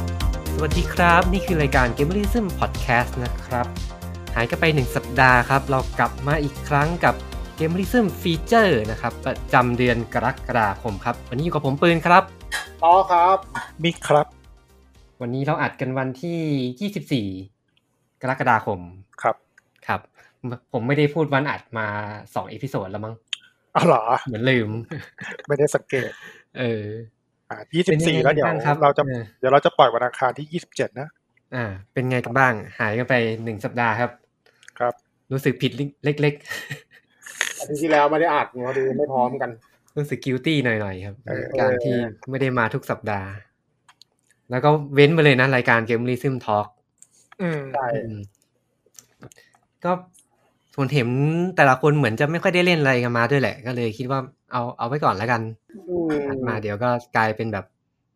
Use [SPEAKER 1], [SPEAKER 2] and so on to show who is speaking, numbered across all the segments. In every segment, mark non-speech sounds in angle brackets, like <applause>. [SPEAKER 1] ครับ นี่คือรายการ Gamerism Podcast นะครับ หายกันไป 1 สัปดาห์ครับ เรากลับมาอีกครั้งกับ Gamerism Feature นะครับประจำเดือนกรกฎาคมครับ วันนี้อยู่กับผมปืนครับ
[SPEAKER 2] อ๋อครับ
[SPEAKER 3] บิ๊กครับ
[SPEAKER 1] วันนี้เราอัดกันวันที่ 24 กรกฎาคม
[SPEAKER 3] ครับ
[SPEAKER 1] ครับ ผมไม่ได้พูดวันอัดมา2เอพิโซดแล้วมั้ง
[SPEAKER 3] เอาเหรอ
[SPEAKER 1] เหมือนลืม
[SPEAKER 3] ไม่ได้สังเกต
[SPEAKER 1] เออ
[SPEAKER 3] อ่ายี่
[SPEAKER 1] เป็นยัง
[SPEAKER 3] สิบสี่
[SPEAKER 1] ไง
[SPEAKER 3] แล้วเดี๋ยว
[SPEAKER 1] บ้างครับ
[SPEAKER 3] เราจะ
[SPEAKER 1] เออ
[SPEAKER 3] เดี๋ยวเราจะปล่อยวันอังคารที่ยี่สิบเจ็ดนะ
[SPEAKER 1] อ่า เป็นไงกันบ้าง หายกันไป 1 สัปดาห์ครับ
[SPEAKER 3] ครับ
[SPEAKER 1] รู้สึกผิดเล็ก
[SPEAKER 2] อาทิตย์ที่แล้วไม่ได้อัดพอดีไม่พร้อมกัน
[SPEAKER 1] ๆ รู้สึกกิ i ตี้หน่อยๆครับ
[SPEAKER 3] เออ
[SPEAKER 1] การที่ไม่ได้มาทุกสัปดาห์ แล้วก็เว้นไปเลยนะ รายการเกมรีซึมทอล์ก
[SPEAKER 3] อืม
[SPEAKER 2] ใช่
[SPEAKER 1] ก็ผมเห็นแต่ละคนเหมือนจะไม่ค่อยได้เล่นอะไรกันมาด้วยแหละ ก็เลยคิดว่าเอาเอาไว้ก่อนแล้วกัน
[SPEAKER 2] อืม
[SPEAKER 1] อัดมาเดี๋ยวก็กลายเป็นแบบ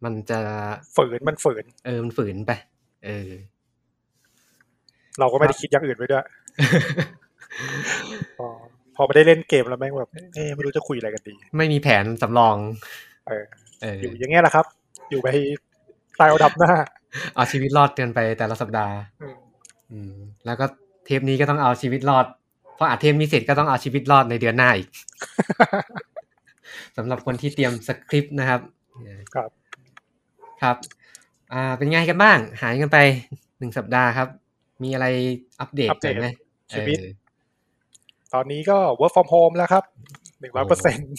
[SPEAKER 1] มันจะ
[SPEAKER 3] ฝืนมันฝืน
[SPEAKER 1] เออมันฝืนไป เออ <laughs>
[SPEAKER 3] เราก็ไม่ได้คิดอย่างอื่นไว้ด้วยพอพอไม่ได้เล่นเกมแล้วแม่งแบบเอ๊ะไม่รู้จะคุยอะไรกันดี
[SPEAKER 1] ไม่มีแผนสำรอง
[SPEAKER 3] เออ
[SPEAKER 1] เออ
[SPEAKER 3] อยู่อย่างเงี้ยแหละครับ อยู่ไปตายเอาดับหน้า
[SPEAKER 1] เอาชีวิตรอดกันไปแต่ละสัปดาห์
[SPEAKER 3] อืม
[SPEAKER 1] อืมแล้วก็เทปนี้ก็ต้องเอาชีวิตรอดเพราะอาเทปนี้เสร็จก็ต้องเอาชีวิตรอดในเดือนหน้า <laughs> อีก สำหรับคนที่เตรียมสคริปต์นะครับ
[SPEAKER 3] ครับ
[SPEAKER 1] ครับอ่าเป็นไงกันบ้าง หายกันไปหนึ่งสัปดาห์ครับ มีอะไรอัปเดตหน่อยไหม
[SPEAKER 3] ชีวิต
[SPEAKER 1] เออ
[SPEAKER 3] ตอนนี้ก็ work from home แล้วครับหนึ่งร้อยเปอร์เซ็นต์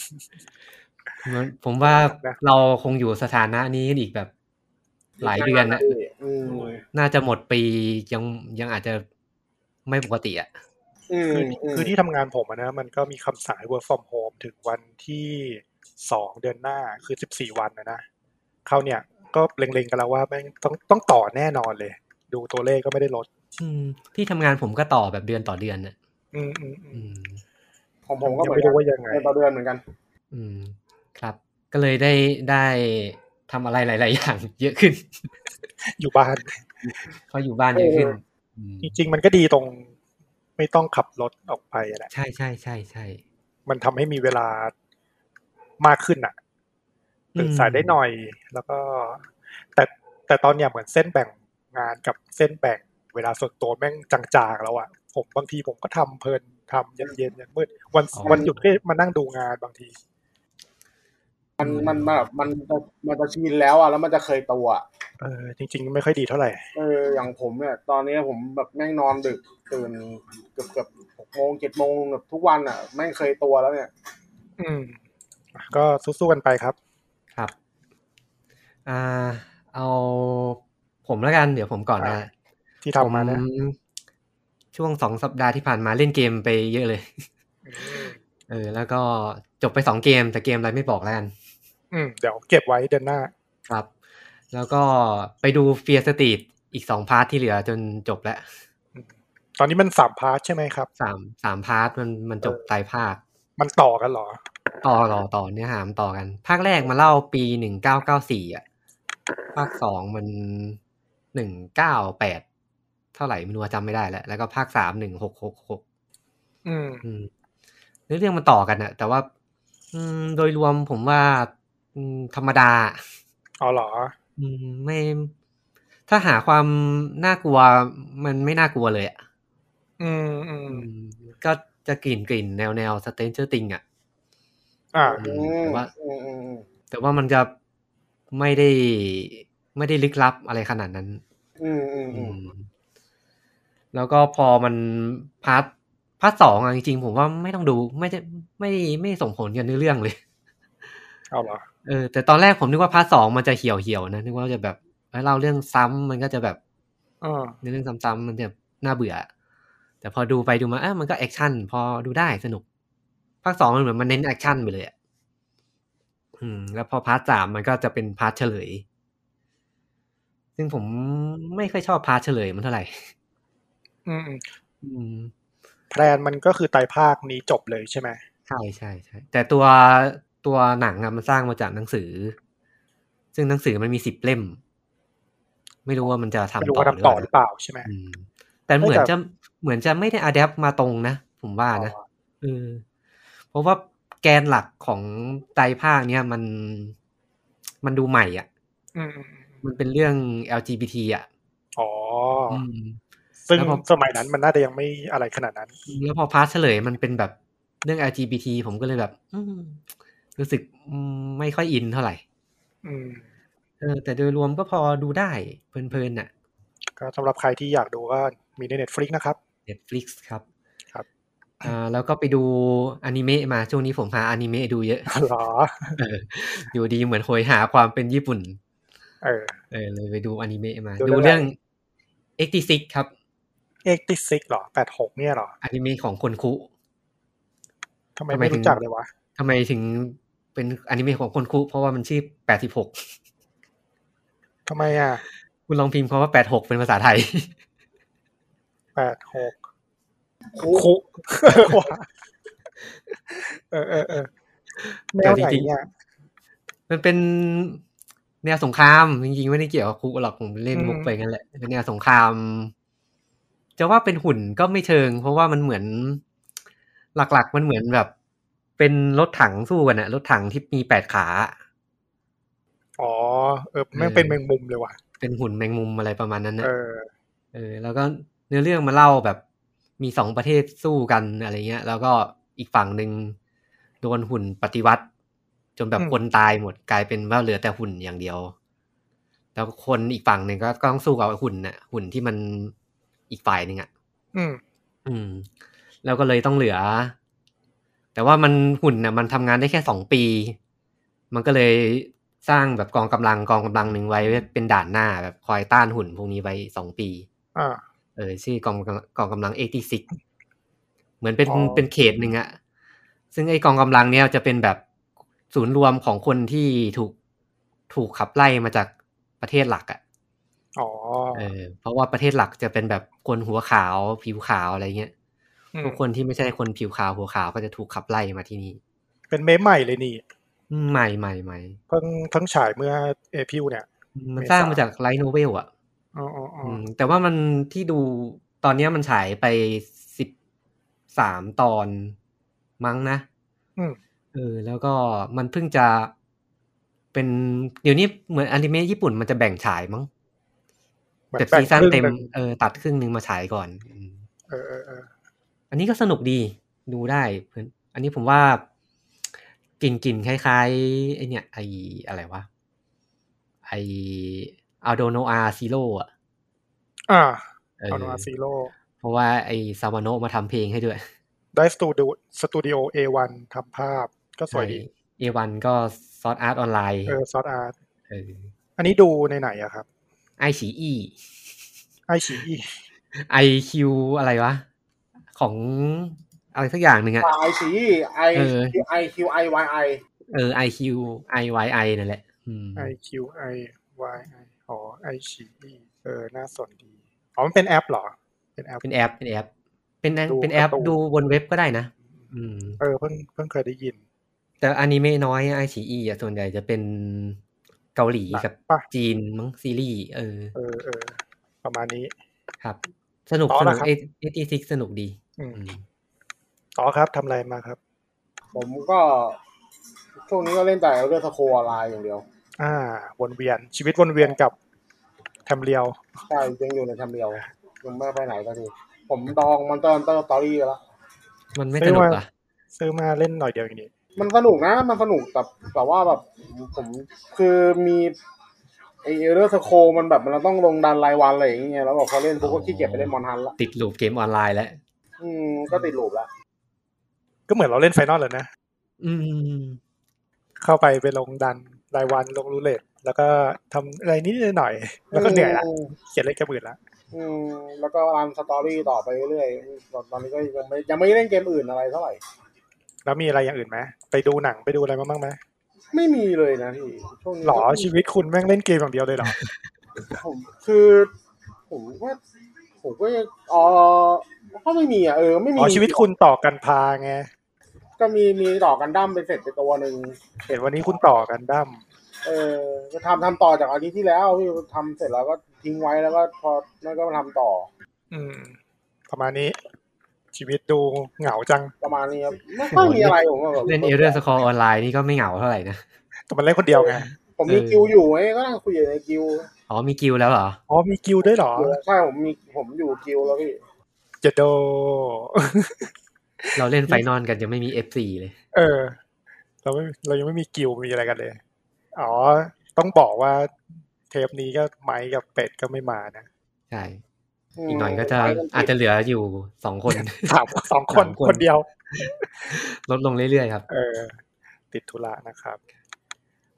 [SPEAKER 1] มันผมว่าเราคงอยู่สถานะนี้กันอีกแบบ หลายเดือนนะ
[SPEAKER 2] อืม
[SPEAKER 1] น่าจะหมดปียังยังอาจจะไม่ปกติอ่ะ
[SPEAKER 2] อืม
[SPEAKER 3] คือ
[SPEAKER 2] ม
[SPEAKER 3] คือที่ทำงานผมอะนะ มันก็มีคำสั่งให้ work from home ถึงวันที่สองเดือนหน้าคือสิบสี่วันนะนะเขาวเนี่ยก็เล็งๆกันแล้วว่าแม่งต้องต้องต่อแน่นอนเลย ดูตัวเลขก็ไม่ได้ลด
[SPEAKER 1] อืมที่ทำงานผมก็ต่อแบบเดือนต่อเดือนน่ะ
[SPEAKER 3] อืมอืมอื
[SPEAKER 1] อื
[SPEAKER 3] ม
[SPEAKER 1] ม
[SPEAKER 2] ของผมก็
[SPEAKER 3] ยัง
[SPEAKER 2] เหมือน
[SPEAKER 3] ไม่
[SPEAKER 2] กัน
[SPEAKER 3] รู้ว่ายังไง
[SPEAKER 2] เป็นต่อเดือนเหมือนกัน
[SPEAKER 1] อืมครับ ก็เลยได้ได้ทำอะไรหลาย ๆ อย่าง เยอะขึ้น <laughs>
[SPEAKER 3] อยู่บ้าน
[SPEAKER 1] เพราะอยู่บ้านเยอะขึ้น
[SPEAKER 2] เออ
[SPEAKER 1] อืม
[SPEAKER 3] จริง ๆ มันก็ดีตรง ไม่ต้องขับรถออกไปแหละ
[SPEAKER 1] ใช่ใช่ใช่ใช่
[SPEAKER 3] มันทำให้มีเวลามากขึ้นอ่ะตื่นสายได้หน่อย แล้วก็ แต่แต่ตอนเนี้ยเหมือนเส้นแบ่งงานกับเส้นแบ่งเวลาส่วนตัวแม่งจางๆแล้วอ่ะผมบางทีผมก็ทำเพลินทำเย็นๆยันมืดวันวันหยุดก็มานั่งดูงานบางที
[SPEAKER 2] มันมันแบบมันจะมันจะชินแล้วอ่ะแล้วมันจะเคยตัวอะ
[SPEAKER 3] เออจริง ๆ ไม่ค่อยดีเท่าไหร่
[SPEAKER 2] เอออย่างผมเนี่ย ตอนนี้ผมแบบแม่งนอนดึกตื่นเกือบเกือบหกโมงเจ็ดโมงแบบทุกวันอ่ะแม่งเคยตัวแล้วเนี่ย
[SPEAKER 3] อืมก็สู้ๆกันไปครับ
[SPEAKER 1] ครับอ่าเอาผมแล้วกันเดี๋ยวผมก่อนนะ
[SPEAKER 3] อ่ะ ที่ทำมานะ
[SPEAKER 1] ผมช่วงสองสัปดาห์ที่ผ่านมาเล่นเกมไปเยอะเลย เออ แล้วก็จบไปสองเกม แต่เกมอะไรไม่บอกแล้วกัน
[SPEAKER 3] อืมเดี๋ยวเก็บไว้เดือนหน้า
[SPEAKER 1] ครับ แล้วก็ไปดูเฟียสตีดอีกสองพาร์ทที่เหลือจนจบแล้ว
[SPEAKER 3] ตอนนี้มันสามพาร์ทใช่ไหมครับ
[SPEAKER 1] สามสามพาร์ทมันมันจบไตรภาค
[SPEAKER 3] มันต่อกันเหรอ
[SPEAKER 1] ต่อต่อต่อเนื้อหามนต่อกัน ภาคแรกมาเล่าปีหนึ่งเก้าเก้าสี่อ่ะ ภาคสองมันหนึ่งเก้าแปดเท่าไหร่ไม่รู้อะจำไม่ได้แล้ว แล้วก็ภาคสามหนึ่งหกหกหก
[SPEAKER 3] อืม
[SPEAKER 1] อืมเนื้อเรื่องมันต่อกันอะแต่ว่า อืมโดยรวมผมว่าอืมธรรมดา
[SPEAKER 3] เอาเหรอ
[SPEAKER 1] อืมไม่ ถ้าหาความน่ากลัวมันไม่น่ากลัวเลยอะ
[SPEAKER 3] อืมอืม
[SPEAKER 1] อืมก็จะกลิ่นกลิ่นแนวแนวสเตนเจอร์ติงอ่ะ
[SPEAKER 3] อ่า
[SPEAKER 1] อืมแต่ว่า
[SPEAKER 2] อืมอืมอืม
[SPEAKER 1] แต่ว่ามันจะไม่ได้ไม่ได้ลึกลับอะไรขนาดนั้น
[SPEAKER 2] อืมอืมอืม
[SPEAKER 1] อืมแล้วก็พอมันพาร์ทพาร์ทสองอะจริงๆ ผมว่าไม่ต้องดูไม่จะไม่ไม่ส่งผลกันเนื้อเรื่องเลย
[SPEAKER 3] เอาเหรอ
[SPEAKER 1] เออแต่ตอนแรกผมนึกว่าพาร์ทสองมันจะเหี่ยวเหี่ยวๆนะนึกว่าจะแบบเอ้ยเล่าเรื่องซ้ำมันก็จะแบบ
[SPEAKER 3] อ่า
[SPEAKER 1] เนื้อเรื่องซ้ำๆมันจะน่าเบื่อ แต่พอดูไปดูมาเอ้ามันก็แอคชั่น พอดูได้สนุกภาคสองมันเหมือนมันเน้นแอคชั่นไปเลยอะอืม แล้วพอพาร์ทสามมันก็จะเป็นพาร์ทเฉลย ซึ่งผมไม่ค่อยชอบพาร์ทเฉลยมันเท่าไหร่
[SPEAKER 3] อืมอืม
[SPEAKER 1] อืม
[SPEAKER 3] แพลนมันก็คือไตรภาคนี้จบเลยใช่ไหม
[SPEAKER 1] ใช่ใช่ใช่แต่ตัวตัวหนังอะมันสร้างมาจากหนังสือ ซึ่งหนังสือมันมีสิบเล่ม ไม่รู้ว่ามันจะ
[SPEAKER 3] ไม่
[SPEAKER 1] ทำ
[SPEAKER 3] รู้
[SPEAKER 1] ต่อ
[SPEAKER 3] ว่าทำต่อหรือเปล่าใช่ไหม
[SPEAKER 1] อืมแต่เหมือน
[SPEAKER 3] ไม่แต่
[SPEAKER 1] จะเหมือนจะไม่ได้อะแดปมาตรงนะ ผมว่านะเออเพราะว่าแกนหลักของไตรภาคเนี้ยมันมันดูใหม่อ่ะ
[SPEAKER 3] อืมอืมอืม
[SPEAKER 1] มันเป็นเรื่อง LGBT อ่ะ
[SPEAKER 3] อ๋ออ
[SPEAKER 1] อืม
[SPEAKER 3] ซึ่ง
[SPEAKER 1] แล้วผม
[SPEAKER 3] สมัยนั้นมันน่าจะยังไม่อะไรขนาดนั้น
[SPEAKER 1] แล้วพอพาร์ทเฉลยมันเป็นแบบเรื่อง LGBT ผมก็เลยแบบ อืมรู้สึกอืมไม่ค่อยอินเท่าไหร่
[SPEAKER 3] อืม
[SPEAKER 1] เออแต่โดยรวมก็พอดูได้เพลินๆน่ะ
[SPEAKER 3] ก็สำหรับใครที่อยากดูก็มีใน Netflix นะครับ <laughs>
[SPEAKER 1] Netflix ครับ
[SPEAKER 3] ครับ
[SPEAKER 1] อ่าแล้วก็ไปดูอนิเมะมาช่วงนี้ผมหาอนิเมะดูเยอะ
[SPEAKER 3] อ๋อเหรอ
[SPEAKER 1] เอออยู่ดีเหมือนโหยหาความเป็นญี่ปุ่น
[SPEAKER 3] เออ
[SPEAKER 1] เออเลยไปดูอนิเมะมา
[SPEAKER 3] ดู
[SPEAKER 1] ดู
[SPEAKER 3] เรื่
[SPEAKER 1] เรื่
[SPEAKER 3] อ
[SPEAKER 1] อง ง XT6 ครับ
[SPEAKER 3] เอ็กติซิกหรอแปดหกเนี่ยเหรอ
[SPEAKER 1] อนิเมะของคนคุ
[SPEAKER 3] ทำไม
[SPEAKER 1] ทำไม
[SPEAKER 3] ไม่
[SPEAKER 1] ถึ
[SPEAKER 3] รู้
[SPEAKER 1] ง
[SPEAKER 3] จักเลยวะ
[SPEAKER 1] ทำไมถึงเป็นอนิเมะของคนคุ เพราะว่ามันชื่อ 86
[SPEAKER 3] ทำไมอ่ะ
[SPEAKER 1] คุณลองพิมพ์คำว่า 86 เป็นภาษาไทย <laughs>
[SPEAKER 3] แปดหก
[SPEAKER 2] คุ
[SPEAKER 3] คุ <laughs> เออเออเออแนวไหนเนี่ย
[SPEAKER 1] มันเป็นแนวสงครามจริงๆไม่ได้เกี่ยวกับคุหรอกผมเล่นมุกไปงั้นแหละเป็นแนวสงคราม จะว่าเป็นหุ่นก็ไม่เชิง เพราะว่ามันเหมือน หลักๆ มันเหมือนแบบ เป็นรถถังสู้กันอะรถถังที่มีแปดขา
[SPEAKER 3] อ๋อเออแม่งเป็นแมงมุมเลยว่ะ
[SPEAKER 1] เป็นหุ่นแมงมุมอะไรประมาณนั้นนะ
[SPEAKER 3] เออ
[SPEAKER 1] เออ แล้วก็เนื้อเรื่องมาเล่าแบบมีสองประเทศสู้กันอะไรเงี้ย แล้วก็อีกฝั่งหนึ่งโดนหุ่นปฏิวัติ จนแบบ
[SPEAKER 3] อืม
[SPEAKER 1] คนตายหมดกลายเป็นว่าเหลือแต่หุ่นอย่างเดียว แล้วคนอีกฝั่งหนึ่งก็ก็ต้องสู้กับหุ่นน่ะ หุ่นที่มันอีกฝ่ายหนึ่งอ่ะ
[SPEAKER 3] อืม
[SPEAKER 1] อืม แล้วก็เลยต้องเหลือ แต่ว่ามันหุ่นน่ะ มันทำงานได้แค่สองปี มันก็เลยสร้างแบบกองกำลังกองกำลังหนึ่งไว้เป็นด่านหน้าแบบคอยต้านหุ่นพวกนี้ไว้สองปี
[SPEAKER 3] อ่า
[SPEAKER 1] เออชื่อกองกำลังกองกำลังเอทีซิกเหมือนเป็น
[SPEAKER 3] อ๋อ
[SPEAKER 1] เป็นเขตหนึ่งอะซึ่งไอกองกำลังเนี่ยจะเป็นแบบศูนย์รวมของคนที่ถูกถูกขับไล่มาจากประเทศหลักอะ
[SPEAKER 3] อ๋อ
[SPEAKER 1] เออเพราะว่าประเทศหลักจะเป็นแบบคนหัวขาวผิวขาวอะไรเงี้ย
[SPEAKER 3] ม
[SPEAKER 1] ทุกคนที่ไม่ใช่คนผิวขาวหัวขาวก็จะถูกขับไล่มาที่นี่
[SPEAKER 3] เป็นเมมใหม่เลยนี่
[SPEAKER 1] อืมใหม่ใหม่ใหม่
[SPEAKER 3] เพิ่งทั้งฉายเมื่อเอพิวเนี่ย
[SPEAKER 1] มัน
[SPEAKER 3] เมษา
[SPEAKER 1] สร้างมาจากไลท์โนเวลอะ
[SPEAKER 3] อ๋ออ๋ออ๋อ
[SPEAKER 1] อืม แต่ว่ามันที่ดูตอนเนี้ยมันฉายไปสิบสามตอนมั้งนะ
[SPEAKER 3] อืม
[SPEAKER 1] เออแล้วก็มันเพิ่งจะเป็นเดี๋ยวนี้เหมือนอนิเมะญี่ปุ่นมันจะแบ่งฉายมั้ง
[SPEAKER 3] เหมือ
[SPEAKER 1] แบบ
[SPEAKER 3] แบ่ง
[SPEAKER 1] ซีซั่น
[SPEAKER 3] ครึ่ง
[SPEAKER 1] เต็ม
[SPEAKER 3] หนึ่ง
[SPEAKER 1] เออตัดครึ่งหนึ่งมาฉายก่อนอืม
[SPEAKER 3] เออเออเออ
[SPEAKER 1] อันนี้ก็สนุกดีดูได้เพื่อนอันนี้ผมว่ากลิ่นกลิ่นคล้ายๆไอเนี่ยไออะไรวะไออาโดโนอาซิโร่อะ
[SPEAKER 3] อ่า
[SPEAKER 1] เออ
[SPEAKER 3] เอาโนอาซีโร่
[SPEAKER 1] เพราะว่าไอซาวาโนะมาทำเพลงให้ด้วย
[SPEAKER 3] ได้สตูดิโอสตูดิโอเอวันทำภาพก็สวยดี
[SPEAKER 1] เอวันก็ซอสอาร์ตออนไลน์
[SPEAKER 3] เออซอสอาร์ต
[SPEAKER 1] เออ
[SPEAKER 3] อันนี้ดูในไหนอะครับ
[SPEAKER 1] ไอฉีอี
[SPEAKER 3] ไอชีอี
[SPEAKER 1] ไอคิวอะไรวะ ของอะไรสักอย่างหนึ่งอะ
[SPEAKER 2] ไอซีไอ
[SPEAKER 1] เออ
[SPEAKER 2] ไอคิวไอวไอ
[SPEAKER 1] เออไอคิวไอวไอนั่นแหละ อืม
[SPEAKER 3] ไอคิวไอวายไออ๋อไอชีอีเออน่าสนดีอ๋อมันเป็นแอปเหรอ เป็นแอป
[SPEAKER 1] เป็นแอปเป็นแอป เป็นแอป
[SPEAKER 3] ดู
[SPEAKER 1] เป็นแอป
[SPEAKER 3] การ์ตูน
[SPEAKER 1] ดูบนเว็บก็ได้นะ อืม
[SPEAKER 3] เออเพิ่งเพิ่งเคยได้ยิน
[SPEAKER 1] แต่อนิเมะน้อยไอชีอีอะส่วนใหญ่จะเป็นเกาหลีกับ
[SPEAKER 3] ป่ะ
[SPEAKER 1] จีนมั้งซีรีส์เออ
[SPEAKER 3] เออเออประมาณนี้
[SPEAKER 1] ครับ สนุก
[SPEAKER 3] อ๋อ
[SPEAKER 1] ส
[SPEAKER 3] เหร
[SPEAKER 1] นุ
[SPEAKER 3] อก ครับ
[SPEAKER 1] เอทีซิกสนุกดี
[SPEAKER 3] อืม
[SPEAKER 1] อืม
[SPEAKER 3] ต่อครับทำอะไรมาครับ
[SPEAKER 2] ผมก็ช่วงนี้ก็เล่นแต่เรื่องสโคออนไลน์อย่างเดียว
[SPEAKER 3] อ่า วนเวียนชีวิตวนเวียนกับแทมเรียว
[SPEAKER 2] ใช่ยังอยู่ในทำเดียวยังไม่ไปไหนสัก็ทีผมดองมอนเตอร์เตอร์ตอรี่แล้ว
[SPEAKER 1] มันไม่
[SPEAKER 3] ไม่
[SPEAKER 1] สนุก
[SPEAKER 3] ว่า
[SPEAKER 1] อ่ะ
[SPEAKER 3] ซื้อมาเล่นหน่อยเดียวอย่างนี้
[SPEAKER 2] มันสนุกนะ มันสนุกแต่แต่ว่าแบบผมคือมีไอเอเดอร์สโคมันแบบมันต้องลงดันรายวันอะไรอย่างเงี้ยแล้วแบบพอเล่นปุ๊บก็ขี้เกียจไปเล่นมอนฮันละ
[SPEAKER 1] ติดลูปเกมออนไลน์แล้ว
[SPEAKER 2] อืมก็ติดหลูปละ
[SPEAKER 3] ก็เหมือนเราเล่นไฟนอลเลยนะ
[SPEAKER 1] อืม
[SPEAKER 3] เข้าไปไปลงดันรายวันลงรูเลตแล้วก็ทำอะไรนิดหน่อย แล้วก็เหนื่อยละ
[SPEAKER 2] ม
[SPEAKER 3] เขียนเลขแค่บื่นละ
[SPEAKER 2] อืมแล้วก็รันสตอรี่ต่อไปเรื่อยๆตอนตอนนี้ก็ยังไม่ยังไม่ได้เล่นเกมอื่นอะไรเท่าไหร่
[SPEAKER 3] แล้วมีอะไรอย่างอื่นไหมไปดูหนังไปดูอะไรมาบ้างไหม
[SPEAKER 2] ไม่มีเลยนะพี่ช่วงนี้
[SPEAKER 3] หรอชีวิตคุณแม่งเล่นเกมอย่างเดียว <laughs> เลยเหรอ
[SPEAKER 2] ผมคือ ผมว่าผมก็ยังอ๋อก็ไม่มีอ่ะเออไม่มี
[SPEAKER 3] อ๋อชีวิตคุณต่อกันพาไง
[SPEAKER 2] ก็มีมีต่อกันดั้มไปเสร็จไปตัวหนึ่ง
[SPEAKER 3] เห็นวันนี้คุณต่อกันดั้ม
[SPEAKER 2] เออก็ทำทำต่อจากอาทิตย์ที่แล้วพี่ทำเสร็จแล้วก็ทิ้งไว้แล้วก็พอนั่นก็มาทำต่อ
[SPEAKER 3] อืม ประมาณนี้ ชีวิตดูเหงาจัง
[SPEAKER 2] ประมาณนี้ครับไม่ค่อยมีอะไรผมว่าแบบ
[SPEAKER 1] เล่นเอเดอร์สคอร์ออนไลน์นี่ก็ไม่เหงาเท่าไหร่นะ
[SPEAKER 3] แต่มันเล่นคนเดียวไง
[SPEAKER 2] ผมมี
[SPEAKER 1] เออ
[SPEAKER 2] คิวอยู่ไอ้ก็นั่งคุยอยู่ในคิว
[SPEAKER 1] อ๋อมีกิลด์แล้วเหรอ
[SPEAKER 3] อ๋อมีกิลด์ด้วยเหรอ
[SPEAKER 2] ใช่ผมมีผมอยู่กิลด์แล้วพี่
[SPEAKER 3] เจโด
[SPEAKER 1] เราเล่นไฟนอลกันยังไม่มีเอฟซีเลย
[SPEAKER 3] เออ เราไม่เรายังไม่มีกิลด์มีอะไรกันเลย อ๋อ ต้องบอกว่าเทปนี้ก็ไมค์กับเป็ดก็ไม่มานะ <laughs>
[SPEAKER 1] ใช่ อีกหน่อยก็จะอาจจะเหลืออยู่สองคน <laughs>
[SPEAKER 3] สาม <laughs> สองคน
[SPEAKER 1] สามคน
[SPEAKER 3] คนเดียว
[SPEAKER 1] ลดลงเรื่อยๆครับ
[SPEAKER 3] เออ ติดธุระนะครับ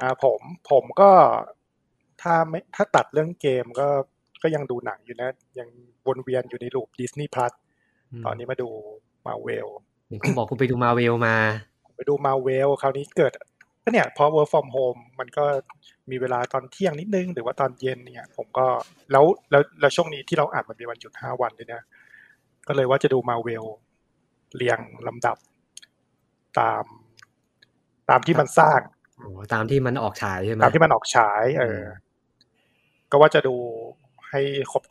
[SPEAKER 3] อ่าผมผมก็ถ้าไม่ถ้าตัดเรื่องเกมก็ก็ยังดูหนังอยู่นะ ยังวนเวียนอยู่ในลูปดิสนีย์พลัสตอนนี้มาดูมาเวล
[SPEAKER 1] เห็นคุณบอกคุณไปดูมาเวลมา
[SPEAKER 3] ไปดูมาเวลคราวนี้เกิดก็เนี่ยพอ work from home มันก็มีเวลาตอนเที่ยงนิดนึง หรือว่าตอนเย็นเนี่ย ผมก็แล้วแล้วแล้วช่วงนี้ที่เราอ่านมันมีวันหยุดห้าวันด้วยนะก็เลยว่าจะดูมาเวลเรียงลำดับตาม ตามที่มันสร้าง
[SPEAKER 1] โอ้ตามที่มันออกฉายใช่ไหม
[SPEAKER 3] ตามที่มันออกฉาย เอออ
[SPEAKER 1] ม
[SPEAKER 3] ก็ว่าจะดูให้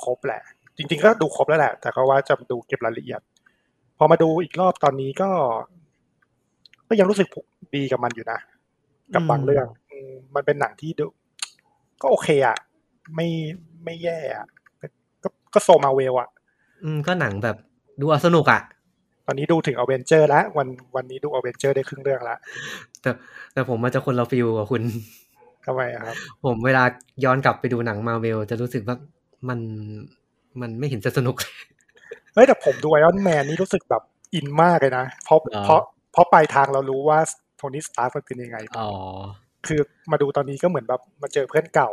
[SPEAKER 3] ครบๆแหละ จริง ๆ ก็ดูครบแล้วแหละ แต่ก็ว่าจะดูเก็บรายละเอียด พอมาดูอีกรอบตอนนี้ก็ ก็ยังรู้สึกดีกับมันอยู่นะ กับบางเรื่องอืมมันเป็นหนังที่ดู ก็โอเคอ่ะ ไม่ไม่แย่อ่ะก็ก็โซมาเวลอ่ะ
[SPEAKER 1] อืมก็หนังแบบดูเอาสนุกอ่ะ
[SPEAKER 3] ตอนนี้ดูถึงอเวนเจอร์แล้ววันวันนี้ดูอเวนเจอร์ได้ครึ่งเรื่องละ
[SPEAKER 1] แต่แต่ผมมันจะคนเราฟิลกับคุณ <laughs>
[SPEAKER 3] ทำไมอะครับ
[SPEAKER 1] ผมเวลาย้อนกลับไปดูหนังมาเวลจะรู้สึกว่ามันมันไม่เห็นจะสนุก
[SPEAKER 3] เฮ้ยแต่ผมดูไอรอนแมนนี่รู้สึกแบบอินมากเลยนะ เพราะ
[SPEAKER 1] เหรอ
[SPEAKER 3] เพราะเพราะปลายทางเรารู้ว่าโทนี่สตาร์มันเป็นยังไง
[SPEAKER 1] อ๋อ
[SPEAKER 3] คือมาดูตอนนี้ก็เหมือนแบบมาเจอเพื่อนเก่า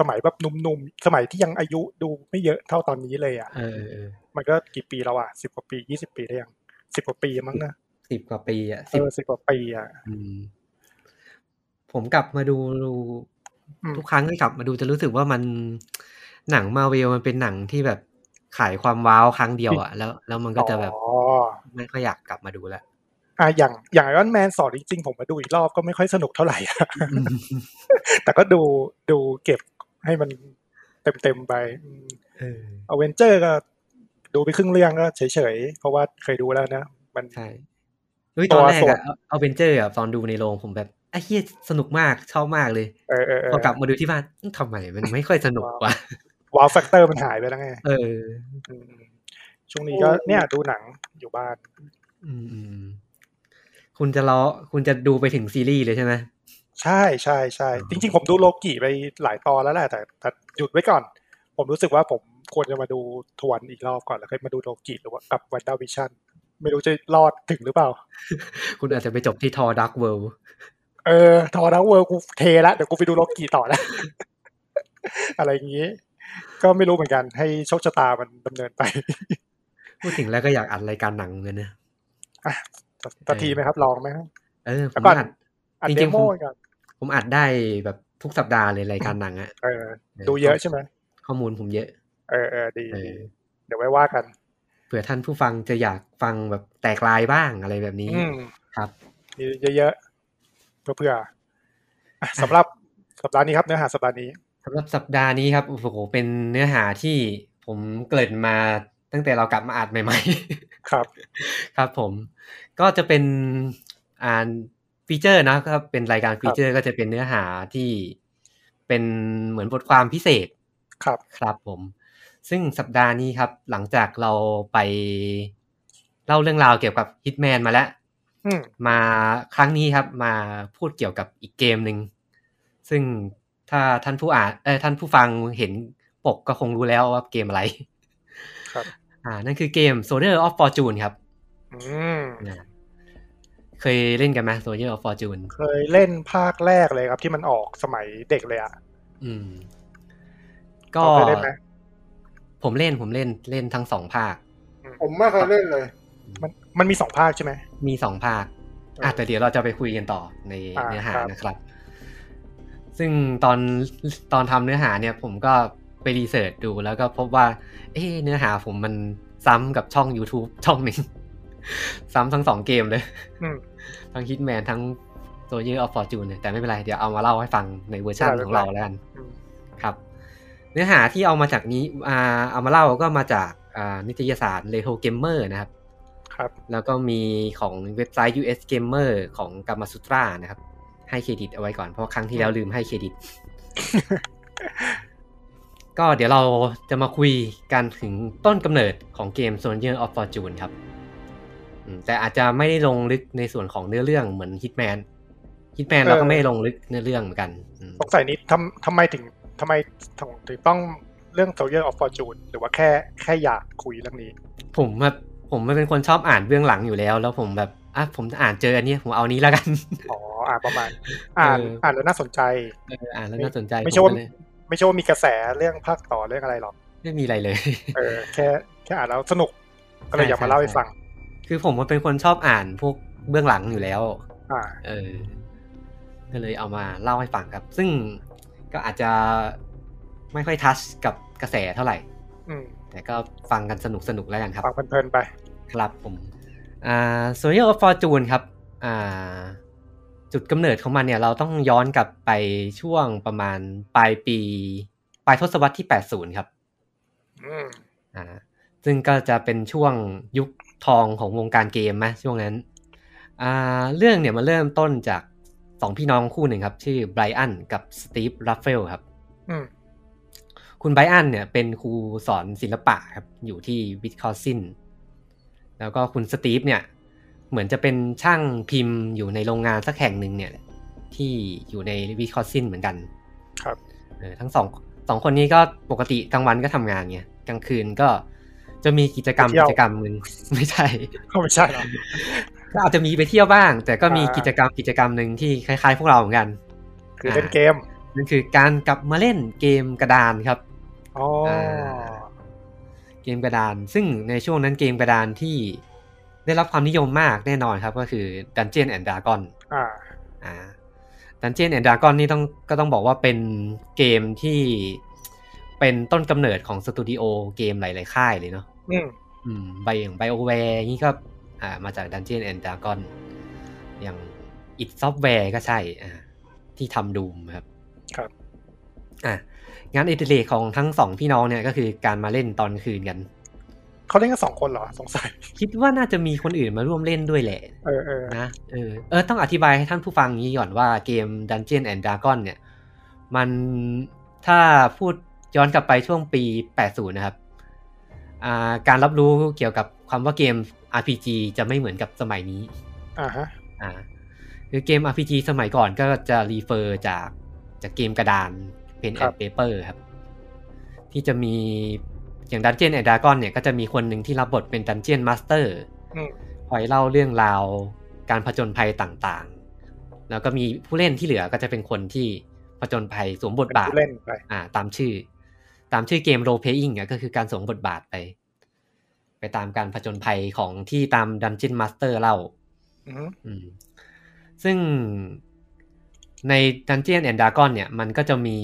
[SPEAKER 3] สมัยแบบหนุ่มๆ สมัยที่ยังอายุดูไม่เยอะเท่าตอนนี้เลยอ่ะ
[SPEAKER 1] เออเออ
[SPEAKER 3] มันก็กี่ปีแล้วอ่ะสิบกว่าปียี่สิบปีได้ยังสิบกว่าปีมั้งนะ
[SPEAKER 1] สิบกว่าปีอ่ะ
[SPEAKER 3] เอ
[SPEAKER 1] สิบ
[SPEAKER 3] อสิบกว่าปีอ่ะ
[SPEAKER 1] มผมกลับมาดูดู
[SPEAKER 3] อืม
[SPEAKER 1] ทุกครั้งที่กลับมาดูจะรู้สึกว่ามันหนังมาเวลมันเป็นหนังที่แบบขายความว้าวครั้งเดียวอ่ะแล้วแล้วมันก็จะแบบ
[SPEAKER 3] อ๋อ
[SPEAKER 1] ไม่ค่อยอยากกลับมาดูแล้ว
[SPEAKER 3] อ่ะอย่างอย่างไอรอนแมนสอนจริงๆ ผมมาดูอีกรอบก็ไม่ค่อยสนุกเท่าไหร่อะ <laughs> แต่ก็ดูดูเก็บให้มันเต็มๆไปอืม
[SPEAKER 1] เออ
[SPEAKER 3] อเวนเจอร์ก็ดูไปครึ่งเรื่องก็เฉยๆ เพราะว่าเคยดูแล้วนะ มัน
[SPEAKER 1] ใช่เฮ้ย
[SPEAKER 3] ตั
[SPEAKER 1] ต
[SPEAKER 3] ว
[SPEAKER 1] อนแรก
[SPEAKER 3] ส่วน
[SPEAKER 1] อะเอาเวนเจอร์อะตอนดูในโรงผมแบบไอ้เฮียสนุกมากชอบมากเลย
[SPEAKER 3] เออเออเอ
[SPEAKER 1] พอ
[SPEAKER 3] อก
[SPEAKER 1] ลับมาดูที่บ้านอื้อทำไมมันไม่ค่อยสนุกวะ <laughs>
[SPEAKER 3] วอลแฟกเตอร์มันหายไปแล้วไง
[SPEAKER 1] เออ
[SPEAKER 3] อืมช่วงนี้ก็เนี่ยดูหนังอยู่บ้าน
[SPEAKER 1] อืมอืมคุณจะรอคุณจะดูไปถึงซีรีส์เลยใช่ไหม
[SPEAKER 3] ใช่ใช่ใช่ จริงๆ ผมดูโลกิไปหลายตอนแล้วแหละแต่แต่หยุดไว้ก่อน ผมรู้สึกว่าผมควรจะมาดูทวนอีกรอบก่อน แล้วค่อยมาดูโลกิหรือว่ากับวันด้าวิชั่น ไม่รู้จะรอดถึงหรือเปล่า
[SPEAKER 1] คุณอาจจะไปจบที่ทอดักเวิลด์
[SPEAKER 3] เออทอร์นาเวิร์กูเทละเดี๋ยวกูไปดูโลกีต่อนะ <laughs> อะไรอย่างนี้ ก็ไม่รู้เหมือนกัน ให้โชคชะตามันดำเนินไป
[SPEAKER 1] พูดถึงแล้วก็อยากอัดรายการหนังเหมือนกันนะ
[SPEAKER 3] ตะทีไหมครับ ลองไหมครับ
[SPEAKER 1] เออผ
[SPEAKER 3] แล้ว
[SPEAKER 1] ม
[SPEAKER 3] ก่อน
[SPEAKER 1] อัด
[SPEAKER 3] อัด
[SPEAKER 1] จริงๆ
[SPEAKER 3] เด
[SPEAKER 1] ผ
[SPEAKER 3] โม
[SPEAKER 1] ม
[SPEAKER 3] ก่อน
[SPEAKER 1] ผมอัดได้แบบทุกสัปดาห์เลยรายการหนังอะ
[SPEAKER 3] เออ ดูเยอะใช่ไหม
[SPEAKER 1] ข้อมูลผมเยอะ
[SPEAKER 3] เออเออดี
[SPEAKER 1] เอ
[SPEAKER 3] ดี
[SPEAKER 1] อ
[SPEAKER 3] เดี๋ยวไว้ว่ากัน
[SPEAKER 1] เผื่อท่านผู้ฟังจะอยากฟังแบบแตกลายบ้างอะไรแบบนี้
[SPEAKER 3] อืม
[SPEAKER 1] ครับ
[SPEAKER 3] เยอะๆเพื่อเพื่ออ่ะสำหรับสัปดาห์นี้ครับเนื้อหาสัปดาห์นี้
[SPEAKER 1] สำหรับสัปดาห์นี้ครับโอ้โหเป็นเนื้อหาที่ผมเกริ่นมาตั้งแต่เรากลับมาอัดใหม่
[SPEAKER 3] ครับ
[SPEAKER 1] ๆ ครับผมก็จะเป็นอ่านฟีเจอร์นะครับเป็นรายการฟีเจอร์ก็จะเป็นเนื้อหาที่เป็นเหมือนบทความพิเศษ
[SPEAKER 3] ครับ
[SPEAKER 1] ครับผม ซึ่งสัปดาห์นี้ครับ หลังจากเราไปเล่าเรื่องราวเกี่ยวกับ Hitman มาแล้ว
[SPEAKER 3] อืม
[SPEAKER 1] มาครั้งนี้ครับมาพูดเกี่ยวกับอีกเกมหนึ่งซึ่งถ้าท่านผู้อ่านเออท่านผู้ฟังเห็นปกก็คงรู้แล้วว่าเกมอะไร
[SPEAKER 3] ครับ
[SPEAKER 1] อ่านั่นคือเกม Soldier of Fortune ครับ
[SPEAKER 3] อืม
[SPEAKER 1] อ่าเคยเล่นกันไหม Soldier of Fortune
[SPEAKER 3] เคยเล่นภาคแรกเลยครับ ที่มันออกสมัยเด็กเลยอ่ะ
[SPEAKER 1] อืม ก็
[SPEAKER 3] เคยเล่นไหม
[SPEAKER 1] ผมเล่นผมเล่นเล่นทั้งสองภาค
[SPEAKER 2] ผมไม่เคยเล่นเลย
[SPEAKER 3] มันมันมีสองภาคใช่ไหม
[SPEAKER 1] มีสองภาคอ่ะแต่เดี๋ยวเราจะไปคุยกันต่อใน
[SPEAKER 3] อ่า
[SPEAKER 1] เนื้อหา
[SPEAKER 3] ครับ
[SPEAKER 1] นะครับ ซึ่งตอนตอนทำเนื้อหาเนี่ย ผมก็ไปรีเสิร์ชดูแล้วก็พบว่า เอ๊ะเนื้อหาผมมันซ้ำกับช่อง YouTube ช่องหนึ่ง <laughs> ซ้ำทั้งสองเกมเลย
[SPEAKER 3] อืม
[SPEAKER 1] <laughs> ทั้ง Hitman ทั้ง Soldier of Fortune เนี่ยแต่ไม่เป็นไร เดี๋ยวเอามาเล่าให้ฟังในเวอร์ชัน
[SPEAKER 3] ไม่
[SPEAKER 1] ข
[SPEAKER 3] เป็น
[SPEAKER 1] อง
[SPEAKER 3] ไร
[SPEAKER 1] เราแล้วกัน
[SPEAKER 3] อืม
[SPEAKER 1] ครับ เนื้อหาที่เอามาจากนี้อ่าเอามาเล่าก็มาจากอ่านิตยสาร Retro Gamer นะครับ
[SPEAKER 3] ครับ
[SPEAKER 1] แล้วก็มีของเว็บไซต์ US Gamer ของกามาสุตรานะครับ
[SPEAKER 3] <laughs>
[SPEAKER 1] ให้เครดิตเอาไว้ก่อนเพราะครั้งที่แล้วลืมให้เครดิต ก็เดี๋ยวเราจะมาคุยกันถึงต้นกำเนิดของเกม Soldier of Fortune ครับอืมแต่อาจจะไม่ได้ลงลึกในส่วนของเนื้อเรื่องเหมือน Hitman Hitman
[SPEAKER 3] เออ
[SPEAKER 1] เราก็ไม่ได้ลงลึกเนื้อเรื่องเหมือนกันอืม
[SPEAKER 3] สงสัยนี้ทำทำไมถึงทำไมถึงถึงต้องเรื่อง Soldier of Fortune หรือว่าแค่แค่อยากคุยเรื่องนี้
[SPEAKER 1] ผมแบบผมเป็นคนชอบอ่านเบื้องหลังอยู่แล้ว แล้วผมแบบอ่ะผมอ่านเจออันเนี้ยผมเอานี้แล้วกัน
[SPEAKER 3] อ๋ออ่านประมาณ อ่าน
[SPEAKER 1] เอออ่
[SPEAKER 3] อ่านแล้วน่าสนใจ
[SPEAKER 1] เอออ่านแล้วน่าสนใจ
[SPEAKER 3] ไม่ใช่
[SPEAKER 1] ผ
[SPEAKER 3] ว่า
[SPEAKER 1] ก็เลย
[SPEAKER 3] ไม่ใช่ว่ามีกระแสเรื่องภาคต่อเรื่องอะไรหรอก
[SPEAKER 1] ไม่มีอะไรเลย
[SPEAKER 3] เออแค่แค่อ่านแล้วสนุกก็เลยอยากมาเล่าให้ฟัง
[SPEAKER 1] คือผมมันเป็นคนชอบอ่านพวกเบื้องหลังอยู่แล้ว
[SPEAKER 3] อ่า
[SPEAKER 1] เออ ก็เลยเอามาเล่าให้ฟังครับ ซึ่งก็อาจจะไม่ค่อยทัชกับกระแสเท่าไหร่
[SPEAKER 3] อืม
[SPEAKER 1] แต่ก็ฟังกันสนุกสนุกๆแล้วกันครับ
[SPEAKER 3] ฟังเพลินๆไป
[SPEAKER 1] ครับผม อ่าส่วนเรื่องฟอร์จูนครับ อ่า จุดกำเนิดของมันเนี่ย เราต้องย้อนกลับไปช่วงประมาณปลายปี ปลายทศวรรษที่ 80 ครับ
[SPEAKER 3] อืม
[SPEAKER 1] อ่าซึ่งก็จะเป็นช่วงยุคทองของวงการเกมไหมช่วงนั้นอ่าเรื่องเนี่ยมันเริ่มต้นจากสองพี่น้องคู่หนึ่งครับ ชื่อไบรอันกับสตีฟรัฟเฟลครับ
[SPEAKER 3] อืม
[SPEAKER 1] คุณไบรอันเนี่ยเป็นครูสอนศิลปะครับ อยู่ที่วิสคอซินแล้วก็คุณสตีฟเนี่ย เหมือนจะเป็นช่างพิมพ์อยู่ในโรงงานสักแห่งหนึ่งเนี่ยแหละที่อยู่ในวิสคอซินเหมือนกัน
[SPEAKER 3] ครับ
[SPEAKER 1] เออทั้งสองสองคนนี้ก็ปกติกลางวันก็ทำงานไงกลางคืนก็จะมีกิจกรรม
[SPEAKER 3] ไปเที่
[SPEAKER 1] กิจ
[SPEAKER 3] ยว
[SPEAKER 1] กรรมหนึ่ง <laughs> ไม่ใช่
[SPEAKER 3] ก็ไม่ใช่หรอก
[SPEAKER 1] ก็อาจจะมีไปเที่ยวบ้าง แต่ก็มี
[SPEAKER 3] อ่า
[SPEAKER 1] กิจกรรมกิจกรรมหนึ่งที่คล้ายๆ พวกเราเหมือนกัน
[SPEAKER 3] คือเล่นเกม
[SPEAKER 1] นั่นคือการกลับมาเล่นเกมกระดานครับ
[SPEAKER 3] อ๋ออา
[SPEAKER 1] เกมกระดาน ซึ่งในช่วงนั้นเกมกระดานที่ได้รับความนิยมมากแน่นอนครับ ก็คือ Dungeon and Dragon
[SPEAKER 3] อ่า
[SPEAKER 1] อ่า Dungeon and Dragon นี่ต้องก็ต้องบอกว่าเป็นเกมที่เป็นต้นกำเนิดของสตูดิโอเกมหลายๆค่ายเลยเนาะ
[SPEAKER 3] อืม
[SPEAKER 1] อืมใบอย่างไบโอแวร์นี่ก็อ่ามาจาก Dungeon and Dragon อย่าง It Software ก็ใช่อ่าที่ทำดูมครับ
[SPEAKER 3] ครับ
[SPEAKER 1] อ่ะงานเอดิเลกของทั้งสองพี่น้องเนี่ยก็คือการมาเล่นตอนคืนกัน
[SPEAKER 3] เขาเล่นกันสองคนเหรอ สงสัย
[SPEAKER 1] คิดว่าน่าจะมีคนอื่นมาร่วมเล่นด้วยแหละ
[SPEAKER 3] เออเออ
[SPEAKER 1] นะเออเออ ต้องอธิบายให้ท่านผู้ฟังนี้ก่อนว่าเกม Dungeon and Dragon เนี่ย มันถ้าพูดย้อนกลับไปช่วงปี 80 นะครับอ่าการรับรู้เกี่ยวกับความว่าเกม RPG จะไม่เหมือนกับสมัยนี้
[SPEAKER 3] อ่าฮะ
[SPEAKER 1] อ่าคือเกม RPG สมัยก่อนก็จะรีเฟอร์จากจากเกมกระดาน Pen
[SPEAKER 3] ครั
[SPEAKER 1] and
[SPEAKER 3] บ
[SPEAKER 1] Paper ครับ ที่จะมีอย่าง Dungeon and Dragon เนี่ยก็จะมีคนหนึ่งที่รับบทเป็น Dungeon Master
[SPEAKER 3] อืม
[SPEAKER 1] คอยเล่าเรื่องราวการผจญภัยต่างๆ แล้วก็มีผู้เล่นที่เหลือก็จะเป็นคนที่ผจญภัยสวมบท
[SPEAKER 3] เป็น
[SPEAKER 1] บาท
[SPEAKER 3] ผู้เล่นไป
[SPEAKER 1] อ่าตามชื่อ ตามชื่อเกมโรเพอิงอ่ะก็คือการสวมบทบาทไป ไปตามการผจญภัยของที่ตาม Dungeon Master เล่า
[SPEAKER 3] อืม
[SPEAKER 1] อืมซึ่งใน Dungeon and Dragon เนี่ย มันก็จะมี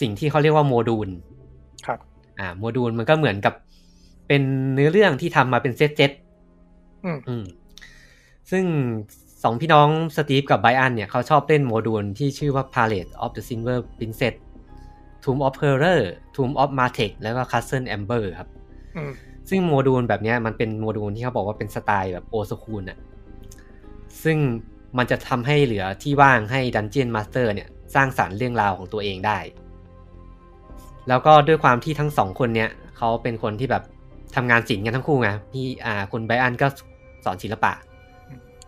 [SPEAKER 1] สิ่งที่เขาเรียกว่าโมดูล
[SPEAKER 3] ครับ
[SPEAKER 1] อ่า โมดูลมันก็เหมือนกับเป็นเนื้อเรื่องที่ทำมาเป็นเซตเซตๆ
[SPEAKER 3] อืม
[SPEAKER 1] อืม ซึ่งสองพี่น้องสตีฟกับไบอันเนี่ย เขาชอบเล่นโมดูลที่ชื่อว่า Palette of the Silver Princess Tomb of Horror Tomb of m a t e c แล้วก็ Castle Amber ครับ
[SPEAKER 3] อืม
[SPEAKER 1] ซึ่งโมดูลแบบเนี้ยมันเป็นโมดูลที่เขาบอกว่าเป็นสไตล์แบบโอสคูลน่ะ ซึ่งมันจะทำให้เหลือที่ว่างให้ดันเจียนมาสเตอร์เนี่ย สร้างสารรค์เรื่องราวของตัวเองได้ แล้วก็ด้วยความที่ทั้งสองคนเนี่ยเขาเป็นคนที่แบบทำงานศิลป์กันทั้งคู่ไงพี่อ่าคุณไบรอันก็สอนศิลปะ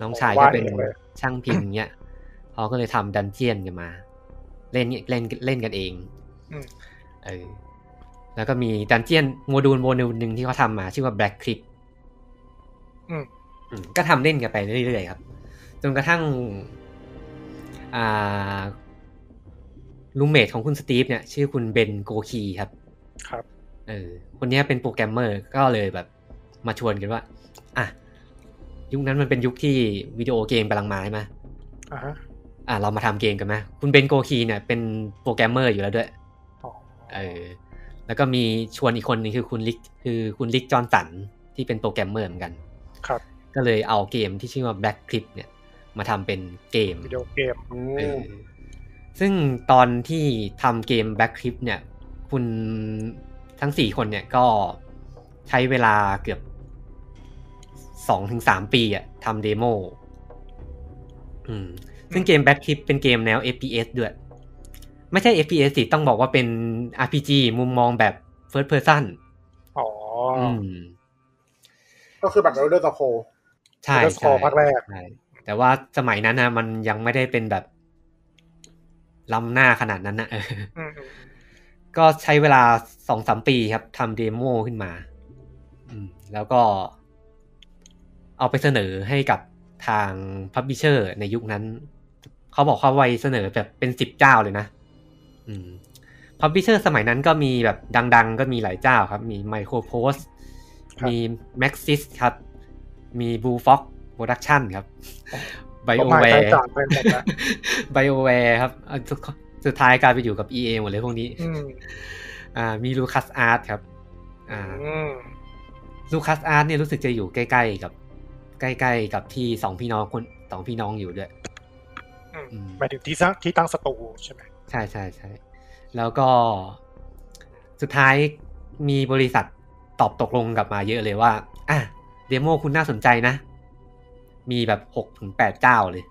[SPEAKER 1] น้องชายก็เป็น
[SPEAKER 3] วาดเองเลย
[SPEAKER 1] ช่างพิมพ์เนี่ยเขาก็เลยทำดันเจียนกันมา เล่นเล่นเล่นกันเอง
[SPEAKER 3] อืม
[SPEAKER 1] เออแล้วก็มีดันเจียนโมดูลโมดูลหนึ่งที่เขาทำมาชื่อว่า Black Clip
[SPEAKER 3] อืม
[SPEAKER 1] อืมก็ทำเล่นกันไปเรื่อยๆครับ จนกระทั่งอ่าลูเมทของคุณสตีฟเนี่ย ชื่อคุณเบนโกคีครับ
[SPEAKER 3] ครับ
[SPEAKER 1] เออคนเนี้ยเป็นโปรแกรมเมอร์ก็เลยแบบมาชวนกันว่า อ่ะ ยุคนั้นมันเป็นยุคที่วิดีโอเกมกำลังมาใช่ไหม
[SPEAKER 3] อ่าฮะ
[SPEAKER 1] อ่ะเรามาทำเกมกันไหมคุณเบนโกคีเนี่ยเป็นโปรแกรมเมอร์อยู่แล้วด้วย
[SPEAKER 3] อ๋อ
[SPEAKER 1] เออแล้วก็มีชวนอีกคนหนึงคือคุณลิกคือคุณลิกจอห์นสันที่เป็นโปรแกรมเมอร์เหมือนกัน
[SPEAKER 3] ครับ
[SPEAKER 1] ก็เลยเอาเกมที่ชื่อว่า Black Clip เนี่ย มาทำเป็นเกม
[SPEAKER 3] วิดีโอเกม
[SPEAKER 2] อื
[SPEAKER 1] เอ
[SPEAKER 2] ม
[SPEAKER 1] อซึ่งตอนที่ทำเกม Black Clip เนี่ย คุณทั้งสี่คนเนี่ยก็ใช้เวลาเกือบสองถึงสามปีอะทำเดโมอืมซึ่งเกม Black Clip เป็นเกมแนว FPS ด้วย ไม่ใช่ FPS สิต้องบอกว่าเป็น RPG มุมมองแบบ First Person
[SPEAKER 3] อ๋ออ
[SPEAKER 1] ม
[SPEAKER 2] ก็คือแบบเอลเดอร์สโค
[SPEAKER 1] ใช่
[SPEAKER 3] แล้วก็
[SPEAKER 1] ใช่
[SPEAKER 3] Score ภาคแรก
[SPEAKER 1] ใช่แต่ว่าสมัยนั้นนะมันยังไม่ได้เป็นแบบล้ำหน้าขนาดนั้นนะเออ
[SPEAKER 3] อืมอืม
[SPEAKER 1] ก็ใช้เวลาสองสามปีครับทำเดโมขึ้นมา อืม แล้วก็ เอาไปเสนอให้กับทางพับบิเชอร์ในยุคนั้น เขาบอกเขาไวเสนอแบบเป็นสิบเจ้าเลยนะ อืมพับบิเชอร์สมัยนั้นก็มีแบบดัง ๆ ก็มีหลายเจ้าครับ มี Micropost
[SPEAKER 3] ครับ
[SPEAKER 1] มี Maxis ครับ มี Blue Fox Production ครับ
[SPEAKER 3] ก็มา
[SPEAKER 1] BioWare
[SPEAKER 3] ได้จากไปหมดแล้ว
[SPEAKER 1] <laughs> BioWare ครับอ่ะสุดสุดท้ายกลายไปอยู่กับ EA หมดเลยพวกนี้
[SPEAKER 3] อืม
[SPEAKER 1] อ่า มี LucasArts ครับ อ่า
[SPEAKER 3] อืม
[SPEAKER 1] LucasArts เนี่ยรู้สึกจะอยู่ใกล้ๆกับ ใกล้ๆกับที่สองพี่น้องคนสองพี่น้องอยู่ด้วย
[SPEAKER 3] อืม
[SPEAKER 1] อืม
[SPEAKER 3] หมายถึงที่สร้างที่ตั้งสตูใช่ไหม
[SPEAKER 1] ใช่ใช่ใช่แล้วก็สุดท้ายมีบริษัทตอบตกลงกลับมาเยอะเลยว่า อ่ะ เดโมคุณน่าสนใจนะ มีแบบหกถึงแปดเจ้าเลย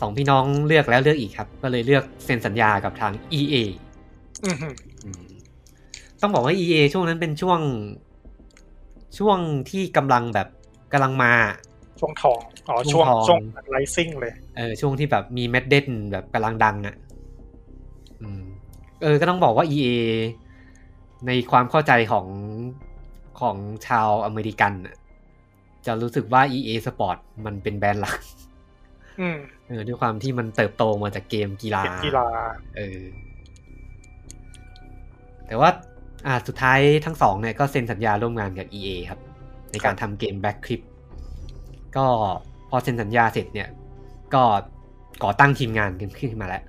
[SPEAKER 1] สองพี่น้องเลือกแล้วเลือกอีกครับ ก็เลยเลือกเซ็นสัญญากับทาง EA
[SPEAKER 3] อืมอืม
[SPEAKER 1] ต้องบอกว่า EA ช่วงนั้นเป็นช่วงช่วงที่กำลังแบบกำลังมา
[SPEAKER 3] ช่วงทองอ๋อช่วง
[SPEAKER 1] ช่
[SPEAKER 3] ช่
[SPEAKER 1] ว
[SPEAKER 3] ว
[SPEAKER 1] ง
[SPEAKER 3] ง
[SPEAKER 1] ทอง
[SPEAKER 3] ไลซิ่งเลย
[SPEAKER 1] เออช่วงที่แบบมีแมดเดนแบบกำลังดังอะ่ะอืมเออก็ต้องบอกว่า EA ในความเข้าใจของของชาวอเมริกันน่ะจะรู้สึกว่า EA Sport มันเป็นแบรนด์หลัก
[SPEAKER 3] อืม
[SPEAKER 1] เออด้วยความที่มันเติบโตมาจากเกมกีฬา
[SPEAKER 3] เกมกีฬา
[SPEAKER 1] เออแต่ว่าอ่าสุดท้ายทั้งสองเนี่ยก็เซ็นสัญญาร่วมงานกับ EA ครับ ในการทำเกม Back Clip ก็พอเซ็นสัญญาเสร็จเนี่ย ก็ก่อตั้งทีมงานกันขึ้นมาแล้ว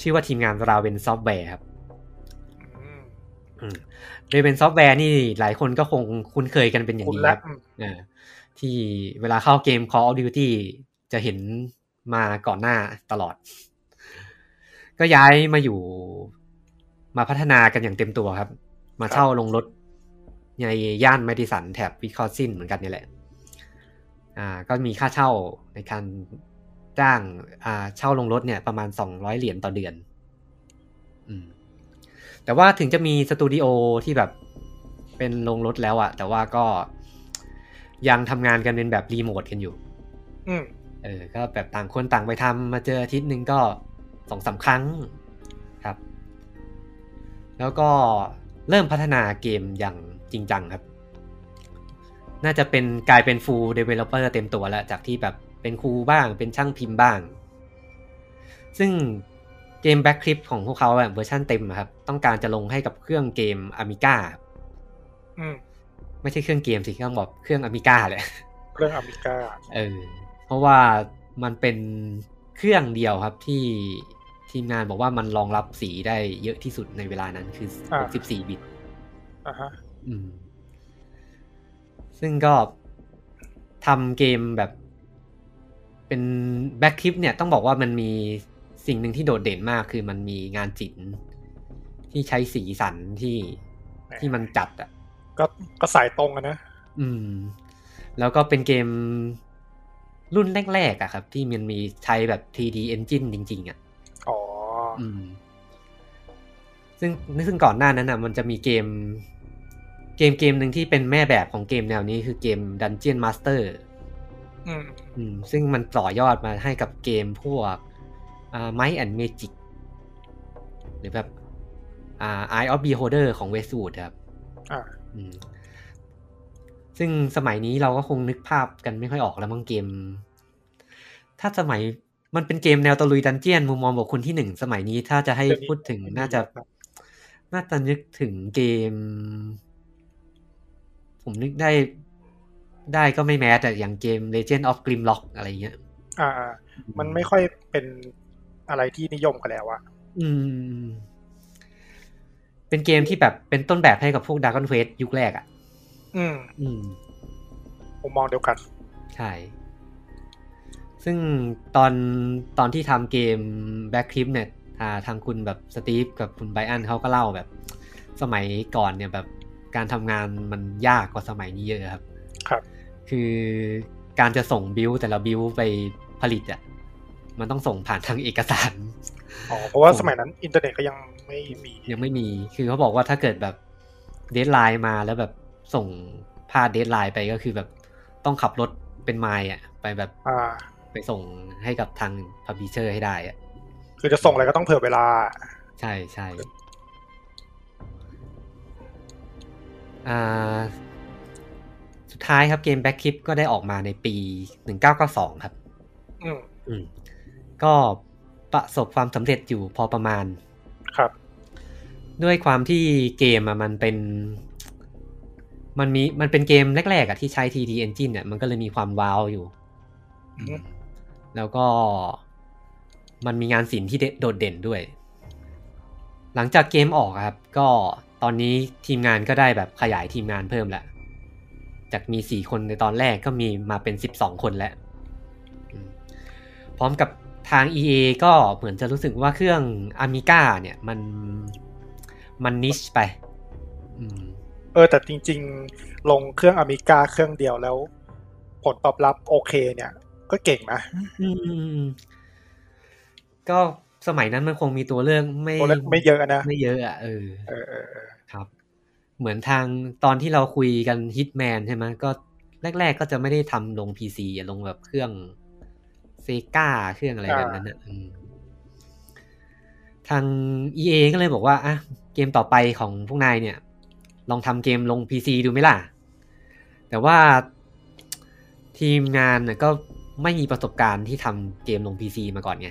[SPEAKER 1] ชื่อว่าทีมงานราเวนซอฟต์แวร์ครับ
[SPEAKER 3] อืม
[SPEAKER 1] ราเวนซอฟต์แวร์นี่หลายคนก็คงคุ้นเคยกันเป็นอย่าง
[SPEAKER 3] คุณ
[SPEAKER 1] ดี
[SPEAKER 3] และ
[SPEAKER 1] ครับอ่าที่เวลาเข้าเกม Call of Duty จะเห็นมาก่อนหน้าตลอด ก็ย้ายมาอยู่มาพัฒนากันอย่างเต็มตัวครับ มาเช่าลงรถในย่านแมดิสันแถบวิคอซินเหมือนกันนี่แหละ อ่าก็มีค่าเช่าในการจ้างอ่าเช่าลงรถเนี่ยประมาณสองร้อยเหรียญต่อเดือน อืม แต่ว่าถึงจะมีสตูดิโอที่แบบเป็นลงรถแล้วอะแต่ว่าก็ยังทำงานกันเป็นแบบรีโมทกันอยู่
[SPEAKER 3] อืม
[SPEAKER 1] เออ ก็แบบต่างคนต่างไปทำมาเจออาทิตย์หนึ่งก็สองสามครั้งครับ แล้วก็เริ่มพัฒนาเกมอย่างจริงจังครับ น่าจะเป็นกลายเป็น full developer เต็มตัวแล้ว จากที่แบบเป็นครูบ้างเป็นช่างพิมพ์บ้าง ซึ่งเกม Backclip ของพวกเขาแบบเวอร์ชันเต็มอะครับ ต้องการจะลงให้กับเครื่องเกม Amiga ครับ
[SPEAKER 3] อืม
[SPEAKER 1] ไม่ใช่เครื่องเกมสิต้องบอกเครื่อง Amiga แหละ
[SPEAKER 3] เรื่องอเมริกา
[SPEAKER 1] เออเพราะว่ามันเป็นเครื่องเดียวครับที่ทีมงานบอกว่ามันรองรับสีได้เยอะที่สุดในเวลานั้นคืออา 64บิต
[SPEAKER 3] อ่ะฮะ
[SPEAKER 1] อืม ซึ่งก็ทำเกมแบบ เป็นแบ็คคลิปเนี่ยต้องบอกว่ามันมีสิ่งหนึ่งที่โดดเด่นมาก คือมันมีงานศิลป์ที่ใช้สีสันที่ที่มันจัดอะ
[SPEAKER 3] ก็ก็สายตรงอะนะ
[SPEAKER 1] อืม แล้วก็เป็นเกมรุ่นแรกๆอะครับ ที่มันมีใช้แบบ 3D Engine จริง ๆอะ
[SPEAKER 3] อ๋อ
[SPEAKER 1] อืม ซึ่งซึ่งก่อนหน้านั้นอะมันจะมีเกม เกมเกมหนึ่งที่เป็นแม่แบบของเกมแนวนี้คือเกม Dungeon Master
[SPEAKER 3] อืม
[SPEAKER 1] อืม ซึ่งมันต่อยอดมาให้กับเกมพวกอ่า Might and Magic หรือแบบอ่า Eye of Beholder ของ Westwood ครับ
[SPEAKER 3] อ่ะ
[SPEAKER 1] อืมซึ่งสมัยนี้เราก็คงนึกภาพกันไม่ค่อยออกแล้วมั้งเกม ถ้าสมัยมันเป็นเกมแนวตะลุยดันเจียนมุมมองบอกคนที่หนึ่งสมัยนี้ถ้าจะให้พูดถึงน่าจะ น่าจะนึกถึงเกม ผมนึกได้ ได้ก็ไม่แม้แต่อย่างเกม Legend of Grimlock อะไรเงี้ย
[SPEAKER 3] อ่าอ่ามันไม่ค่อยเป็นอะไรที่นิยมกันแล้วอะ
[SPEAKER 1] อืม เป็นเกมที่แบบเป็นต้นแบบให้กับพวก Dragon Quest ยุคแรกอะ่ะ
[SPEAKER 3] อืม
[SPEAKER 1] อืม
[SPEAKER 3] มุมมองเดียวกัน
[SPEAKER 1] ใช่ ซึ่งตอนตอนที่ทำเกม Back Clip เนี่ยอ่าทางคุณแบบสตีฟกับคุณไบรอันเขาก็เล่าแบบ สมัยก่อนเนี่ยแบบการทำงานมันยากกว่าสมัยนี้เยอะครับ
[SPEAKER 3] ครับ
[SPEAKER 1] คือการจะส่งบิลแต่ละบิลไปผลิตอะ มันต้องส่งผ่านทางเอกสาร
[SPEAKER 3] อ๋อเพราะว่าสมัยนั้นอินเทอร์เน็ตก็ยังไม่มี
[SPEAKER 1] ยังไม่มี คือเขาบอกว่าถ้าเกิดแบบเดทไลน์มาแล้วแบบส่งพาเดทไลน์ไปก็คือแบบต้องขับรถเป็นไมล์อ่ะ ไปแบบ
[SPEAKER 3] อ่า
[SPEAKER 1] ไปส่งให้กับทางพับบิเชอร์ให้ได้อ่ะ
[SPEAKER 3] คือจะส่งอะไรก็ต้องเผื่อเวลา
[SPEAKER 1] ใช่ใช่อ่า สุดท้ายครับเกม Back Clip ก็ได้ออกมาในปี 1992 ครับ
[SPEAKER 3] อืม
[SPEAKER 1] อืมก็ประสบความสำเร็จอยู่พอประมาณ
[SPEAKER 3] ครับ
[SPEAKER 1] ด้วยความที่เกมอะมันเป็น มันมีมันเป็นเกมแรกๆอะที่ใช้ TD Engine เนี่ยมันก็เลยมีความว้าวอยู่
[SPEAKER 3] อืม
[SPEAKER 1] แล้วก็มันมีงานศิลป์ที่โดดเด่นด้วย หลังจากเกมออกอะครับ ก็ตอนนี้ทีมงานก็ได้แบบขยายทีมงานเพิ่มแล้ว จากมี 4 คนในตอนแรกก็มีมาเป็น 12 คนแล้วอืมพร้อมกับทาง EA ก็เหมือนจะรู้สึกว่าเครื่อง Amiga เนี่ยมันมันนิชไป อืม
[SPEAKER 3] เออแต่จริง ๆ ลงเครื่องอเมริกาเครื่องเดียวแล้ว ผลตอบรับโอเคเนี่ย ก็เก่งนะ
[SPEAKER 1] อืมก็สมัยนั้นมันคงมีตัวเลือกไม่
[SPEAKER 3] ตัวเลือกไม่เยอะนะ
[SPEAKER 1] ไม่เยอะอ่ะเออ
[SPEAKER 3] เออเออเออ
[SPEAKER 1] ครับ เหมือนทางตอนที่เราคุยกันฮิตแมนใช่ไหมก็แรก ๆ ก็จะไม่ได้ทำลง PC อ่ะลงแบบเครื่องเซกาเครื่องอะไรแบบนั้นอ่ะอืมทาง EA ก็เลยบอกว่าอ่ะเกมต่อไปของพวกนายเนี่ย ลองทำเกมลง PC ดูไหมล่ะ แต่ว่าทีมงานน่ะก็ไม่มีประสบการณ์ที่ทำเกมลง PC มาก่อนไง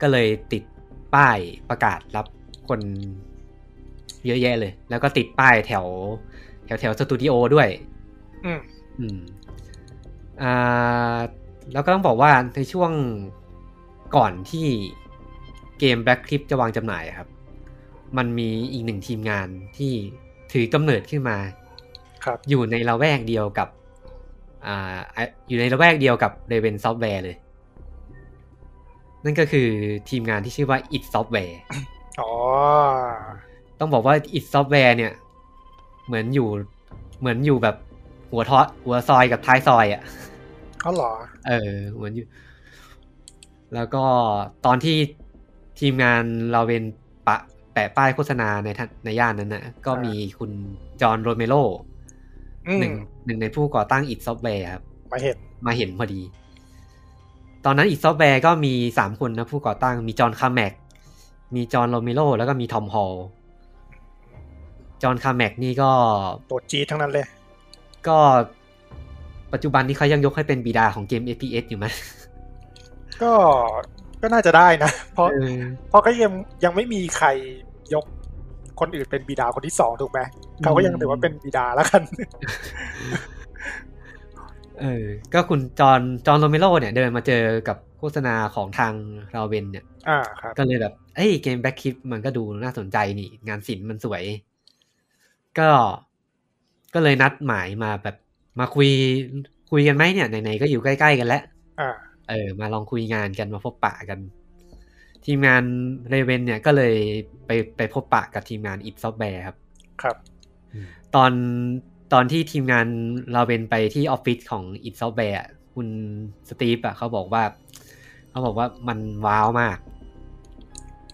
[SPEAKER 1] ก็เลยติดป้ายประกาศรับคนเยอะแยะเลย แล้วก็ติดป้ายแถว แถวแถวสตูดิโอด้วย
[SPEAKER 3] อืม
[SPEAKER 1] อืมอ่าแล้วก็ต้องบอกว่าในช่วงก่อนที่เกม Black Clip จะวางจำหน่ายอะครับ มันมีอีกหนึ่งทีมงานที่ถือกำเนิดขึ้นมา
[SPEAKER 3] ครับ
[SPEAKER 1] อยู่ในละแวกเดียวกับ อ่า อยู่ในละแวกเดียวกับ r a v e n Software เลย นั่นก็คือทีมงานที่ชื่อว่า It Software
[SPEAKER 3] อ๋อ
[SPEAKER 1] ต้องบอกว่า It Software เนี่ย เหมือนอยู่ เหมือนอยู่แบบหัวทอหัวซอยกับท้ายซอยอะ
[SPEAKER 3] อ๋อเหรอ
[SPEAKER 1] เออเหมือนอยู่ แล้วก็ตอนที่ทีมงานเราเวนปะแปะป้ายโฆษณาในท่านในย่านนั้นนะก็มีคุณจอห์นโรเมโร
[SPEAKER 3] อืม
[SPEAKER 1] หนึ่งหนึ่งในผู้ก่อตั้งอิดซอฟต์แวร์ครับ
[SPEAKER 3] มาเห็น
[SPEAKER 1] มาเห็นพอดี ตอนนั้นอิดซอฟต์แวร์ก็มีสามคนนะผู้ก่อตั้งมีจอห์นคาร์แมกมีจอห์นโรเมโรแล้วก็มีทอมฮอลล์จอห์นคาร์แมกนี่ก็
[SPEAKER 3] ตัวจีดทั้งนั้นเลย
[SPEAKER 1] ก็ปัจจุบันนี้เขายังยกให้เป็นบิดาของเกม FPS อยู่ไหม
[SPEAKER 3] ก็ก็น่าจะได้นะ เพราะ
[SPEAKER 1] เออ
[SPEAKER 3] เพราะก็ยังยังไม่มีใครยกคนอื่นเป็นบิดาคนที่สองถูกไหมเขาก็ยังถือว่าเป็นบิดาแล้วกัน <laughs>
[SPEAKER 1] เออ ก็คุณจอห์นจอห์นโรเมโรเนี่ยเดินมาเจอกับโฆษณาของทางราเวนเนี่ย
[SPEAKER 3] อ่าครับ
[SPEAKER 1] ก็เลยแบบ เอ้ยเกมแบ็คคลิปมันก็ดูน่าสนใจนี่ งานศิลป์มันสวย ก็ก็เลยนัดหมายมาแบบมาคุยคุยกันไหมเนี่ยไหนๆก็อยู่ใกล้ๆกันแล้ว
[SPEAKER 3] อ่า
[SPEAKER 1] เออมาลองคุยงานกันมาพบปะกัน ทีมงานเรเวนเนี่ยก็เลยไปไปพบปะกับทีมงานอิดซอฟแวร์ครับ
[SPEAKER 3] ครับ
[SPEAKER 1] ตอนตอนที่ทีมงานเราเป็นไปที่ออฟฟิศของอิดซอฟแวร์คุณสตีฟอะเขาบอกว่า เขาบอกว่ามันว้าวมาก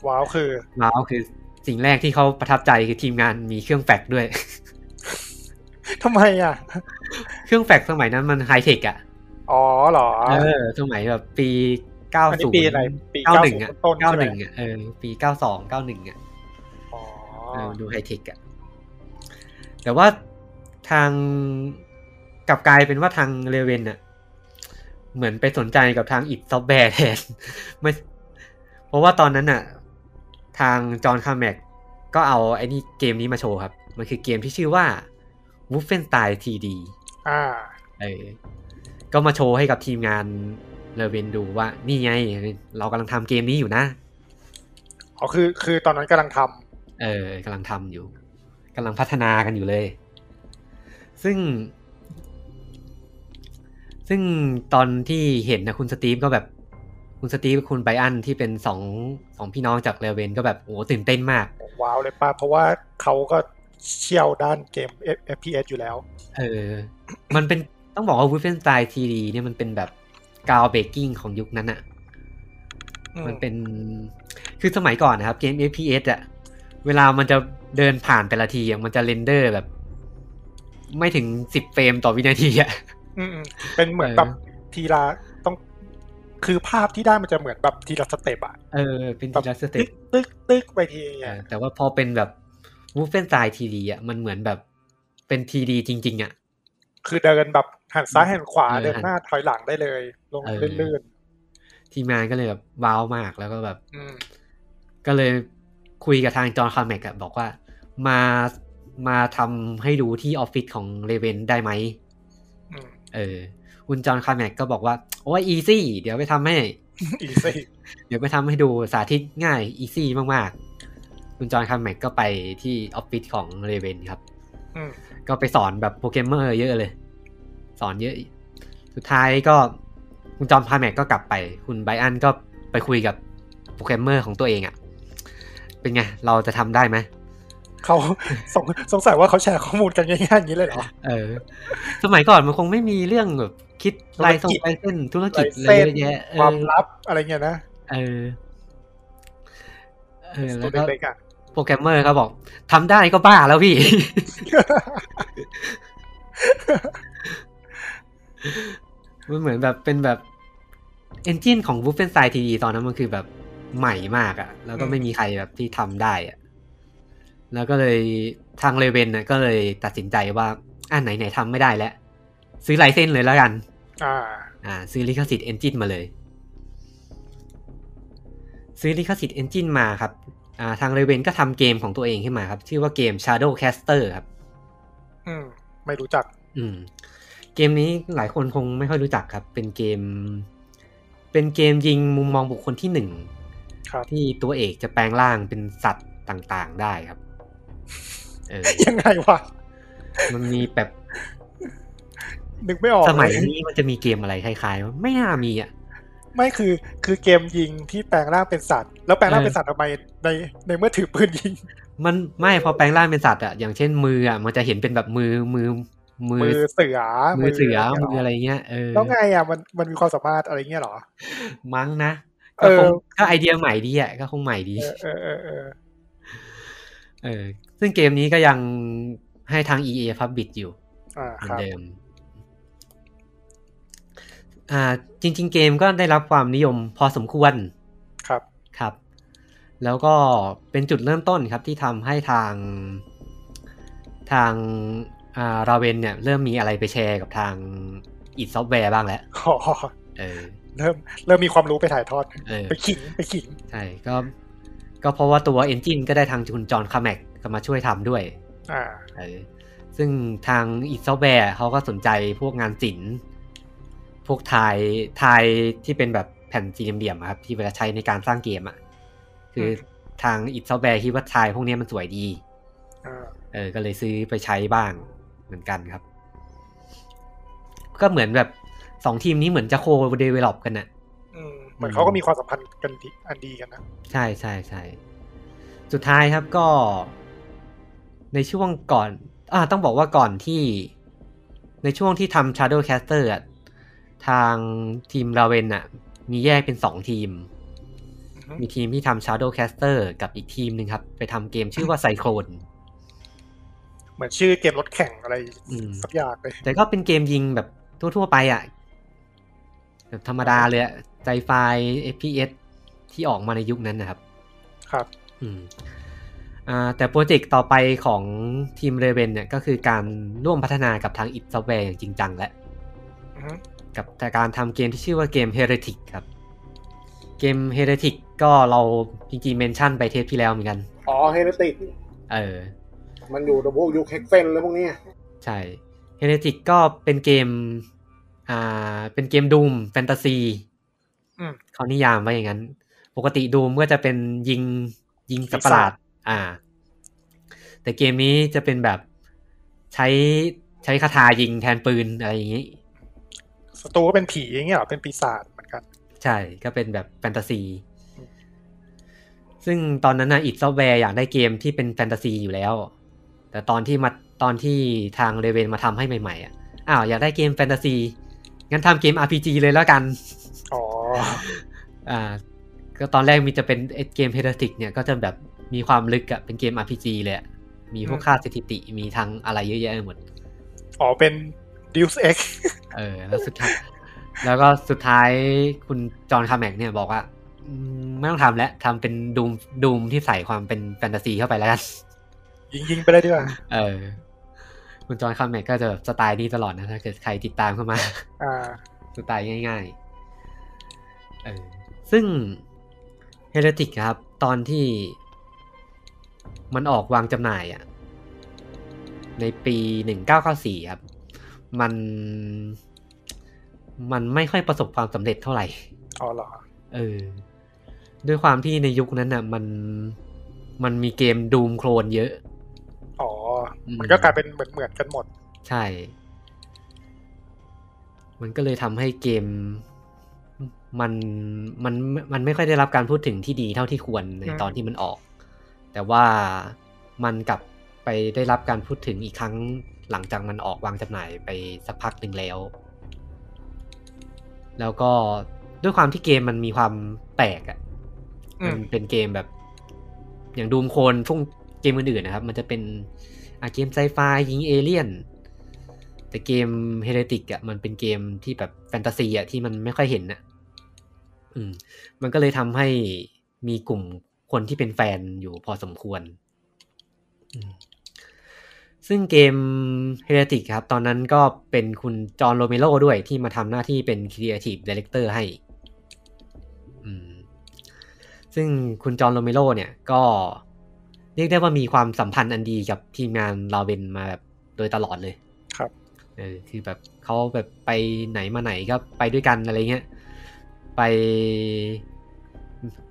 [SPEAKER 3] ว้าวคือ <laughs>
[SPEAKER 1] ว้าวคือสิ่งแรกที่เขาประทับใจคือทีมงานมีเครื่องแฟกซ์ด้วย <laughs>
[SPEAKER 3] ทำไมอ่ะ
[SPEAKER 1] เครื่องแฟกซ์สมัยนั้นมันไฮเทคอะ
[SPEAKER 3] อ๋อเหรอ
[SPEAKER 1] เออสมัยแบบปี 90
[SPEAKER 3] อันนี้ปีอะไรปี
[SPEAKER 1] 91อะ
[SPEAKER 3] ต้นๆใช่ไหม
[SPEAKER 1] 91อะเออปี 92 91อะ
[SPEAKER 3] อ๋อ
[SPEAKER 1] เออดูไฮเทคอะแต่ว่าทางกลับกลายเป็นว่าทางเรเวนอะเหมือนไปสนใจกับทางอิดซอฟแวร์แทน ไม่ เพราะว่าตอนนั้นอะทางจอห์นคาร์แมกก็เอาไอ้นี่เกมนี้มาโชว์ครับ มันคือเกมที่ชื่อว่า w o l f e n s t i n TD
[SPEAKER 3] อ่า
[SPEAKER 1] เออก็มาโชว์ให้กับทีมงานเรเวนดูว่า นี่ไง เรากำลังทำเกมนี้อยู่นะ
[SPEAKER 3] อ๋อคือคือตอนนั้นกำลังท
[SPEAKER 1] เออกำลังทำอยู่กำลังพัฒนากันอยู่เลย ซึ่ง ซึ่งตอนที่เห็นนะคุณสตีฟก็แบบ คุณสตีฟกับคุณไบรอันที่เป็นสองสองพี่น้องจากเลเวนก็แบบโอ้โหตื่นเต้นมาก
[SPEAKER 3] ำว้าวเลยป่ะ เพราะว่าเขาก็เชี่ยวด้านเกม F- FPS อยู่แล้ว
[SPEAKER 1] เออ มันเป็นต้องบอกว่าวูฟเฟนสไตล์ทีดีเนี่ยมันเป็นแบบกาวเบกกิ้งของยุคนั้นอะ
[SPEAKER 3] อืม
[SPEAKER 1] มันเป็น คือสมัยก่อนนะครับเกม FPS อะเวลามันจะเดินผ่านแต่ละทีอะมันจะเรนเดอร์แบบ ไม่ถึงสิบเฟรมต่อวินาทีอะ <laughs>
[SPEAKER 3] อืมอืมเป็นเหมือนแบบทีละต้องคือภาพที่ได้มันจะเหมือนแบบทีละสเต็ปอะ
[SPEAKER 1] เออ เป็นทีละสเต็
[SPEAKER 3] ตึ
[SPEAKER 1] ป
[SPEAKER 3] กตึกตึกไปที
[SPEAKER 1] เอ
[SPEAKER 3] อะ
[SPEAKER 1] อแต่ว่าพอเป็นแบบวูฟเฟนไซทีดีอะมันเหมือนแบบเป็นทีดีจริง ๆอะ
[SPEAKER 3] คือเดินแบบหันซ้ายหันขวา
[SPEAKER 1] เออ
[SPEAKER 3] เดินหน้าถอยหลังได้เลย ลง
[SPEAKER 1] เออ
[SPEAKER 3] ลื่น
[SPEAKER 1] ทีมงานก็เลยแบบว้าวมากแล้วก็แบบ
[SPEAKER 3] ๆอืม
[SPEAKER 1] ก็เลยคุยกับทางจอห์นคาร์แมกอะบอกว่ามามาทำให้ดูที่ออฟฟิศของเลเวนได้ไหม
[SPEAKER 3] อืม
[SPEAKER 1] เออ คุณจอห์นคาร์แมกก็บอกว่า โอ้ยอีซี่เดี๋ยวไปทำให้
[SPEAKER 3] อีซี่
[SPEAKER 1] เดี๋ยวไปทำให้ดูสาธิตง่ายอีซี่มาก ๆ คุณจอห์นคาร์แมกก็ไปที่ออฟฟิศของเลเวนครับ
[SPEAKER 3] อืม
[SPEAKER 1] ก็ไปสอนแบบโปรแกรมเมอร์เยอะเลย สอนเยอะ สุดท้ายก็คุณจอมพาแม็กก็กลับไป คุณไบรอันก็ไปคุยกับโปรแกรมเมอร์ของตัวเองอะเป็นไง เราจะทำได้ไหม
[SPEAKER 3] เขา <laughs> สงสงสัยว่าเขาแชร์ข้อมูลกันง่ายๆอย่างนี้เลยเหรอ
[SPEAKER 1] เออ สมัยก่อนมันคงไม่มีเรื่องแบบคิดลายทรงลายเส้นธุรกิจอะไรเยอะแยะเอ
[SPEAKER 3] ความ
[SPEAKER 1] อ
[SPEAKER 3] ลับอะไรเงี้ยนะ
[SPEAKER 1] เออเออ
[SPEAKER 3] ตั
[SPEAKER 1] แล้ว วก็
[SPEAKER 3] เล็กๆอ่ะ <laughs>
[SPEAKER 1] โปรแกรมเมอร์ก็บอกทำได้ก็บ้าแล้วพี่ <laughs> มันเหมือนแบบเป็นแบบเอนจินของ w o l f e n s t i n ทีดีตอนนั้นมันคือแบบใหม่มากอะแล้วก็
[SPEAKER 3] อืม
[SPEAKER 1] ไม่มีใครแบบที่ทำได้อะแล้วก็เลยทางเลเวนนะก็เลยตัดสินใจว่าอ่าไหนไหนๆทำไม่ได้แล้ว ซื้อไลเส้นส์เลยแล้วกัน
[SPEAKER 3] อ่า
[SPEAKER 1] อ่า ซื้อลิขสิทธิ์เอนจินมาเลย ซื้อลิขสิทธิ์เอนจินมาครับ อ่า ทางเลเวนก็ทำเกมของตัวเองขึ้นมาครับ ชื่อว่าเกม Shadow Caster ครับ
[SPEAKER 3] อืม ไม่รู้จัก <laughs>
[SPEAKER 1] อืมเกมนี้หลายคนคงไม่ค่อยรู้จักครับ เป็นเกม เป็นเกมยิงมุมมองบุคคลที่หนึ่ง
[SPEAKER 3] ครับ
[SPEAKER 1] ที่ตัวเอกจะแปลงร่างเป็นสัตว์ต่างๆ ได้ครับ เออ
[SPEAKER 3] <laughs> ยังไงวะ
[SPEAKER 1] มันมีแบบ
[SPEAKER 3] นึกไม่ออก
[SPEAKER 1] สมัย
[SPEAKER 3] เล
[SPEAKER 1] นี้มันจะมีเกมอะไรคล้ายๆว่าไม่น่ามีอ่ะ
[SPEAKER 3] ไม่คือ คือเกมยิงที่แปลงร่างเป็นสัตว์ แล้วแปลงร่างเป็นสัตว์ทำไมใน ในเมื่อถือปืนยิง
[SPEAKER 1] มันไม่พอแปลงร่างเป็นสัตว์อ่ะอย่างเช่นมืออ่ะมันจะเห็นเป็นแบบมือมือ มื
[SPEAKER 3] มือเสือ
[SPEAKER 1] มือเสือมือ
[SPEAKER 3] อะ
[SPEAKER 1] อะไร ไรเงี้ยเออ
[SPEAKER 3] แล้วไงอ่ะ มัน มันมีความสามารถอะไรเงี้ยเหรอ
[SPEAKER 1] มั้งนะ
[SPEAKER 3] เอ
[SPEAKER 1] ก็
[SPEAKER 3] อ
[SPEAKER 1] คงก็ไอเดียใหม่ดีอ่ะก็คงใหม่ดี
[SPEAKER 3] เออเออเออเออ
[SPEAKER 1] เออซึ่งเกมนี้ก็ยังให้ทาง EA Public อยู่
[SPEAKER 3] อ่า
[SPEAKER 1] เหมือ
[SPEAKER 3] ค
[SPEAKER 1] น
[SPEAKER 3] รับ
[SPEAKER 1] เดิม อ่า จริง ๆ เกมก็ได้รับความนิยมพอสมควร
[SPEAKER 3] ครับ <laughs>
[SPEAKER 1] ครับ แล้วก็เป็นจุดเริ่มต้นครับที่ทำให้ทางทางอ่าราเวนเนี่ย เริ่มมีอะไรไปแชร์กับทางอีดซอฟต์แวร์บ้างแล้ว
[SPEAKER 3] อ๋อ
[SPEAKER 1] เออ
[SPEAKER 3] เริ่ม เริ่มมีความรู้ไปถ่ายทอด
[SPEAKER 1] เออ
[SPEAKER 3] ไปขิง ไปขิง
[SPEAKER 1] ใช่ ก็ ก็เพราะว่าตัวเอนจินก็ได้ทางคุณจอห์นคาแมกก็มาช่วยทำด้วย
[SPEAKER 3] อ่า
[SPEAKER 1] เออซึ่งทางอีซอฟแวร์เขาก็สนใจพวกงานศิลป์พวกทายทายที่เป็นแบบแผ่นสี่เหลี่ยมๆอะครับ ที่เวลาใช้ในการสร้างเกมอ่ะ คืออทางอีซอฟแวร์คิดว่าทายพวกเนี้ยมันสวยดี
[SPEAKER 3] อ่า
[SPEAKER 1] เออ ก็เลยซื้อไปใช้บ้างเหมือนกันครับ ก็เหมือนแบบสองทีมนี้เหมือนจะโคเดเวล็อปกันน่ะ
[SPEAKER 3] อืม เหมือนเขาก็มีความสัมพันธ์กันดีอันดีกันนะ
[SPEAKER 1] ใช่ใช่ใช่สุดท้ายครับก็ ในช่วงก่อนอ่าต้องบอกว่าก่อนที่ ในช่วงที่ทำ Shadow Caster อะทางทีมราเวนอะมีแยกเป็นสองทีม
[SPEAKER 3] อือฮึ
[SPEAKER 1] มีทีมที่ทำ Shadow Caster กับอีกทีมหนึ่งครับ ไปทำเกมชื่อว่าไซโค n น
[SPEAKER 3] เหมือนชื่อเกมรถแข่งอะไร
[SPEAKER 1] อืม
[SPEAKER 3] สักอย่างเลย
[SPEAKER 1] แต่ก็เป็นเกมยิงแบบทั่ว ๆ ไปอะแบบธรรมดาเลยอะไซไฟ FPS ที่ออกมาในยุคนั้นนะครับ
[SPEAKER 3] ครับ
[SPEAKER 1] อืมอ่าแต่โปรเจกต์ต่อไปของทีมเรเวนเนี่ยก็คือการร่วมพัฒนากับทางอิตซอฟแวร์อย่างจริงจังและ
[SPEAKER 3] อือฮึ
[SPEAKER 1] กับการทำเกมที่ชื่อว่าเกม Heretic ครับ เกม Heretic ก็เราจริงๆเมนชั่นไปเทปที่แล้วเหมือนกัน
[SPEAKER 2] อ๋อเฮเนติก
[SPEAKER 1] เออ
[SPEAKER 2] มันอยู่แต่พวกยุคเฮกเซนแล้วพวกเนี้ย
[SPEAKER 1] ใช่ Heretic ก็เป็นเกม อ่า เป็นเกมดูมแฟนตาซี
[SPEAKER 3] อืม
[SPEAKER 1] เขานิยามไว้อย่างนั้น ปกติดูมก็จะเป็นยิงยิงสัตว์ประหลาด อ่า แต่เกมนี้จะเป็นแบบใช้ใช้คาถายิงแทนปืนอะไรอย่างนี้
[SPEAKER 3] ศัตรูก็เป็นผีอย่างเงี้ยเหรอ เป็นปีศาจเหมือนกัน
[SPEAKER 1] ใช่ ก็เป็นแบบแฟนตาซี ซึ่งตอนนั้นนะอิดซอฟแวร์อยากได้เกมที่เป็นแฟนตาซีอยู่แล้ว แต่ตอนที่มาตอนที่ทางเรเวนมาทำให้ใหม่ๆอ่ะ อ้าวอยากได้เกมแฟนต <laughs> าซี งั้นทำเกม RPG เลยแล้วกัน
[SPEAKER 3] อ๋อ
[SPEAKER 1] อ่า ก็ตอนแรกมีจะเป็นไอ้เกมเฮ r ติกเนี่ยก็จะแบบมีความลึกอะเป็นเกม RPG เลยอะมีพวกค่าสถิติมีทางอะไรเยอะแยะไปหมด
[SPEAKER 3] อ๋อเป็น Deus Ex
[SPEAKER 1] เออ แล้วสุดท้าย แล้วก็สุดท้ายคุณจอห์นคาร์แมกเนี่ยบอกว่าอืมไม่ต้องทำแล้วทำเป็นดูมดูมที่ใส่ความเป็นแฟนตาซีเข้าไปแล้วกัน <laughs>
[SPEAKER 3] ยิงยิงไปเลยดีกว่า
[SPEAKER 1] เออ คุณจอห์นคาร์แมกก็จะแบบสไตล์นี้ตลอดนะถ้าเกิดใครติดตามเข้ามา
[SPEAKER 3] อ่า
[SPEAKER 1] สไตล์ง่ายๆเออซึ่งเฮเลติกครับ ตอนที่มันออกวางจำหน่ายอะในปี 1994 ครับ มัน มันไม่ค่อยประสบความสำเร็จเท่าไหร่
[SPEAKER 3] อ๋อเหรอ
[SPEAKER 1] เออ ด้วยความที่ในยุคนั้นน่ะ มัน มันมีเกมดูมโครนเยอะ
[SPEAKER 3] อ๋อ
[SPEAKER 1] อืม
[SPEAKER 3] มันก็กลายเป็นเหมือนเหมือนกันหมด
[SPEAKER 1] ใช่ มันก็เลยทำให้เกมมันมันมันไม่ค่อยได้รับการพูดถึงที่ดีเท่าที่ควรใน
[SPEAKER 3] อืม
[SPEAKER 1] ตอนที่มันออก แต่ว่ามันกลับไปได้รับการพูดถึงอีกครั้งหลังจากมันออกวางจำหน่ายไปสักพักหนึ่งแล้ว แล้วก็ด้วยความที่เกมมันมีความแปลกอะ่ะ
[SPEAKER 3] อื
[SPEAKER 1] มั
[SPEAKER 3] ม
[SPEAKER 1] นเป็นเกมแบบ อย่างดูมโคลนพวกเกมอื่นๆนะครับ มันจะเป็นอาเกมไซไฟยิงเอเลี่ยน แต่เกมเฮเ e ติกอ่ะมันเป็นเกมที่แบบแฟนตาซีอ่ะที่มันไม่ค่อยเห็นน่ะ อืม มันก็เลยทำให้มีกลุ่มคนที่เป็นแฟนอยู่พอสมควรอืมซึ่งเกมเฮเ e ติกครับ ตอนนั้นก็เป็นคุณจอห์นโรเมโรด้วยที่มาทำหน้าที่เป็น Creative Director ให้ อืม ซึ่งคุณจอห์นโรเมโรเนี่ยก็เรียกได้ว่ามีความสัมพันธ์อันดีกับทีมงานลาเวนมาแบบโดยตลอดเลย
[SPEAKER 3] ครับ
[SPEAKER 1] เออคือแบบเขาแบบไปไหนมาไหนก็ไปด้วยกันอะไรเงี้ย ไป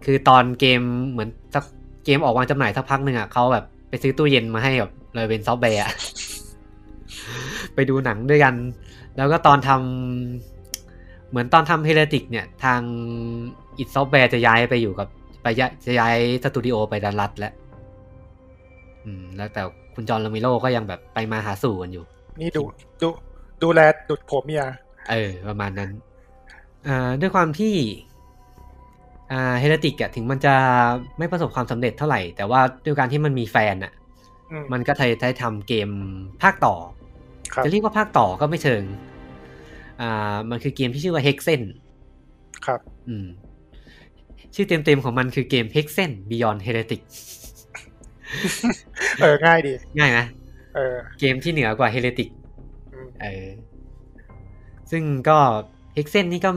[SPEAKER 1] คือตอนเกมเหมือนสักเกมออกวางจำหน่ายสักพักหนึ่งอ่ะเขาแบบไปซื้อตู้เย็นมาให้กับลาเวนซอฟต์แวร์อะ <laughs> ไปดูหนังด้วยกัน แล้วก็ตอนทำเหมือนตอนทำเฮเลติกเนี่ย ทางอิดซอฟแวร์จะย้ายไปอยู่กับไปย้ายจะย้ายสตูดิโอไปดันรัดแล้ว อืม แล้วแต่คุณจอห์นลามิโลก็ยังแบบไปมาหาสู่กันอยู่
[SPEAKER 3] นี่ดูดูดูแลดุดผัวเมีย
[SPEAKER 1] เออ ประมาณนั้นอ่าด้วยความที่อ่าเฮเลติกอะถึงมันจะไม่ประสบความสำเร็จเท่าไหร่ แต่ว่าด้วยการที่มันมีแฟนอะ
[SPEAKER 3] อืม
[SPEAKER 1] มันก็เลยได้ทำเกมภาคต่อ
[SPEAKER 3] ครับ
[SPEAKER 1] จะเรียกว่าภาคต่อก็ไม่เชิง อ่า มันคือเกมที่ชื่อว่า Hexen
[SPEAKER 3] ครับ
[SPEAKER 1] อืม ชื่อเต็มๆของมันคือเกม Hexen Beyond Heretic
[SPEAKER 3] เออง่ายดี
[SPEAKER 1] ง่ายไหม
[SPEAKER 3] เออ
[SPEAKER 1] เกมที่เหนือกว่า Heretic
[SPEAKER 3] อืม
[SPEAKER 1] เออ ซึ่งก็ Hexen นี่ก็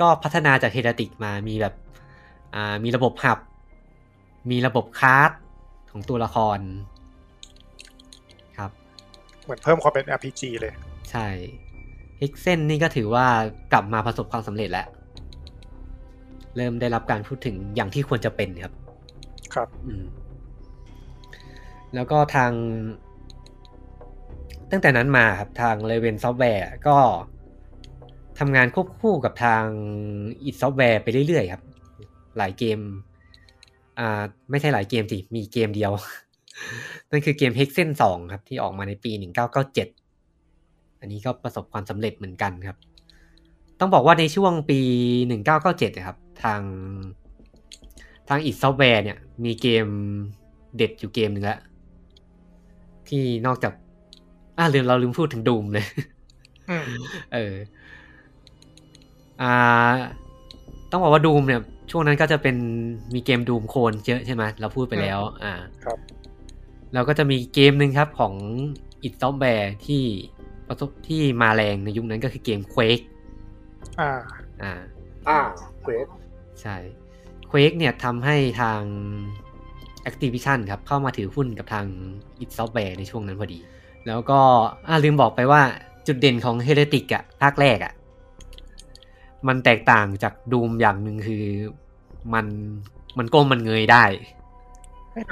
[SPEAKER 1] ก็พัฒนาจาก Heretic มา มีแบบ อ่า มีระบบหับ มีระบบคาร์ดของตัวละคร ครับ
[SPEAKER 3] เหมือนเพิ่มความเป็น RPG เลย
[SPEAKER 1] ใช่ Hexen นี่ก็ถือว่ากลับมาประสบความสำเร็จแล้ว เริ่มได้รับการพูดถึงอย่างที่ควรจะเป็นครับ
[SPEAKER 3] ครับ
[SPEAKER 1] อืม แล้วก็ทาง ตั้งแต่นั้นมาครับทางเลเวนซอฟต์แวร์ก็ทำงานควบคู่กับทางอีดซอฟต์แวร์ไปเรื่อยๆครับ หลายเกม อ่า ไม่ใช่หลายเกมสิ มีเกมเดียว <laughs> นั่นคือเกม Hexen 2 ครับ ที่ออกมาในปี 1997 อันนี้ก็ประสบความสำเร็จเหมือนกันครับ ต้องบอกว่าในช่วงปี 1997 นะครับ ทาง ทางอีดซอฟต์แวร์เนี่ย มีเกมเด็ดอยู่เกมหนึ่งแล้ว ที่นอกจากอ่าลืมเราลืมพูดถึงดูมเลย
[SPEAKER 3] อืม
[SPEAKER 1] เออ อ่า ต้องบอกว่าดูมเนี่ย ช่วงนั้นก็จะเป็นมีเกมดูมโคลนเยอะใช่ไหมเราพูดไปแล้ว อ่า
[SPEAKER 3] ครับ
[SPEAKER 1] เราก็จะมีเกมหนึ่งครับของอิตซอมแบร์ที่ประสบที่มาแรงในยุคนั้นก็คือเกม Quake
[SPEAKER 3] อ่า
[SPEAKER 1] อ่า
[SPEAKER 2] อ่าเควส
[SPEAKER 1] ใช่ Quake เนี่ยทำให้ทาง Activision ครับ เข้ามาถือหุ้นกับทาง id Software ในช่วงนั้นพอดี แล้วก็อ่าลืมบอกไปว่าจุดเด่นของ Heretic อะภาคแรกอะมันแตกต่างจาก Doom อย่างหนึ่งคือมันมันก้มมันเงยได้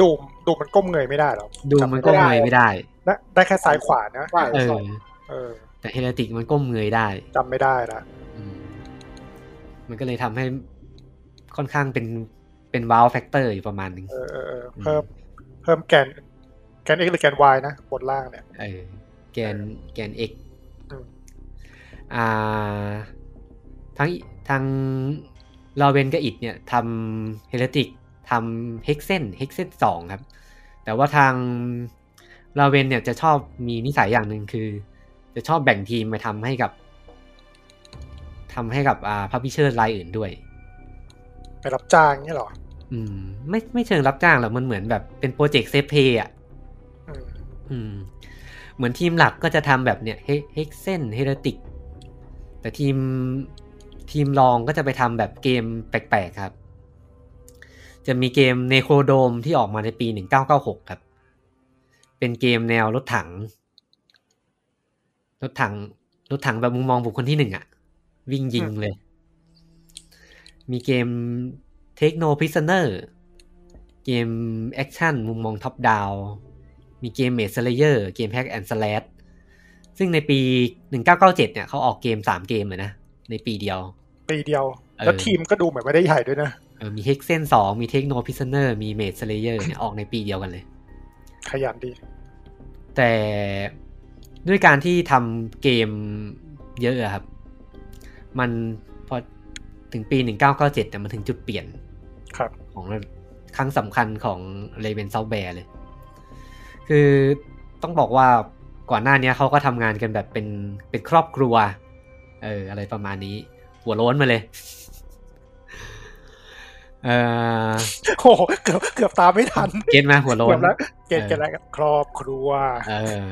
[SPEAKER 3] ดูมดูมันก้มเงยไม่ได้หรอ
[SPEAKER 1] Doom มันก้มเงยไม่ได้
[SPEAKER 3] ได้ได้แค่ซ้ายขวานะ
[SPEAKER 2] ใช่
[SPEAKER 1] เอ
[SPEAKER 2] ใช่
[SPEAKER 1] อ
[SPEAKER 3] เออ
[SPEAKER 1] แต่ Heretic มันก้มเงยได้
[SPEAKER 3] จำไม่ได้ละ
[SPEAKER 1] อืมมันก็เลยทำให้ค่อนข้างเป็นเป็นว้าวแฟกเตอร์อยู่ประมาณหนึง
[SPEAKER 3] เออเออเออเพิ่มเพิ่มแกน แกน X หรือแกน Y นะ บนล่างเนี่ย
[SPEAKER 1] เออแกนแกน x
[SPEAKER 3] อืม
[SPEAKER 1] อ่า ทั้งทั้ง ลอเวนกับอิดเนี่ยทำเฮเลติกทำเฮกเซนเฮกเซนสองครับ แต่ว่าทางลาเวนเนี่ยจะชอบมีนิสัยอย่างหนึ่งคือ จะชอบแบ่งทีมมาทำให้กับทำให้กับอ่าพับพิเชอร์รายอื่นด้วย
[SPEAKER 3] ไปรับจ้างเนี่ยเหรอ
[SPEAKER 1] อืม ไม่ไม่เชิงรับจ้างหรอกมันเหมือนแบบเป็นโปรเจกต์เซฟเพย์อ่ะ
[SPEAKER 3] อืม
[SPEAKER 1] อืม เหมือนทีมหลักก็จะทำแบบเนี่ยเฮกเซนเฮเลติกแต่ทีมทีมรองก็จะไปทำแบบเกมแปลกๆครับ จะมีเกมเนโครโดมที่ออกมาในปี 1996 ครับ เป็นเกมแนวรถถัง รถถัง รถถังแบบมุมมองบุคคลที่หนึ่งอะวิ่งยิงเลย มีเกม Take No Prisoner เกมแอคชั่นมุมมองท็อปดาว มีเกม Maze Slayer เกม Hack and Slash ซึ่งในปี 1997 เนี่ยเขาออกเกม 3 เกมเลยนะ ในปีเดียว
[SPEAKER 3] ปีเดียว แล้ว
[SPEAKER 1] เออ
[SPEAKER 3] ทีมก็ดูเหมือนไม่ได้ใหญ่ด้วยนะ
[SPEAKER 1] เออมี Hex เส้น2มี Take No Prisoner มี Maze Slayer เนี่ยออกในปีเดียวกันเลย
[SPEAKER 3] ขยันดี
[SPEAKER 1] แต่ด้วยการที่ทำเกมเยอะอะครับ มันพอถึงปี 1997เนี่ยมันถึงจุดเปลี่ยน
[SPEAKER 3] ครับ
[SPEAKER 1] ของครั้งสำคัญของ r a v e n Software เลย คือต้องบอกว่าก่อนหน้าเนี้ยเขาก็ทำงานกันแบบเป็นเป็นครอบครัว เอออะไรประมาณนี้ หัวโล้นมาเลย เออ
[SPEAKER 3] โอ้โหเกือบเกือบตามไม่ทัน
[SPEAKER 1] เก็ตไหมหัวโล้
[SPEAKER 3] เกื
[SPEAKER 1] น
[SPEAKER 3] อบแล้วเกณ
[SPEAKER 1] เอ
[SPEAKER 3] ฑ์
[SPEAKER 1] อ
[SPEAKER 3] เกณฑ์แล้วครอบครัว
[SPEAKER 1] เออ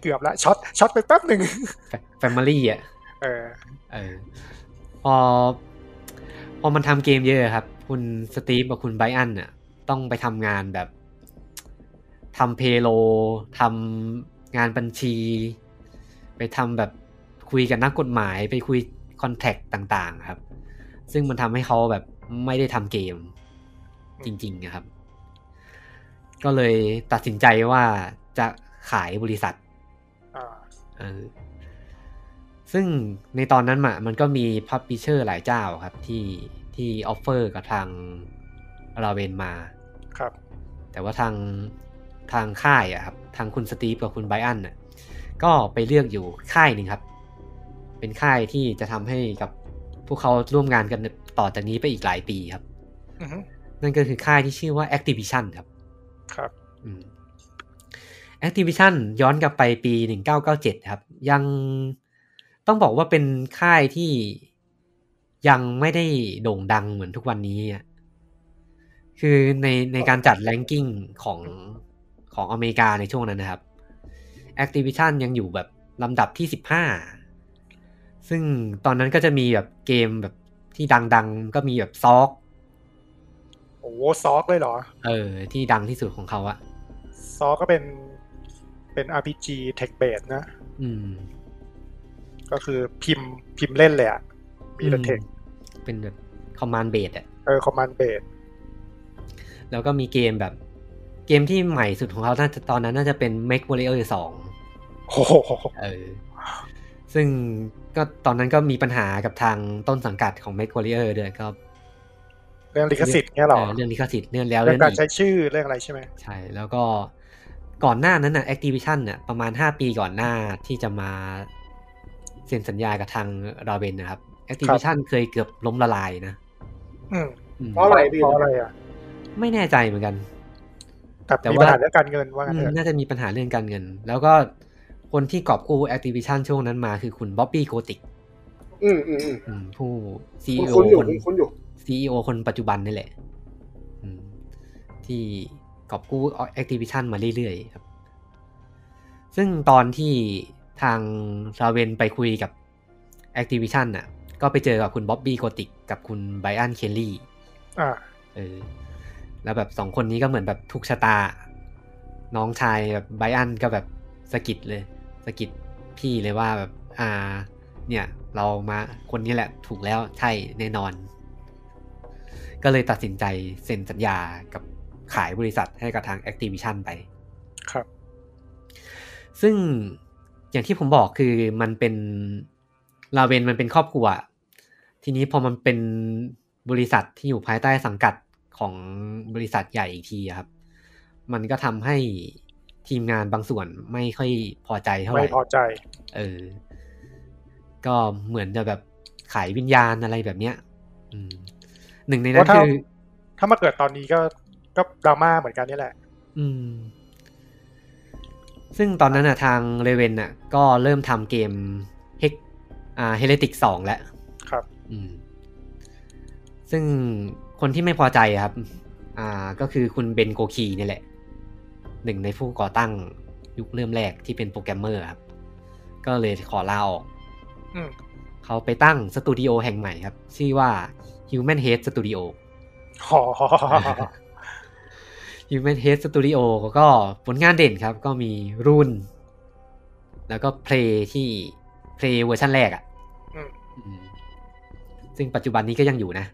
[SPEAKER 3] เกือบแล้วช็อตช็อตไปแป๊บหนึ่ง
[SPEAKER 1] Family อ่ะ
[SPEAKER 3] เออ
[SPEAKER 1] เออพอพอมันทำเกมเยอะครับ คุณสตีฟกับคุณไบรอันน่ะต้องไปทำงานแบบทำเพโลทำงานบัญชี ไปทำแบบคุยกับนักกฎหมายไปคุยคอนแทคต่างๆ ครับ ซึ่งมันทำให้เขาแบบไม่ได้ทำเกมจริงๆอะครับ ก็เลยตัดสินใจว่าจะขายบริษัท
[SPEAKER 3] อ่า
[SPEAKER 1] เออซึ่งในตอนนั้นอะมันก็มีพับพิเชอร์หลายเจ้าครับที่ที่ออฟเฟอร์กับทางราเวนมา
[SPEAKER 3] ครับ
[SPEAKER 1] แต่ว่าทางทางค่ายอะครับ ทางคุณสตีฟกับคุณไบรอันน่ะก็ไปเลือกอยู่ค่ายหนึ่งครับ เป็นค่ายที่จะทำให้กับพวกเขาร่วมงานกันต่อจากนี้ไปอีกหลายปีครับ
[SPEAKER 3] อือฮึ
[SPEAKER 1] นั่นก็คือค่ายที่ชื่อว่า Activision ครับ
[SPEAKER 3] ครับ
[SPEAKER 1] อืม Activision ย้อนกลับไปปี 1997 ครับ ยังต้องบอกว่าเป็นค่ายที่ยังไม่ได้โด่งดังเหมือนทุกวันนี้อะคือในในการจัดแรงกิ้งของของอเมริกาในช่วงนั้นนะครับ Activision ยังอยู่แบบลำดับที่ 15 ซึ่งตอนนั้นก็จะมีแบบเกมแบบที่ดังๆ ก็มีแบบซอก
[SPEAKER 3] โอ้โหซอกเลยเหรอ
[SPEAKER 1] เออ ที่ดังที่สุดของเขาอะ
[SPEAKER 3] ซอก็เป็นเป็น RPG Tech Base นะ
[SPEAKER 1] อืม
[SPEAKER 3] ก็คือพิมพ์พิมพ์เล่นเลยอะมีแต่เทค
[SPEAKER 1] อืมเป็นแบบคอมมานด์เบสอะ
[SPEAKER 3] เออคอมมานด์เบส
[SPEAKER 1] แล้วก็มีเกมแบบ เกมที่ใหม่สุดของเขาน่าจะตอนนั้นน่าจะเป็น Make Warrior 2
[SPEAKER 3] โอ้โห
[SPEAKER 1] เออ ซึ่งก็ตอนนั้นก็มีปัญหากับทางต้นสังกัดของ Make Warrior ด้วยก็
[SPEAKER 3] เรื่องลิขสิทธิ์เนี่ยเหรอ
[SPEAKER 1] เออเรื่องลิขสิทธิ์เรื่องแล้ว
[SPEAKER 3] เรื่
[SPEAKER 1] เรื่
[SPEAKER 3] อ
[SPEAKER 1] อง ง
[SPEAKER 3] การ
[SPEAKER 1] อีก
[SPEAKER 3] ใช้ชื่อเรื่องอะไรใช่ไหม
[SPEAKER 1] ใช่ แล้วก็ก่อนหน้านั้นน่ะ Activision น่ะประมาณ 5 ปีก่อนหน้าที่จะมาเซ็นสัญญากับทางราเบนนะครับ Activision เคยเกือบล้มละลายนะ
[SPEAKER 3] อืม
[SPEAKER 1] อืม
[SPEAKER 2] เพราะอะไรพี่
[SPEAKER 3] เพราะอะไรอ่ะ
[SPEAKER 1] ไม่แน่ใจเหมือนกัน แต่
[SPEAKER 3] แต่มี
[SPEAKER 1] ว่า
[SPEAKER 3] ปัญหาเรื่องการเงินว่างั้น
[SPEAKER 1] อื
[SPEAKER 3] เถ
[SPEAKER 1] ม
[SPEAKER 3] อะ
[SPEAKER 1] น่าจะมีปัญหาเรื่องการเงิน แล้วก็คนที่กอบกู้ Activision ช่วงนั้นมาคือคุณบ๊อบบี้โกติก
[SPEAKER 2] อืมอืมอืม
[SPEAKER 1] ผู้ CEO
[SPEAKER 2] คุ้นคุ้นอยู่
[SPEAKER 1] คน
[SPEAKER 2] คุ้นคุ้นอยู่
[SPEAKER 1] CEO คนปัจจุบันนี่แหละอืมที่กอบกู้ Activision มาเรื่อยๆครับ ซึ่งตอนที่ทางซาเวนไปคุยกับ Activision น่ะ ก็ไปเจอกับคุณบ๊อบบี้โกติกกับคุณไบรอันเคลลี่
[SPEAKER 3] อ่า
[SPEAKER 1] เออแล้วแบบสองคนนี้ก็เหมือนแบบทุกชะตา น้องชายแบบไบรอันก็แบบสะกิดเลยสะกิดพี่เลยว่าแบบอ่า เนี่ย เรามาคนนี้แหละถูกแล้วใช่แน่นอน ก็เลยตัดสินใจเซ็นสัญญากับขายบริษัทให้กับทาง Activision ไป
[SPEAKER 3] ครับ
[SPEAKER 1] ซึ่งอย่างที่ผมบอกคือมันเป็นลาเวนมันเป็นครอบครัว ทีนี้พอมันเป็นบริษัทที่อยู่ภายใต้สังกัดของบริษัทใหญ่อีกทีอะครับ มันก็ทำให้ทีมงานบางส่วนไม่ค่อยพอใจเท่าไห
[SPEAKER 3] ไม่
[SPEAKER 1] ร่
[SPEAKER 3] พอใจ
[SPEAKER 1] เออ ก็เหมือนจะแบบขายวิญญาณอะไรแบบเนี้ย อืมหนึ่งใน
[SPEAKER 3] เพ
[SPEAKER 1] นั้น
[SPEAKER 3] ราะถ้า
[SPEAKER 1] คือ
[SPEAKER 3] ถ้ามาเกิดตอนนี้ก็ก็ดราม่าเหมือนกันนี่แหละ
[SPEAKER 1] อืม ซึ่งตอนนั้นน่ะทางเรเวนน่ะ ก็เริ่มทำเกมเฮกอ่าเฮเลติกสองแล้ว
[SPEAKER 3] ครับ <laughs>
[SPEAKER 1] อืม ซึ่งคนที่ไม่พอใจอะครับ อ่า ก็คือคุณเบนโกคีนี่แหละ หนึ่งในผู้ก่อตั้งยุคเริ่มแรกที่เป็นโปรแกรมเมอร์ครับ ก็เลยขอลาออก
[SPEAKER 3] อืม
[SPEAKER 1] เขาไปตั้งสตูดิโอแห่งใหม่ครับ ชื่อว่า Human Head Studio
[SPEAKER 3] ขอ
[SPEAKER 1] <laughs> Human Head Studio ก็ผลงานเด่นครับ ก็มีรุ่น แล้วก็เพลงที่เพลงเวอร์ชันแรกอะ่ะ
[SPEAKER 3] อืม
[SPEAKER 1] อืมซึ่งปัจจุบันนี้ก็ยังอยู่นะ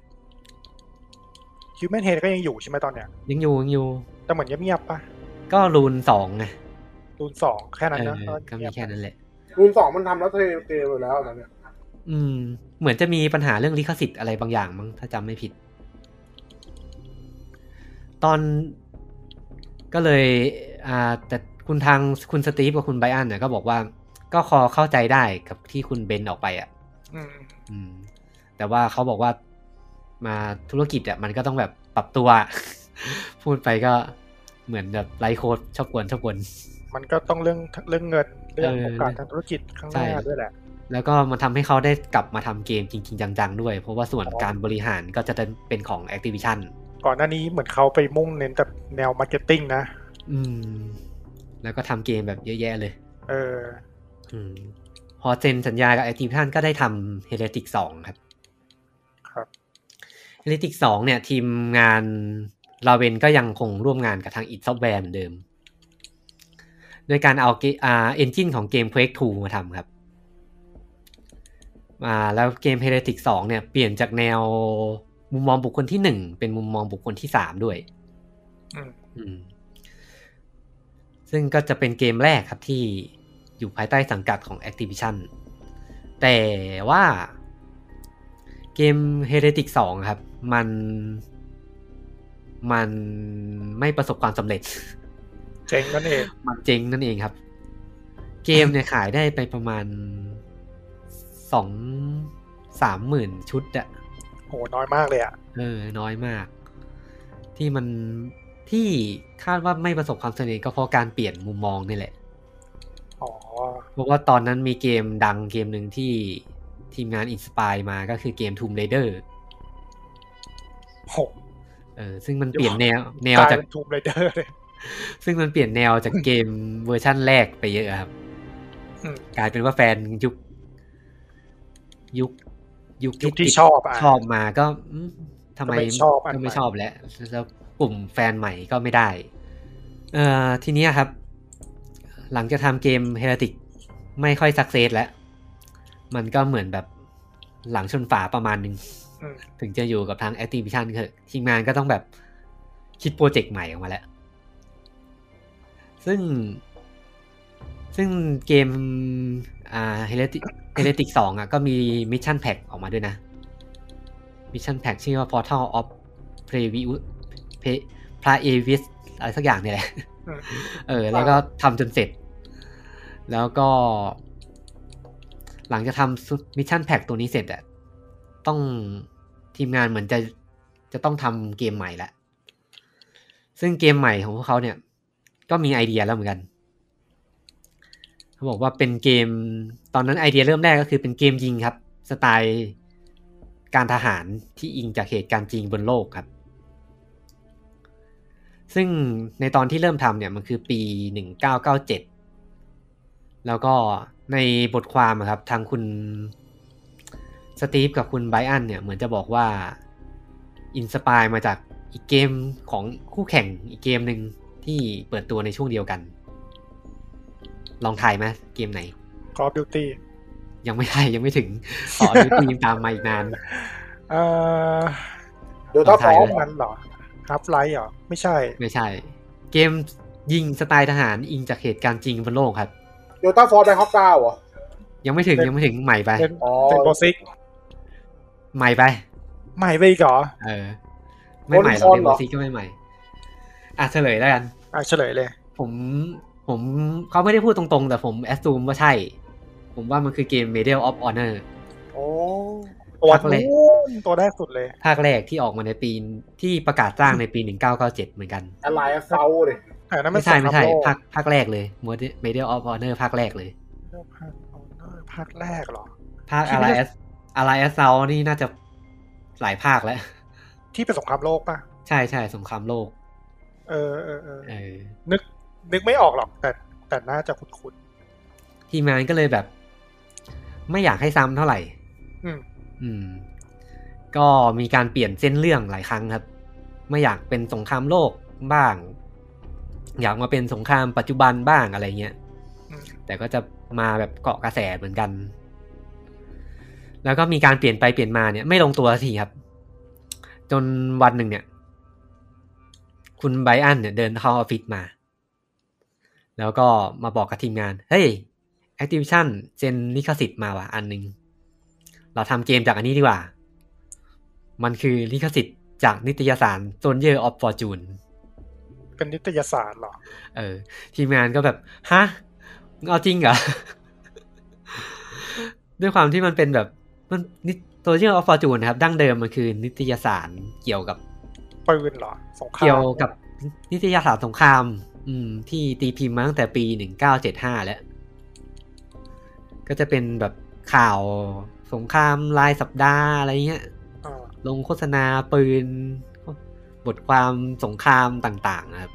[SPEAKER 3] ฮิวแมนเฮดก็ยังอยู่ใช่ไหมตอนเนี้ย
[SPEAKER 1] ยังอยู่ยังอยู่
[SPEAKER 3] แต่เหมือนเงียบๆปะ
[SPEAKER 1] ก็รูนสองไง
[SPEAKER 3] รูนสองแค่นั้น
[SPEAKER 1] เอ
[SPEAKER 3] นะ
[SPEAKER 1] อก็มีแค่นั้นแหละ
[SPEAKER 2] รูนสองมันทำแล้วเทเทไปแล้วตอนเนี้ย
[SPEAKER 1] อืม เหมือนจะมีปัญหาเรื่องลิขสิทธิ์อะไรบางอย่างมั้งถ้าจำไม่ผิด ตอนก็เลย อ่า แต่คุณทางคุณสตีฟกับคุณไบอันเนี่ยก็บอกว่า ก็คอเข้าใจได้กับที่คุณเบนออกไปอ่ะ
[SPEAKER 3] อืม
[SPEAKER 1] อืม แต่ว่าเขาบอกว่ามาธุรกิจอ่ะมันก็ต้องแบบปรับตัว <laughs> พูดไปก็เหมือนแบบไลฟ์โค้ดชอบกวนชอบกวน
[SPEAKER 3] มันก็ต้องเรื่องเรื่องเงินเรื่อง
[SPEAKER 1] เออ
[SPEAKER 3] โอกาสทางธุรกิจข้างห
[SPEAKER 1] ใช่
[SPEAKER 3] น้าด้วยแหละ
[SPEAKER 1] แล้วก็มันทำให้เขาได้กลับมาทำเกมจริง ๆ จัง ๆ ด้วย เพราะว่าส่วน
[SPEAKER 3] อ๋อ
[SPEAKER 1] การบริหารก็จะเป็นของ Activision
[SPEAKER 3] ก่อนหน้านี้เหมือนเขาไปมุ่งเน้นแต่แนวมาร์เก็ตติ้งนะ
[SPEAKER 1] อืม แล้วก็ทำเกมแบบเยอะแยะเลย
[SPEAKER 3] เออ
[SPEAKER 1] อืม พอเซ็นสัญญากับ Activision ก็ได้ทำ Heretic 2 ครับ
[SPEAKER 3] ครับ
[SPEAKER 1] Heretic 2 เนี่ย ทีมงานลาเวนก็ยังคงร่วมงานกับทาง id Software เหมือนเดิม โดยการเอาเกอ่าเอนจินของเกม Quake 2 มาทำครับอ่าแล้วเกม Heretic 2 เนี่ย เปลี่ยนจากแนวมุมมองบุคคลที่ 1 เป็นมุมมองบุคคลที่ 3 ด้วย
[SPEAKER 3] อืม
[SPEAKER 1] อืม ซึ่งก็จะเป็นเกมแรกครับที่อยู่ภายใต้สังกัดของ Activision แต่ว่าเกม Heretic 2 ครับ มัน มันไม่ประสบความสำเร็จ
[SPEAKER 3] เจ๋งนั่นเอง
[SPEAKER 1] มันเจ๊งนั่นเองครับ เกมเนี่ยขายได้ไปประมาณสองสามหมื่นชุดอะ
[SPEAKER 3] โหน้อยมากเลยอ่ะ
[SPEAKER 1] เออ น้อยมาก ที่มันที่คาดว่าไม่ประสบความสำเร็จก็เพราะการเปลี่ยนมุมมองนี่แหละ
[SPEAKER 3] อ๋อ
[SPEAKER 1] เพราะว่าตอนนั้นมีเกมดังเกมหนึ่งที่ทีมงานอินสปายมาก็คือเกม Tomb Raider
[SPEAKER 3] โห
[SPEAKER 1] เออซึ่งมันเปลี่ยนแนวแนว
[SPEAKER 3] กลาย
[SPEAKER 1] จาก
[SPEAKER 3] เป็นทูมไรเดอร์เลย
[SPEAKER 1] ซึ่งมันเปลี่ยนแนวจากเกมเวอร์ชั่นแรกไปเยอะครับ
[SPEAKER 3] อืม
[SPEAKER 1] กลายเป็นว่าแฟนยุค ยุค ยุค
[SPEAKER 3] ยุคที่
[SPEAKER 1] ติด
[SPEAKER 3] ชอบอ่ะ
[SPEAKER 1] ชอบมาก็อืมทำไม
[SPEAKER 3] ก็ไม่ชอบอัน
[SPEAKER 1] ก็ไม่
[SPEAKER 3] ใหม่
[SPEAKER 1] ชอบแล้วแล้วกลุ่มแฟนใหม่ก็ไม่ได้ เอ่อทีเนี้ยครับ หลังจากทำเกม Heretic ไม่ค่อยสักเซสแล้ว มันก็เหมือนแบบหลังชนฝาประมาณนึง
[SPEAKER 3] อืม
[SPEAKER 1] ถึงจะอยู่กับทาง Activision เถอะทีมงานก็ต้องแบบคิดโปรเจกต์ใหม่ออกมาแล้ว ซึ่ง ซึ่งเกมอ่าเฮเลติเฮเลติกสองอ่ะก็มีมิชชั่นแพ็กออกมาด้วยนะ มิชชั่นแพ็กชื่อว่า Portal of p r e v i u p r a e v i s อะไรสักอย่างเนี่ยแหละ
[SPEAKER 3] อืม
[SPEAKER 1] เออ แล้วก็ทำจนเสร็จ แล้วก็ หลังจากทำมิชชั่นแพ็กตัวนี้เสร็จอะต้องทีมงานเหมือนจะจะต้องทำเกมใหม่ละซึ่งเกมใหม่ของพวกเขาเนี่ย ก็มีไอเดียแล้วเหมือนกันเขาบอกว่าเป็นเกมตอนนั้นไอเดียเริ่มแรกก็คือเป็นเกมยิงครับ สไตล์การทหารที่อิงจากเหตุการณ์จริงบนโลกครับ ซึ่งในตอนที่เริ่มทำเนี่ยมันคือปี 1997 แล้วก็ในบทความอะครับทางคุณสตีฟกับคุณไบรอันเนี่ยเหมือนจะบอกว่าอินสปายมาจากอีกเกมของคู่แข่งอีกเกมหนึ่งที่เปิดตัวในช่วงเดียวกัน ลองถ่ายไหมเกมไหน
[SPEAKER 3] คอฟดิวตี้
[SPEAKER 1] ยังไม่ได้ <laughs> ยังไม่ถึงต่อดูทีมตามมาอีก
[SPEAKER 3] <laughs>
[SPEAKER 1] นาน
[SPEAKER 3] เอ่อ
[SPEAKER 2] เดี๋ยวถ้า
[SPEAKER 1] ของ
[SPEAKER 2] พ
[SPEAKER 1] ไท
[SPEAKER 2] ร้
[SPEAKER 1] ย
[SPEAKER 2] อม
[SPEAKER 3] นั้นเหรอฮับไลท์เหรอ ไม่ใช่
[SPEAKER 1] ไม่ใช่ เกมยิงสไตล์ทหารอิงจากเหตุการณ์จริงบนโลกครับ
[SPEAKER 2] เดี๋ยวถ้าพร้อมไปฮอกก้าวเหรอ
[SPEAKER 1] ยังไม่ถึง
[SPEAKER 3] เป็น
[SPEAKER 1] ยังไม่ถึงใหม่ไป
[SPEAKER 3] เป็น
[SPEAKER 2] อ๋อ
[SPEAKER 3] เป็นโบซิก
[SPEAKER 1] ใหม่ไป
[SPEAKER 3] ใหม่ไปอีกเหรอ
[SPEAKER 1] เออ ไม่ใหม่เราเป็นโมซีก็ไม่ใหม่ อ่ะเฉลยแล้วกัน
[SPEAKER 3] อ่ะเฉลยเลย
[SPEAKER 1] ผมผมเขาไม่ได้พูดตรงๆ แต่ผมแอสซูมว่าใช่ ผมว่ามันคือเกม Medal of Honor
[SPEAKER 2] อ๋อ
[SPEAKER 3] ตัว
[SPEAKER 1] พักแรก
[SPEAKER 3] นู้นตัวแรกสุดเลย
[SPEAKER 1] ภาคแรกที่ออกมาในปีที่ประกาศจ้างในปี 1997 เหมือนกัน
[SPEAKER 2] อะไรเซาเลย
[SPEAKER 3] แต่นั้นมัน
[SPEAKER 1] ไม่ใช่ไม่ใช่
[SPEAKER 3] สงครามโลก
[SPEAKER 1] ภาคภาคแรกเลย Modern- Medal of Honor ภาคแรกเลย
[SPEAKER 3] ภาคออเนอร์ภาคแรกเหรอ
[SPEAKER 1] ภาค
[SPEAKER 3] ที่ไม่
[SPEAKER 1] a l
[SPEAKER 3] ได้
[SPEAKER 1] i a s a l i a s South นี่น่าจะหลายภาคแล้ว <laughs>
[SPEAKER 3] ที่เป็นสงครามโลกป่ะ
[SPEAKER 1] ใช่ใช่สงครามโลก
[SPEAKER 3] เออเออเออ
[SPEAKER 1] เออ
[SPEAKER 3] นึกนึกไม่ออกหรอก แต่แต่น่าจะคุ้น
[SPEAKER 1] ทีมงานก็เลยแบบ ไม่อยากให้ซ้ำเท่าไหร่
[SPEAKER 3] ๆอืม
[SPEAKER 1] อืม ก็มีการเปลี่ยนเส้นเรื่องหลายครั้งครับ ไม่อยากเป็นสงครามโลกบ้าง อยากมาเป็นสงครามปัจจุบันบ้างอะไรเงี้ย
[SPEAKER 3] อืม
[SPEAKER 1] แต่ก็จะมาแบบเกาะกระแสเหมือนกัน แล้วก็มีการเปลี่ยนไปเปลี่ยนมาเนี่ย ไม่ลงตัวสักทีครับ จนวันหนึ่งเนี่ย คุณไบรอันเนี่ยเดินเข้าออฟฟิศมา แล้วก็มาบอกกับทีมงาน เฮ้ย Activision เจนลิขสิทธิ์มาว่ะอันหนึ่ง เราทำเกมจากอันนี้ดีกว่า มันคือลิขสิทธิ์จากนิตยสาร Soldier of Fortune
[SPEAKER 3] เป็นนิตยสารเหรอ
[SPEAKER 1] เออ ทีมงานก็แบบ ฮะมึงเอาจริงเหรอ <laughs> ด้วยความที่มันเป็นแบบ มันนิโซเชียลออฟฟอร์จูนะครับ ดั้งเดิมมันคือนิตยสารเกี่ยวกับ
[SPEAKER 3] ปืนเหรอ สงคราม
[SPEAKER 1] เกี่ยวกับนิตยสารสงคราม อืม ที่ตีพิมพ์มาตั้งแต่ปีหนึ่งเก้าเจ็ดห้าแล้ว ก็จะเป็นแบบข่าวสงครามรายสัปดาห์อะไรเงี้ย
[SPEAKER 3] อ่า
[SPEAKER 1] ลงโฆษณาปืน บทความสงครามต่างๆนะครับ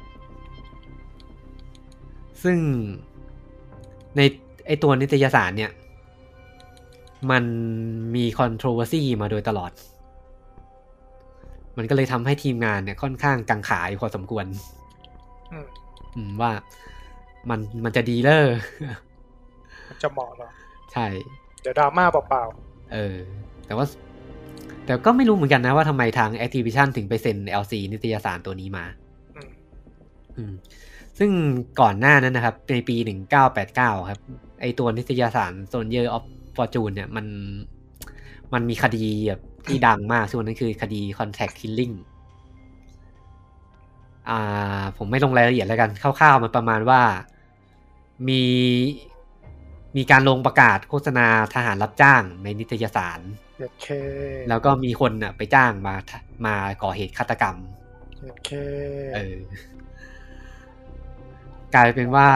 [SPEAKER 1] ซึ่งในไอตัวนิตยสารเนี่ย มันมี controversy มาโดยตลอด มันก็เลยทำให้ทีมงานเนี่ยค่อนข้างกังขายพอสมควร
[SPEAKER 3] อืม
[SPEAKER 1] อืมว่ามันมันจะดีเลอร์ <laughs>
[SPEAKER 3] มันจะเหมาะเหรอ
[SPEAKER 1] ใช่
[SPEAKER 3] เดี๋ยวดราม่าเปล่า
[SPEAKER 1] เออ แต่ว่า แต่ก็ไม่รู้เหมือนกันนะว่าทำไมทาง Activision ถึงไปเซ็น LC นิตยสารตัวนี้มา
[SPEAKER 3] ๆอืม
[SPEAKER 1] อืมซึ่งก่อนหน้านั้นนะครับ ในปี 1989 ครับ ไอตัวนิตยสาร Soldier of Fortune เนี่ย มัน มันมีคดีแบบที่ดังมากช่วงนั้นคือคดี Contact Killing อ่า ผมไม่ลงรายละเอียดแล้วกัน คร่าวๆ มันประมาณว่า มี มีการลงประกาศโฆษณาทหารรับจ้างในนิตยสาร
[SPEAKER 3] เดี๋ยวเค
[SPEAKER 1] แล้วก็มีคนน่ะไปจ้างมา มาก่อเหตุฆาตกรรม
[SPEAKER 3] เดี๋ยวเค
[SPEAKER 1] เออ กลายเป็นว่า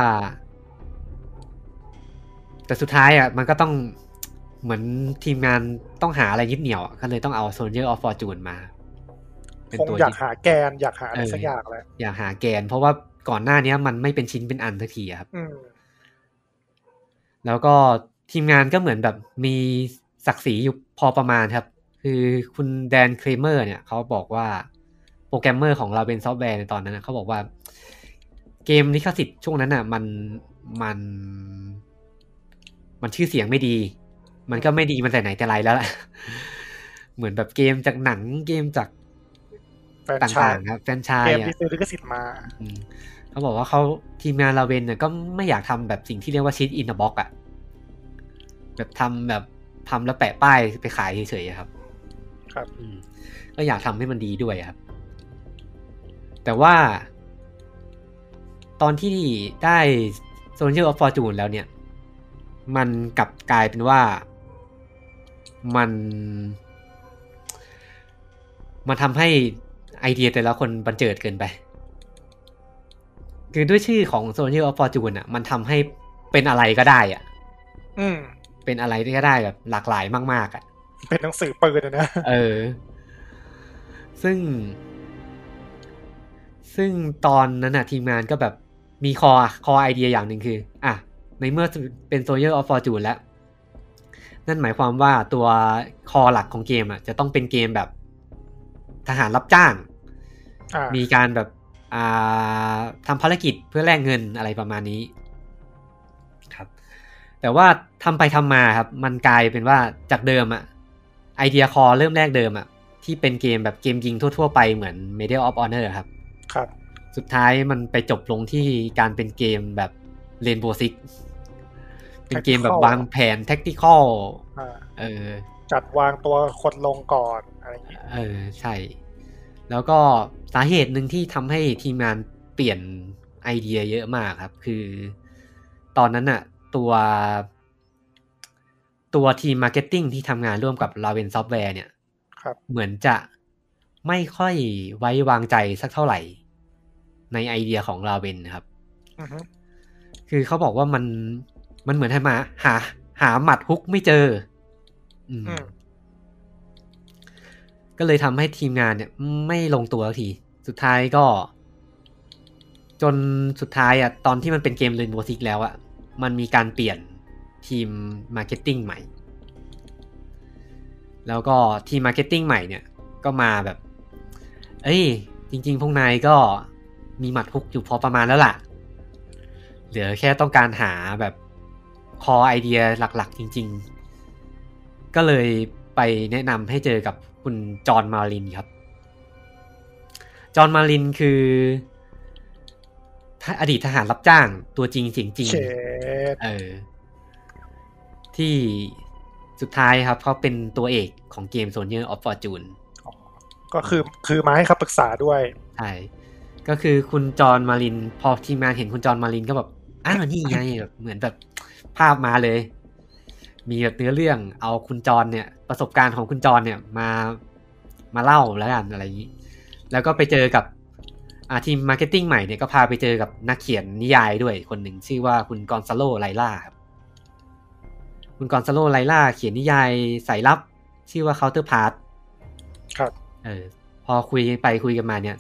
[SPEAKER 1] แต่สุดท้ายอ่ะ มันก็ต้องเหมือนทีมงานต้องหาอะไรยึดเหนี่ยวอะก็เลยต้องเอา Soldier of Fortune มา เป็น
[SPEAKER 3] คง
[SPEAKER 1] ตัว
[SPEAKER 3] อยาก
[SPEAKER 1] ยึด
[SPEAKER 3] หาแกนอยากหาอะไร
[SPEAKER 1] เออ
[SPEAKER 3] สักอย่างแหละ
[SPEAKER 1] อยากหาแกน เพราะว่าก่อนหน้าเนี้ยมันไม่เป็นชิ้นเป็นอันสักทีอะครับ
[SPEAKER 3] อืม
[SPEAKER 1] แล้วก็ทีมงานก็เหมือนแบบมีศักดิ์ศรีอยู่พอประมาณครับ คือคุณแดนครีเมอร์เนี่ยเขาบอกว่าโปรแกรมเมอร์ของเราเป็นซอฟต์แวร์ในตอนนั้นนะเขาบอกว่าเกมลิขสิทธิ์ช่วงนั้นน่ะ มันมัน มันชื่อเสียงไม่ดี มันก็ไม่ดีมันแต่ไหนแต่ไรแล้วล่ะ <laughs> เหมือนแบบเกมจากหนังเกมจาก
[SPEAKER 3] แฟรนไชส์
[SPEAKER 1] ต่างๆครับแฟรนไชาย
[SPEAKER 3] เกมที่ซื้อลิขสิทธิ์มา
[SPEAKER 1] อืมเขาบอกว่าเขาทีมงานลาเวนเนี่ยก็ไม่อยากทำแบบสิ่งที่เรียกว่าชิดอินเดอะบ็อกอะแบบทำแบบทำแล้วแปะป้ายไปขายเฉยๆอะครับ
[SPEAKER 3] ครับ
[SPEAKER 1] อืมก็อยากทำให้มันดีด้วยอะครับ แต่ว่า ตอนที่ได้โซนเชียลออฟฟอร์จูนแล้วเนี่ย มันกลับกลายเป็นว่ามัน มันทำให้ไอเดียแต่ละคนบันเจิดเกินไป คือด้วยชื่อของโซนเชียลออฟฟอร์จูนอ่ะ มันทำให้เป็นอะไรก็ได้อ่ะ
[SPEAKER 3] อืม
[SPEAKER 1] เป็นอะไรก็ได้แบบหลากหลายมาก ๆ อ่ะ
[SPEAKER 3] เป็นหนังสือปืนอะนะ
[SPEAKER 1] เออ ซึ่ง ซึ่งตอนนั้นน่ะ ทีมงานก็แบบมีคอคอไอเดียอย่างหนึ่งคือ อ่ะ ในเมื่อเป็นโซเยอร์ออฟฟอร์จูนแล้ว นั่นหมายความว่าตัวคอหลักของเกมอ่ะ จะต้องเป็นเกมแบบทหารรับจ้าง
[SPEAKER 3] อ่า
[SPEAKER 1] มีการแบบอ่าทำภารกิจเพื่อแลกเงินอะไรประมาณนี้ครับ แต่ว่าทำไปทำมาครับ มันกลายเป็นว่าจากเดิมอะไอเดียคอเริ่มแรกเดิมอะที่เป็นเกมแบบเกมยิงทั่วๆไปเหมือน Medal of Honor ครับ
[SPEAKER 3] ครับ
[SPEAKER 1] สุดท้ายมันไปจบลงที่การเป็นเกมแบบ Rainbow Six เป็นเกมแบบ
[SPEAKER 3] Tactical
[SPEAKER 1] วางแผน Tactical
[SPEAKER 3] อ่า
[SPEAKER 1] เออ
[SPEAKER 3] จัดวางตัวคนลงก่อนอะไรอย่างงี้
[SPEAKER 1] เออใช่ แล้วก็สาเหตุหนึ่งที่ทำให้ทีมงานเปลี่ยนไอเดียเยอะมากครับ คือ ตอนนั้นน่ะ ตัว ตัวทีมมาร์เก็ตติ้งที่ทำงานร่วมกับลาเวนซอฟต์แวร์เนี่ย
[SPEAKER 3] ครับ
[SPEAKER 1] เหมือนจะไม่ค่อยไว้วางใจสักเท่าไหร่ ในไอเดียของลาเวนนะครับ
[SPEAKER 3] อือฮึ
[SPEAKER 1] คือเขาบอกว่ามันมันเหมือนให้มา หา หาหมัดฮุกไม่เจอ อืม
[SPEAKER 3] อืม
[SPEAKER 1] ก็เลยทำให้ทีมงานเนี่ยไม่ลงตัวสักที สุดท้ายก็ จนสุดท้ายอ่ะ ตอนที่มันเป็นเกมเรนโบว์ซิกแล้วอ่ะ มันมีการเปลี่ยนทีมมาร์เก็ตติ้งใหม่ แล้วก็ทีมมาร์เก็ตติ้งใหม่เนี่ย ก็มาแบบ เอ้ย จริง ๆ พวกนายก็มีหมัดฮุกอยู่พอประมาณแล้วล่ะ เหลือแค่ต้องการหาแบบคอไอเดียหลักๆ จริง ๆ ก็เลยไปแนะนำให้เจอกับคุณจอห์นมาลินครับ จอห์นมาลินคือทหารอดีตทหารรับจ้างตัวจริงเสียงจริง
[SPEAKER 3] เชด
[SPEAKER 1] เออ ที่สุดท้ายครับเขาเป็นตัวเอกของเกม Soldier of Fortune
[SPEAKER 3] ก็คือคือมาให้คำปรึกษาด้วย
[SPEAKER 1] ใช่ ก็คือคุณจอห์นมาริน พอทีมงานเห็นคุณจอห์นมารินก็แบบ อ้าวนี่ไงแบบเหมือนแบบภาพมาเลย มีแบบเนื้อเรื่องเอาคุณจอห์นเนี่ย ประสบการณ์ของคุณจอห์นเนี่ยมามาเล่าแล้วกันอะไรอย่างนี้ แล้วก็ไปเจอกับอาทีมมาร์เก็ตติ้งใหม่เนี่ยก็พาไปเจอกับนักเขียนนิยายด้วยคนหนึ่งชื่อว่าคุณกอนซาโลไลล่าครับ คุณกอนซาโลไลล่าเขียนนิยายสายลับ ชื่อว่า Counterpart
[SPEAKER 3] ครับ
[SPEAKER 1] เออ พอคุยไปคุยกันมาเนี่ย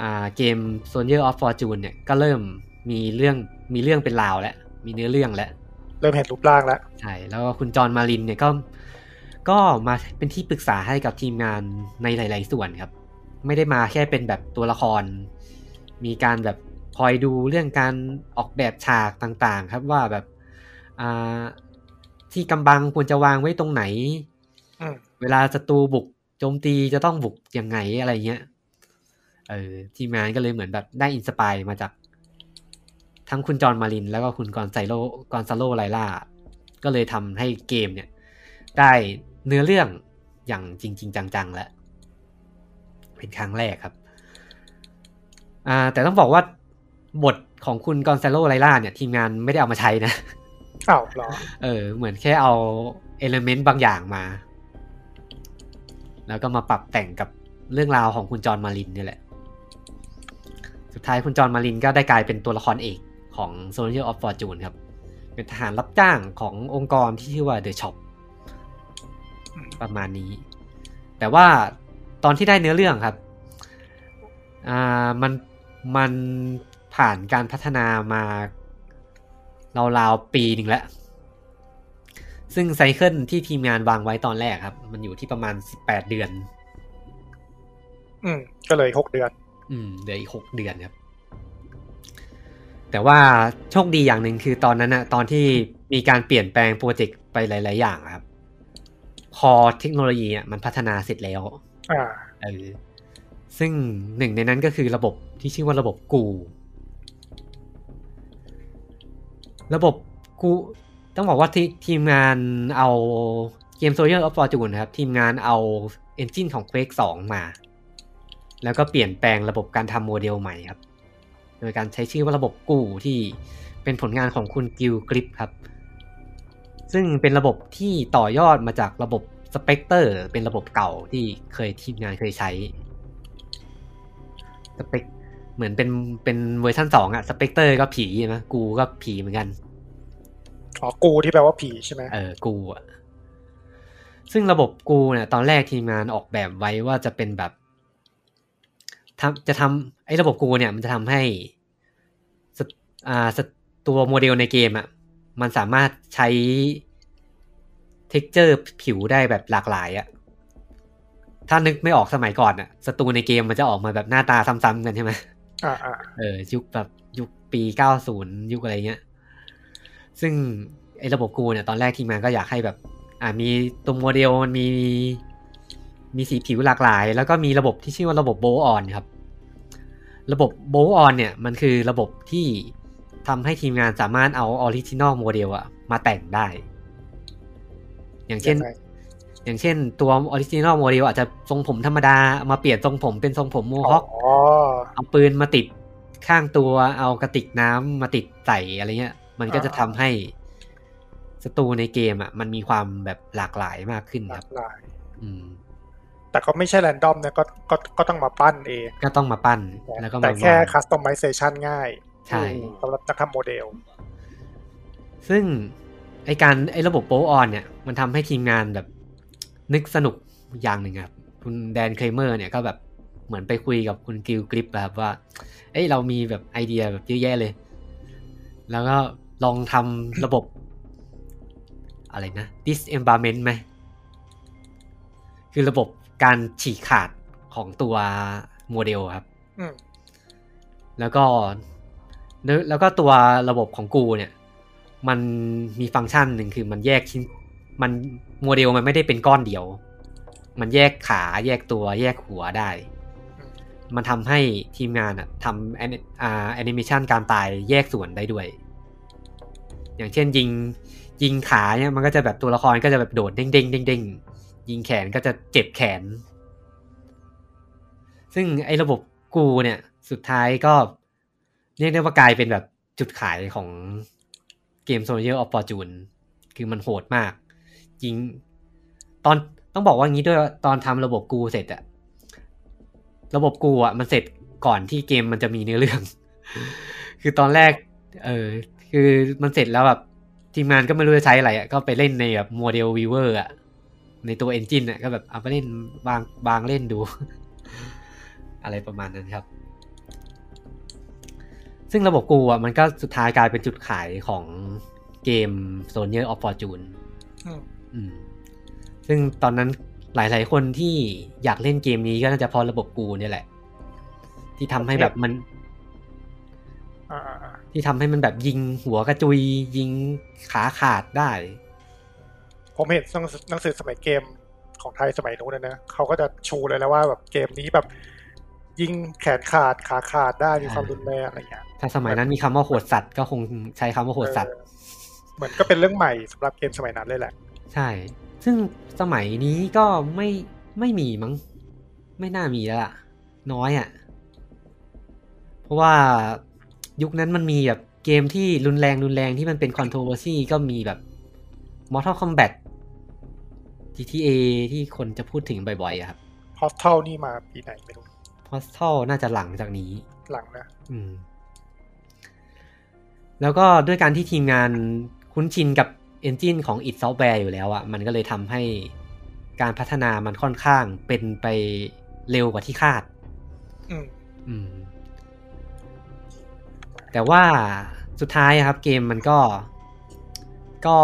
[SPEAKER 1] อ่าเกม Soldier of Fortune เนี่ยก็เริ่มมีเรื่องมีเรื่องเป็นราวแล้ว มีเนื้อเรื่องแล้ว
[SPEAKER 3] เริ่มเห็นรูปร่างแล้ว
[SPEAKER 1] ใช่ แล้วก็คุณจอห์นมารินเนี่ยก็ก็มาเป็นที่ปรึกษาให้กับทีมงานในหลาย ๆ ส่วนครับ ไม่ได้มาแค่เป็นแบบตัวละคร มีการแบบคอยดูเรื่องการออกแบบฉากต่าง ๆ ครับว่าแบบอ่าที่กำบังควรจะวางไว้ตรงไหน
[SPEAKER 3] อืม
[SPEAKER 1] เวลาศัตรูบุกโจมตีจะต้องบุกยังไงอะไรเงี้ย เออทีมงานก็เลยเหมือนแบบได้อินสปายมาจาก ทั้งคุณจอห์นมาริน แล้วก็คุณกอนไซโลกอนซาโลไลล่า ก็เลยทำให้เกมเนี่ย ได้เนื้อเรื่องอย่างจริงจริงจังๆ แล้ว เป็นครั้งแรกครับ อ่า แต่ต้องบอกว่าบทของคุณกอนซาโลไลล่าเนี่ย ทีมงานไม่ได้เอามาใช้นะ
[SPEAKER 3] อ้าวเหรอ
[SPEAKER 1] เออเหมือนแค่เอาเอลเมนต์บางอย่างมา แล้วก็มาปรับแต่งกับเรื่องราวของคุณจอห์นมารินเนี่ยแหละ สุดท้ายคุณจอห์นมารินก็ได้กลายเป็นตัวละครเอกของ Soldier of Fortune ครับ เป็นทหารรับจ้างขององค์กรที่ชื่อว่า The Shop
[SPEAKER 3] อืม
[SPEAKER 1] ประมาณนี้ แต่ว่าตอนที่ได้เนื้อเรื่องครับอ่ามันมันผ่านการพัฒนามาราวๆปีหนึ่งแล้ว ซึ่งไซเคิลที่ทีมงานวางไว้ตอนแรกครับ มันอยู่ที่ประมาณ 18 เดือน
[SPEAKER 3] อืม ก็เลยหกเดือน
[SPEAKER 1] อืมเหลืออีกหกเดือนครับ แต่ว่าโชคดีอย่างหนึ่งคือตอนนั้นนะตอนที่มีการเปลี่ยนแปลงโปรเจกต์ไปหลาย ๆ อย่างครับ พอเทคโนโลยีอ่ะมันพัฒนาเสร็จแล้ว
[SPEAKER 3] อ่า
[SPEAKER 1] เออซึ่งหนึ่งในนั้นก็คือระบบที่ชื่อว่าระบบกู ระบบกู ต้องบอกว่าททีมงานเอาเกม Soldier of Fortune นะครับ ทีมงานเอาเอนจินของ Quake 2 มา แล้วก็เปลี่ยนแปลงระบบการทำโมเดลใหม่ครับ โดยการใช้ชื่อว่าระบบกูที่เป็นผลงานของคุณกิลกริปครับ ซึ่งเป็นระบบที่ต่อยอดมาจากระบบสเปกเตอร์เป็นระบบเก่าที่เคยทีมงานเคยใช้สเปกเหมือนเป็นเป็นเวอร์ชันสองอะสเปกเตอร์ก็ผีใช่ไหมกูก็ผีเหมือนกัน
[SPEAKER 3] อ๋อ กูที่แปลว่าผีใช่ไหม
[SPEAKER 1] เออ กูอะซึ่งระบบกูเนี่ยตอนแรกทีมงานออกแบบไว้ว่าจะเป็นแบบทำจะทำไอ้ระบบกูเนี่ย มันจะทำให้สตอ่าสตตัวโมเดลในเกมอะมันสามารถใช้ t e x t อร์ผิวได้แบบหลากหลายอะถ้านึกไม่ออกสมัยก่อนอะสตูในเกมมันจะออกมาแบบหน้าตาซ้ำๆกันใช่ไหม
[SPEAKER 3] อ่าอ่า
[SPEAKER 1] เออยุคแบบยุคปี 90 ยุคอะไรเงี้ย ซึ่งไอ้ระบบกูเนี่ยตอนแรกทีมงานก็อยากให้แบบ อ่ามีตัวโมเดลมันมีมีสีผิวหลากหลาย แล้วก็มีระบบที่ชื่อว่าระบบโบออนครับ ระบบโบออนเนี่ยมันคือระบบที่ทำให้ทีมงานสามารถเอาออริจินอลโมเดลอะมาแต่งได้ อย่างเช่น
[SPEAKER 3] ยังไง
[SPEAKER 1] อย่างเช่นตัวออริจินอลโมเดลอาจจะทรงผมธรรมดาเอามาเปลี่ยนทรงผมเป็นทรงผมโมฮอค
[SPEAKER 3] อ๋อ
[SPEAKER 1] เอาปืนมาติดข้างตัว เอากระติกน้ำมาติดใส่อะไรเงี้ย มันก็จะ
[SPEAKER 3] อ่า
[SPEAKER 1] ทำให้ ศัตรูในเกมอ่ะมันมีความแบบหลากหลายมากขึ้น
[SPEAKER 3] ห
[SPEAKER 1] ค
[SPEAKER 3] ลา
[SPEAKER 1] รับ
[SPEAKER 3] กหลาย
[SPEAKER 1] อืม
[SPEAKER 3] แต่ก็ไม่ใช่แรนดอมนะก็ก็ก็ต้องมาปั้นเอง
[SPEAKER 1] ก็ต้องมาปั้นแล้วก็
[SPEAKER 3] แต่
[SPEAKER 1] มา
[SPEAKER 3] แค่
[SPEAKER 1] วาง
[SPEAKER 3] customization ง่าย
[SPEAKER 1] ใช่
[SPEAKER 3] สำหรับนักทำโมเดล
[SPEAKER 1] ซึ่งไอการไอระบบโปออนเนี่ย มันทำให้ทีมงานแบบนึกสนุกอย่างหนึ่งครับ คุณแดนเคลเมอร์เนี่ยก็แบบเหมือนไปคุยกับคุณกิลกริปอะครับว่า เอ้ยเรามีแบบไอเดียแบบเยอะแยะเลย แล้วก็ลองทำระบบ อะไรนะ disembowelment ไหม คือระบบการฉีกขาดของตัวโมเดลครับ
[SPEAKER 3] อืม
[SPEAKER 1] แล้วก็เนื้อแล้วก็ตัวระบบของกูเนี่ย มันมีฟังก์ชันหนึ่งคือมันแยกชิ้นมันโมเดลมันไม่ได้เป็นก้อนเดียว มันแยกขาแยกตัวแยกหัวได้ มันทำให้ทีมงานอะทำแอนิอ่าแอนิเมชันการตายแยกส่วนได้ด้วย อย่างเช่นยิงยิงขาเนี่ยมันก็จะแบบตัวละครก็จะแบบโดดเด้งเด้งเด้งเด้งยิงแขนก็จะเจ็บแขน ซึ่งไอ้ระบบกูเนี่ยสุดท้ายก็เรียกได้ว่ากลายเป็นแบบจุดขายของเกมโซเชียลออฟฟอร์จูนคือมันโหดมาก ยิง ตอนต้องบอกว่างี้ด้วยว่าตอนทำระบบกูเสร็จอะระบบกูอะมันเสร็จก่อนที่เกมมันจะมีเนื้อเรื่อง คือตอนแรก เออคือมันเสร็จแล้วแบบทีมงานก็ไม่รู้จะใช้อะไรอะก็ไปเล่นในแบบโมเดลวีเวอร์อะในตัวเอนจินอะก็แบบเอาไปเล่นวางวางเล่นดู อะไรประมาณนั้นครับ ซึ่งระบบกูอ่ะมันก็สุดท้ายกลายเป็นจุดขายของเกม s o n i e r of Fortune
[SPEAKER 3] อืม
[SPEAKER 1] อืม ซึ่งตอนนั้นหลาย ๆ คนที่อยากเล่นเกมนี้ก็น่าจะเพราะระบบกูเนี่ยแหละ ที่ทำให้แบบมัน
[SPEAKER 3] อ่าอ่าอ่า
[SPEAKER 1] ที่ทำให้มันแบบยิงหัวกระจุย ยิงขาขาดได้
[SPEAKER 3] ผมเห็นหนังสือหนังสือสมัยเกมของไทยสมัยนู้นนะนะเขาก็จะชูเลยแล้วว่าแบบเกมนี้แบบยิงแขนขาดขาขาดได้มีความรุนแรงอะไรเงี้ย
[SPEAKER 1] ถ้าสมัยนั้นมีคำว่าโหดสัตว์ก็คงใช้คำว่าโหดสัตว์
[SPEAKER 3] เหมือนก็เป็นเรื่องใหม่สำหรับเกมสมัยนั้นเลยแหละ
[SPEAKER 1] ใช่ ซึ่งสมัยนี้ก็ไม่ไม่มีมั้ง ไม่น่ามีแล้วล่ะ น้อยอะ่ะ เพราะว่ายุคนั้นมันมีแบบเกมที่รุนแรงรุนแรงที่มันเป็น controversy ก็มีแบบ Mortal Kombat GTA ที่คนจะพูดถึงบ่อยๆอะครับ
[SPEAKER 3] h o s t e l นี่มาปีไหนไม่รู้
[SPEAKER 1] Postal น่าจะหลังจากนี้
[SPEAKER 3] หลังนะ
[SPEAKER 1] อืม แล้วก็ด้วยการที่ทีมงานคุ้นชินกับเอนจินของ id Software อยู่แล้วอะ่ะ มันก็เลยทำให้การพัฒนามันค่อนข้างเป็นไปเร็วกว่าที่คาด
[SPEAKER 3] อืม
[SPEAKER 1] อืม แต่ว่าสุดท้ายอะครับ เกมมันก็ ก็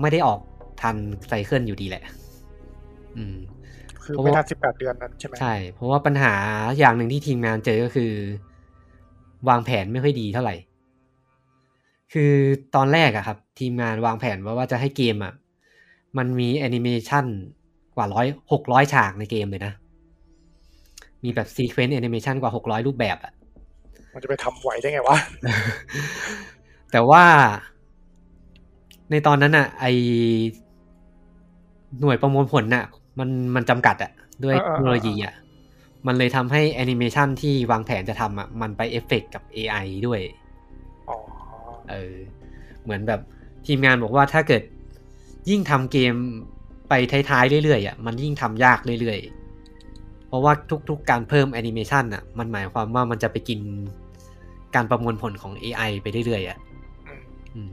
[SPEAKER 1] ไม่ได้ออกทันไซเคิลอยู่ดีแหละ อืม
[SPEAKER 3] คือไม่ทันสิบแปดเดือนนั้นใช่ไหม
[SPEAKER 1] ใช่ เพราะว่าปัญหาอย่างหนึ่งที่ทีมงานเจอก็คือ วางแผนไม่ค่อยดีเท่าไหร่ คือตอนแรกอะครับ ทีมงานวางแผนว่าว่าจะให้เกมอะมันมีแอนิเมชันกว่าร้อยหกร้อยฉากในเกมเลยนะ มีแบบซีเควนต์แอนิเมชันกว่าหกร้อยรูปแบบอะ
[SPEAKER 3] มันจะไปทำไหวได้ไงวะ
[SPEAKER 1] <laughs> แต่ว่าในตอนนั้นน่ะ ไอหน่วยประมวลผลน่ะ มันมันจำกัดอะด้วย
[SPEAKER 3] เอ
[SPEAKER 1] เทค
[SPEAKER 3] อเออเออ
[SPEAKER 1] โนโลยีอะมันเลยทำให้แอนิเมชันที่วางแผนจะทำอะมันไปเอฟเฟกต์กับ AI ด้วย
[SPEAKER 3] อ๋อ
[SPEAKER 1] เออ เหมือนแบบทีมงานบอกว่าถ้าเกิดยิ่งทำเกมไปท้ายๆเรื่อยๆอ่ะมันยิ่งทำยากเรื่อยๆ เพราะว่าทุกๆการเพิ่มแอนิเมชันอ่ะ มันหมายความว่ามันจะไปกินการประมวลผลของ AI ไปเรื่อยๆอ่ะ
[SPEAKER 3] อืม
[SPEAKER 1] อืม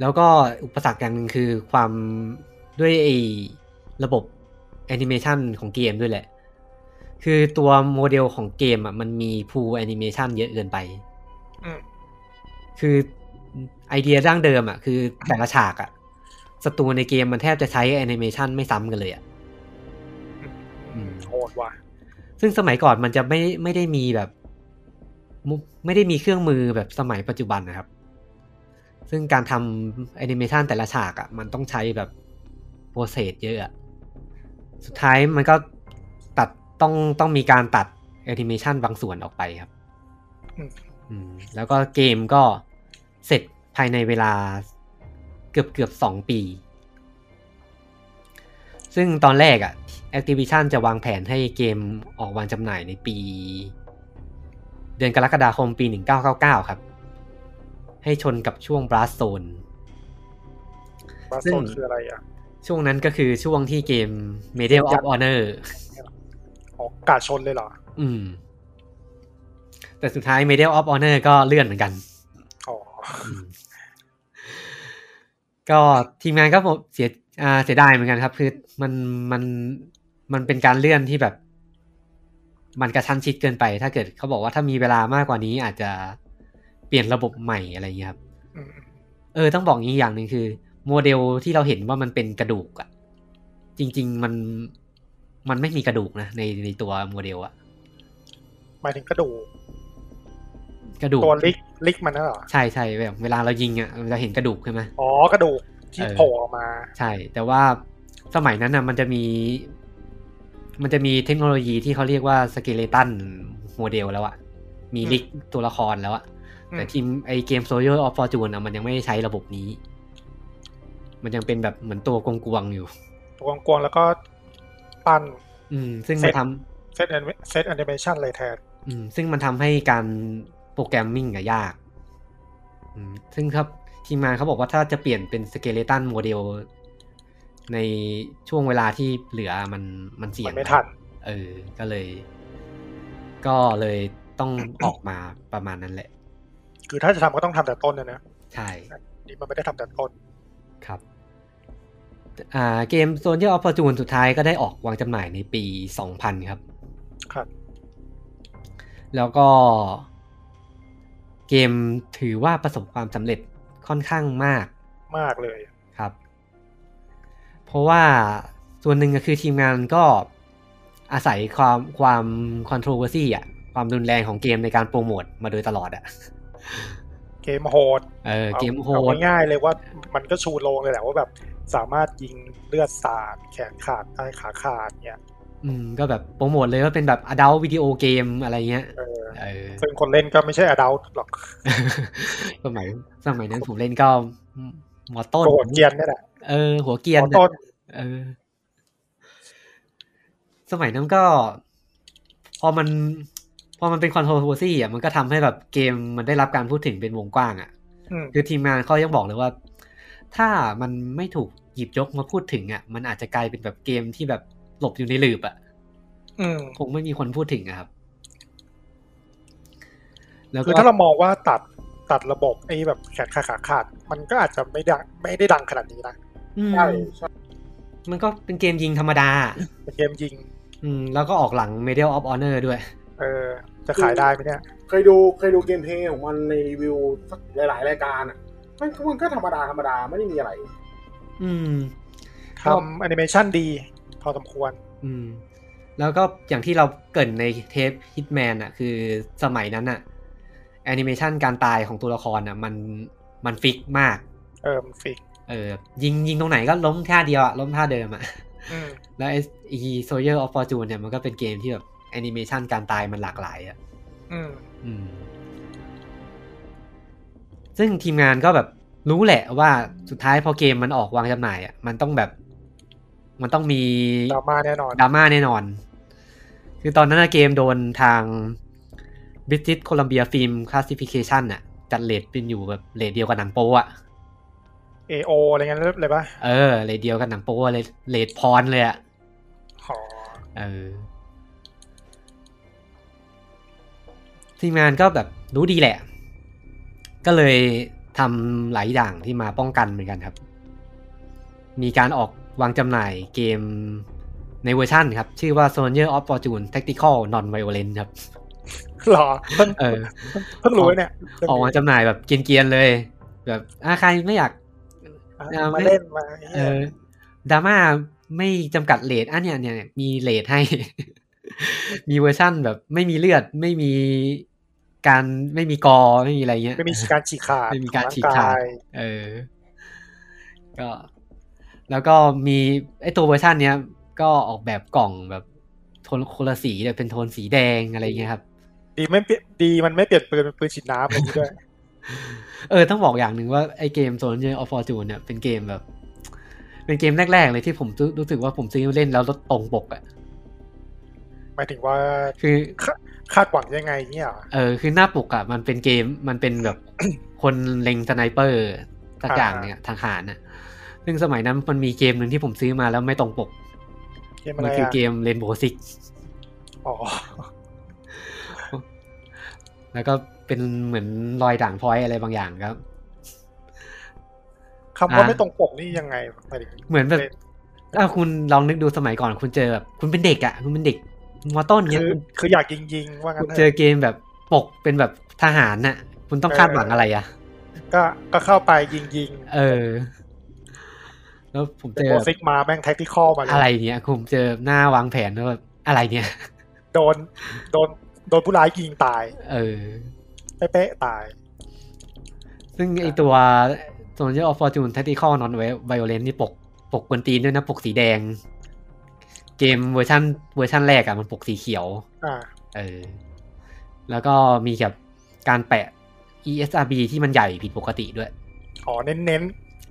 [SPEAKER 1] แล้วก็อุปสรรคอย่างหนึ่งคือความด้วยไอ้ระบบแอนิเมชันของเกมด้วยแหละ คือตัวโมเดลของเกมอ่ะมันมีพูแอนิเมชันเยอะเกินไป
[SPEAKER 3] อืม
[SPEAKER 1] คือไอเดียร่างเดิมอ่ะคือแต่ละฉากอ่ะศัตรูในเกมมันแทบจะใช้แอนิเมชันไม่ซ้ำกันเลยอ่ะ อืม
[SPEAKER 3] โหดว่ะ
[SPEAKER 1] ซึ่งสมัยก่อนมันจะไม่ไม่ได้มีแบบมุไม่ได้มีเครื่องมือแบบสมัยปัจจุบันนะครับ ซึ่งการทำแอนิเมชันแต่ละฉากอ่ะมันต้องใช้แบบโปรเซสเยอะอะสุดท้ายมันก็ตัดต้องต้องมีการตัดแอนิเมชันบางส่วนออกไปครับ อืมแล้วก็เกมก็เสร็จภายในเวลาเกือบเกือบสองปี ซึ่งตอนแรกอะ Activision จะวางแผนให้เกมออกวางจำหน่ายในปี เดือนกรกฎาคมปี 1999 ครับ ให้ชนกับช่วงบลัสโซน
[SPEAKER 3] บา
[SPEAKER 1] ซึ่
[SPEAKER 3] โซน
[SPEAKER 1] ง
[SPEAKER 3] คืออะไรอ่ะ
[SPEAKER 1] ช่วงนั้นก็คือช่วงที่เกม Medal of Honor
[SPEAKER 3] อ๋อกาดชนเลยเหรอ
[SPEAKER 1] อืม แต่สุดท้าย Medal of Honor ก็เลื่อนเหมือนกัน
[SPEAKER 3] อ๋อ
[SPEAKER 1] อืมก็ทีมงานก็ผมเสียอ่าเสียดายเหมือนกันครับ คือมันมันมันเป็นการเลื่อนที่แบบ มันกระชั้นชิดเกินไป ถ้าเกิดเขาบอกว่าถ้ามีเวลามากกว่านี้อาจจะเปลี่ยนระบบใหม่อะไรอย่างเงี้ยครับ
[SPEAKER 3] อืม
[SPEAKER 1] เออต้องบอกงี้อย่างหนึ่งคือ โมเดลที่เราเห็นว่ามันเป็นกระดูกอะจริง ๆ มันมันไม่มีกระดูกนะในในตัวโมเดลอะ
[SPEAKER 3] หมายถึงกระดูก
[SPEAKER 1] กระดูก
[SPEAKER 3] ตัวลิกลิกมันนั่นเหรอ
[SPEAKER 1] ใช่ใช่แบบเวลาเรายิงอะเราเห็นกระดูกใช่ไหม
[SPEAKER 3] อ๋อกระดูกที่
[SPEAKER 1] เออ
[SPEAKER 3] โผล่ออกมา
[SPEAKER 1] ใช่ แต่ว่าสมัยนั้นน่ะมันจะมี มันจะมีเทคโนโลยีที่เขาเรียกว่าสเกเลตันโมเดลแล้วอะมี
[SPEAKER 3] อืม
[SPEAKER 1] ลิกตัวละครแล้วอะ
[SPEAKER 3] อืม
[SPEAKER 1] แต่ทีมไอเกมโซเยอร์ออฟฟอร์จูนอะมันยังไม่ได้ใช้ระบบนี้ มันยังเป็นแบบเหมือนตัวกลวงๆอยู่
[SPEAKER 3] ตัวกลวงๆแล้วก็ปั้น
[SPEAKER 1] อืม ซึ่ง
[SPEAKER 3] เสร็
[SPEAKER 1] มัน
[SPEAKER 3] จ
[SPEAKER 1] ท
[SPEAKER 3] เซตเซตแอนิเมชันเลยแทน
[SPEAKER 1] ำอืม ซึ่งมันทำให้การโปรแกรมมิ่งอะยาก อืม ซึ่งครับทีมงานเขาบอกว่าถ้าจะเปลี่ยนเป็นสเกเลตันโมเดลในช่วงเวลาที่เหลือมันมันเสี่ย
[SPEAKER 3] มั
[SPEAKER 1] ง
[SPEAKER 3] นไม่ทัน
[SPEAKER 1] เออ ก็เลย ก็เลยต้อง ออกมาประมาณนั้นแหละ
[SPEAKER 3] คือถ้าจะทำก็ต้องทำแต่ต้นนะนะ
[SPEAKER 1] ใช่
[SPEAKER 3] นี่มันไม่ได้ทำแต่ต้น
[SPEAKER 1] ครับ อ่า เกมโซนที่ออฟฟอร์จูนสุดท้ายก็ได้ออกวางจำหน่ายในปี 2000 ครับ
[SPEAKER 3] ครับ
[SPEAKER 1] แล้วก็เกมถือว่าประสบความสำเร็จค่อนข้างมาก
[SPEAKER 3] มากเลย
[SPEAKER 1] ครับ เพราะว่าส่วนหนึ่งก็คือทีมงานก็อาศัยความความ controversy อ่ะ ความรุนแรงของเกมในการโปรโมทมาโดยตลอดอ่ะ
[SPEAKER 3] เกมโหด
[SPEAKER 1] เออเกมโห
[SPEAKER 3] อา
[SPEAKER 1] ด
[SPEAKER 3] อาง่ายๆเลยว่ามันก็ชูโรงเลยแหละว่าแบบสามารถยิงเลือดสาดแขนขาดใต้ขาขาดเนี่ย
[SPEAKER 1] อืมก็แบบโปรโมทเลยว่าเป็นแบบ adult video game อะไรเงี้ย
[SPEAKER 3] เออ
[SPEAKER 1] เอ <laughs> อ
[SPEAKER 3] ซึ่งคนเล่นก็ไม่ใช่อดัลหรอก
[SPEAKER 1] สมัยสมัยนั้นผมเล่นก็มอต้น
[SPEAKER 3] โกรธเกรียนนี่แหละ
[SPEAKER 1] เออ หัวเกรียน
[SPEAKER 3] หัว
[SPEAKER 1] น่ะ
[SPEAKER 3] ต้น
[SPEAKER 1] เออ สมัยนั้นก็ พอมัน พอมันเป็นคอนโทรเวอร์ซี่อ่ะมันก็ทำให้แบบเกมมันได้รับการพูดถึงเป็นวงกว้างอ่ะ
[SPEAKER 3] อืม
[SPEAKER 1] คือทีมงานเขายังบอกเลยว่า ถ้ามันไม่ถูกหยิบยกมาพูดถึงอ่ะ มันอาจจะกลายเป็นแบบเกมที่แบบหลบอยู่ในหลืบอ่ะ
[SPEAKER 3] อืม
[SPEAKER 1] คงไม่มีคนพูดถึงอะครับ แล้ว
[SPEAKER 3] คือ
[SPEAKER 1] ก็
[SPEAKER 3] ถ้าเรามองว่าตัดตัดระบบไอ้แบบแขนขาขาขาด มันก็อาจจะไม่ดังไม่ได้ดังขนาดนี้นะ
[SPEAKER 1] อืม
[SPEAKER 2] ใช่ใช่
[SPEAKER 1] มันก็เป็นเกมยิงธรรมดา
[SPEAKER 3] เป็นเกมยิง
[SPEAKER 1] อืม แล้วก็ออกหลัง Medal of Honor ด้วย
[SPEAKER 3] เออ จะขายได้ไหมเนี่ย
[SPEAKER 2] เคยดูเคยดูเกมเพลย์ของมันในรีวิวสักหลายๆ รายการอ่ะมันมันก็ธรรมดาธรรมดาไม่ได้มีอะไร
[SPEAKER 1] อืม
[SPEAKER 3] ทำแอนิเมชันดี พอสมควร
[SPEAKER 1] อืม แล้วก็อย่างที่เราเกรินในเทป Hitman อ่ะ คือสมัยนั้นอ่ะแอนิเมชันการตายของตัวละครอ่ะ มันมันฟิกมาก
[SPEAKER 3] เออมันฟิก
[SPEAKER 1] เออ ยิงยิงตรงไหนก็ล้มท่าเดียวอ่ะ ล้มท่าเดิมอ่ะ <laughs>
[SPEAKER 3] อืม
[SPEAKER 1] แล้วไอ้โซเยอร์ออฟฟอร์จูนเนี่ยมันก็เป็นเกมที่แบบแอนิเมชันการตายมันหลากหลายอ่ะ
[SPEAKER 3] อืม
[SPEAKER 1] อืม ซึ่งทีมงานก็แบบรู้แหละว่าสุดท้ายพอเกมมันออกวางจำหน่ายอ่ะมันต้องแบบ มันต้องมี
[SPEAKER 3] ดราม่าแน่นอน
[SPEAKER 1] ดราม่าแน่นอน คือตอนนั้นนะเกมโดนทาง British Columbia Film Classification น่ะ จัดเลทเป็นอยู่แบบเลทเดียวกับหนังโป๊อะ
[SPEAKER 3] AO อะไรเงี้ยเลยปะ
[SPEAKER 1] เออเลทเดียวกับหนังโป๊อะเลทเลทพรเลยอะ
[SPEAKER 3] อ๋อ <laughs>
[SPEAKER 1] เออ ทีมงานก็แบบรู้ดีแหละ ก็เลยทำหลายอย่างที่มาป้องกันเหมือนกันครับ มีการออกวางจำหน่ายเกมในเวอร์ชั่นครับ ชื่อว่า Soldier of Fortune Tactical Non-Violent ครับ
[SPEAKER 3] หรอเพิ่ง
[SPEAKER 1] เออ
[SPEAKER 3] เพิ่งรู้เนี่ยเพิ่ง
[SPEAKER 1] ออกวางจำหน่ายแบบเกรียนๆเลย แบบอ่ะใครไม่อยาก
[SPEAKER 3] อ่ะ
[SPEAKER 1] เอาไม่
[SPEAKER 3] มาเล่นมา
[SPEAKER 1] เออดราม่าไม่จำกัดเลทอ่ะเนี่ยเนี่ยเนี่ยมีเลทให้ <laughs> มีเวอร์ชั่นแบบไม่มีเลือดไม่มีการไม่มีกอไม่มีอะไรเงี้ย
[SPEAKER 3] ไม่มีการฉีกขาด
[SPEAKER 1] ไม่มีการ
[SPEAKER 3] ของ
[SPEAKER 1] ฉีกขาด
[SPEAKER 3] งย
[SPEAKER 1] เออ ก็ แล้วก็มีไอตัวเวอร์ชันเนี้ย ก็ออกแบบกล่องแบบโทนคนละสีเลยเป็นโทนสีแดงอะไรเงี้ยครับ
[SPEAKER 3] ดีไม่เปลี่ยนดีมันไม่เปลี่ยนปืนเป็นปืนฉีดน้ำอะไรอย่างงี้ด้วย
[SPEAKER 1] เออ ต้องบอกอย่างหนึ่งว่าไอเกมโซนเจออฟฟอร์จูนเนี่ยเป็นเกมแบบ เป็นเกมแรก ๆ เลยที่ผมรู้รู้สึกว่าผมซื้อเล่นแล้วรถตรงปกอะ
[SPEAKER 3] หมายถึงว่า
[SPEAKER 1] คือ
[SPEAKER 3] คาดหวังยังไงเนี่ยเหรอ
[SPEAKER 1] เออคือหน้าปกอะมันเป็นเกมมันเป็นแบบ <coughs> คนเล็งสไนเปอร์สักอย่าง
[SPEAKER 3] อ่า
[SPEAKER 1] เนี่ยทางหารน่ะ ซึ่งสมัยนั้นมันมีเกมหนึ่งที่ผมซื้อมาแล้วไม่ตรงปก
[SPEAKER 3] เกมอะ
[SPEAKER 1] มั
[SPEAKER 3] ไร
[SPEAKER 1] คือ
[SPEAKER 3] อ่ะ
[SPEAKER 1] เกม Rainbow Six
[SPEAKER 3] อ๋อ
[SPEAKER 1] แล้วก็เป็นเหมือนรอยด่างพร้อยอะไรบางอย่างครับ
[SPEAKER 3] คำว่า
[SPEAKER 1] อ่ะ
[SPEAKER 3] ไม่ตรงปกนี่ยังไงหมายถึง
[SPEAKER 1] เหมือนแบบ
[SPEAKER 3] เป็น
[SPEAKER 1] อ้าวคุณลองนึกดูสมัยก่อนคุณเจอแบบคุณเป็นเด็กอะคุณเป็นเด็กมอต้น
[SPEAKER 3] คื
[SPEAKER 1] เนี้ย
[SPEAKER 3] อ
[SPEAKER 1] คุณ
[SPEAKER 3] คืออยากยิงยิงๆว่างั้
[SPEAKER 1] คุณ
[SPEAKER 3] นเถอะ
[SPEAKER 1] เจอเกมแบบปกเป็นแบบทหารน่ะ คุณต้อง
[SPEAKER 3] เออ
[SPEAKER 1] คาดหวังอะไรอะ
[SPEAKER 3] ก็ก็เข้าไปยิงยิง
[SPEAKER 1] เออ แล้วผมเจอ
[SPEAKER 3] โบ
[SPEAKER 1] แบบ
[SPEAKER 3] ซิกมาแม่งแท็กติคอมาเล
[SPEAKER 1] อะไร
[SPEAKER 3] ย
[SPEAKER 1] เนี้ยผมเจอหน้าวางแผนแล้วแบบอะไรเนี่ย
[SPEAKER 3] โดนโดนโดนผู้ร้ายยิงตาย
[SPEAKER 1] เออ
[SPEAKER 3] เป๊ะๆตาย
[SPEAKER 1] ซึ่งไอตัวส่วน o อ f Fortune Tactical Non Violent นี่ปกปกกวนตีนด้วยนะปกสีแดง เกมเวอร์ชันเวอร์ชันแรกอะมันปกสีเขียว
[SPEAKER 3] อ่า
[SPEAKER 1] เออ แล้วก็มีแบบการแปะ ESRB ที่มันใหญ่ผิดปกติด้วย
[SPEAKER 3] อ๋อเน้นเน้น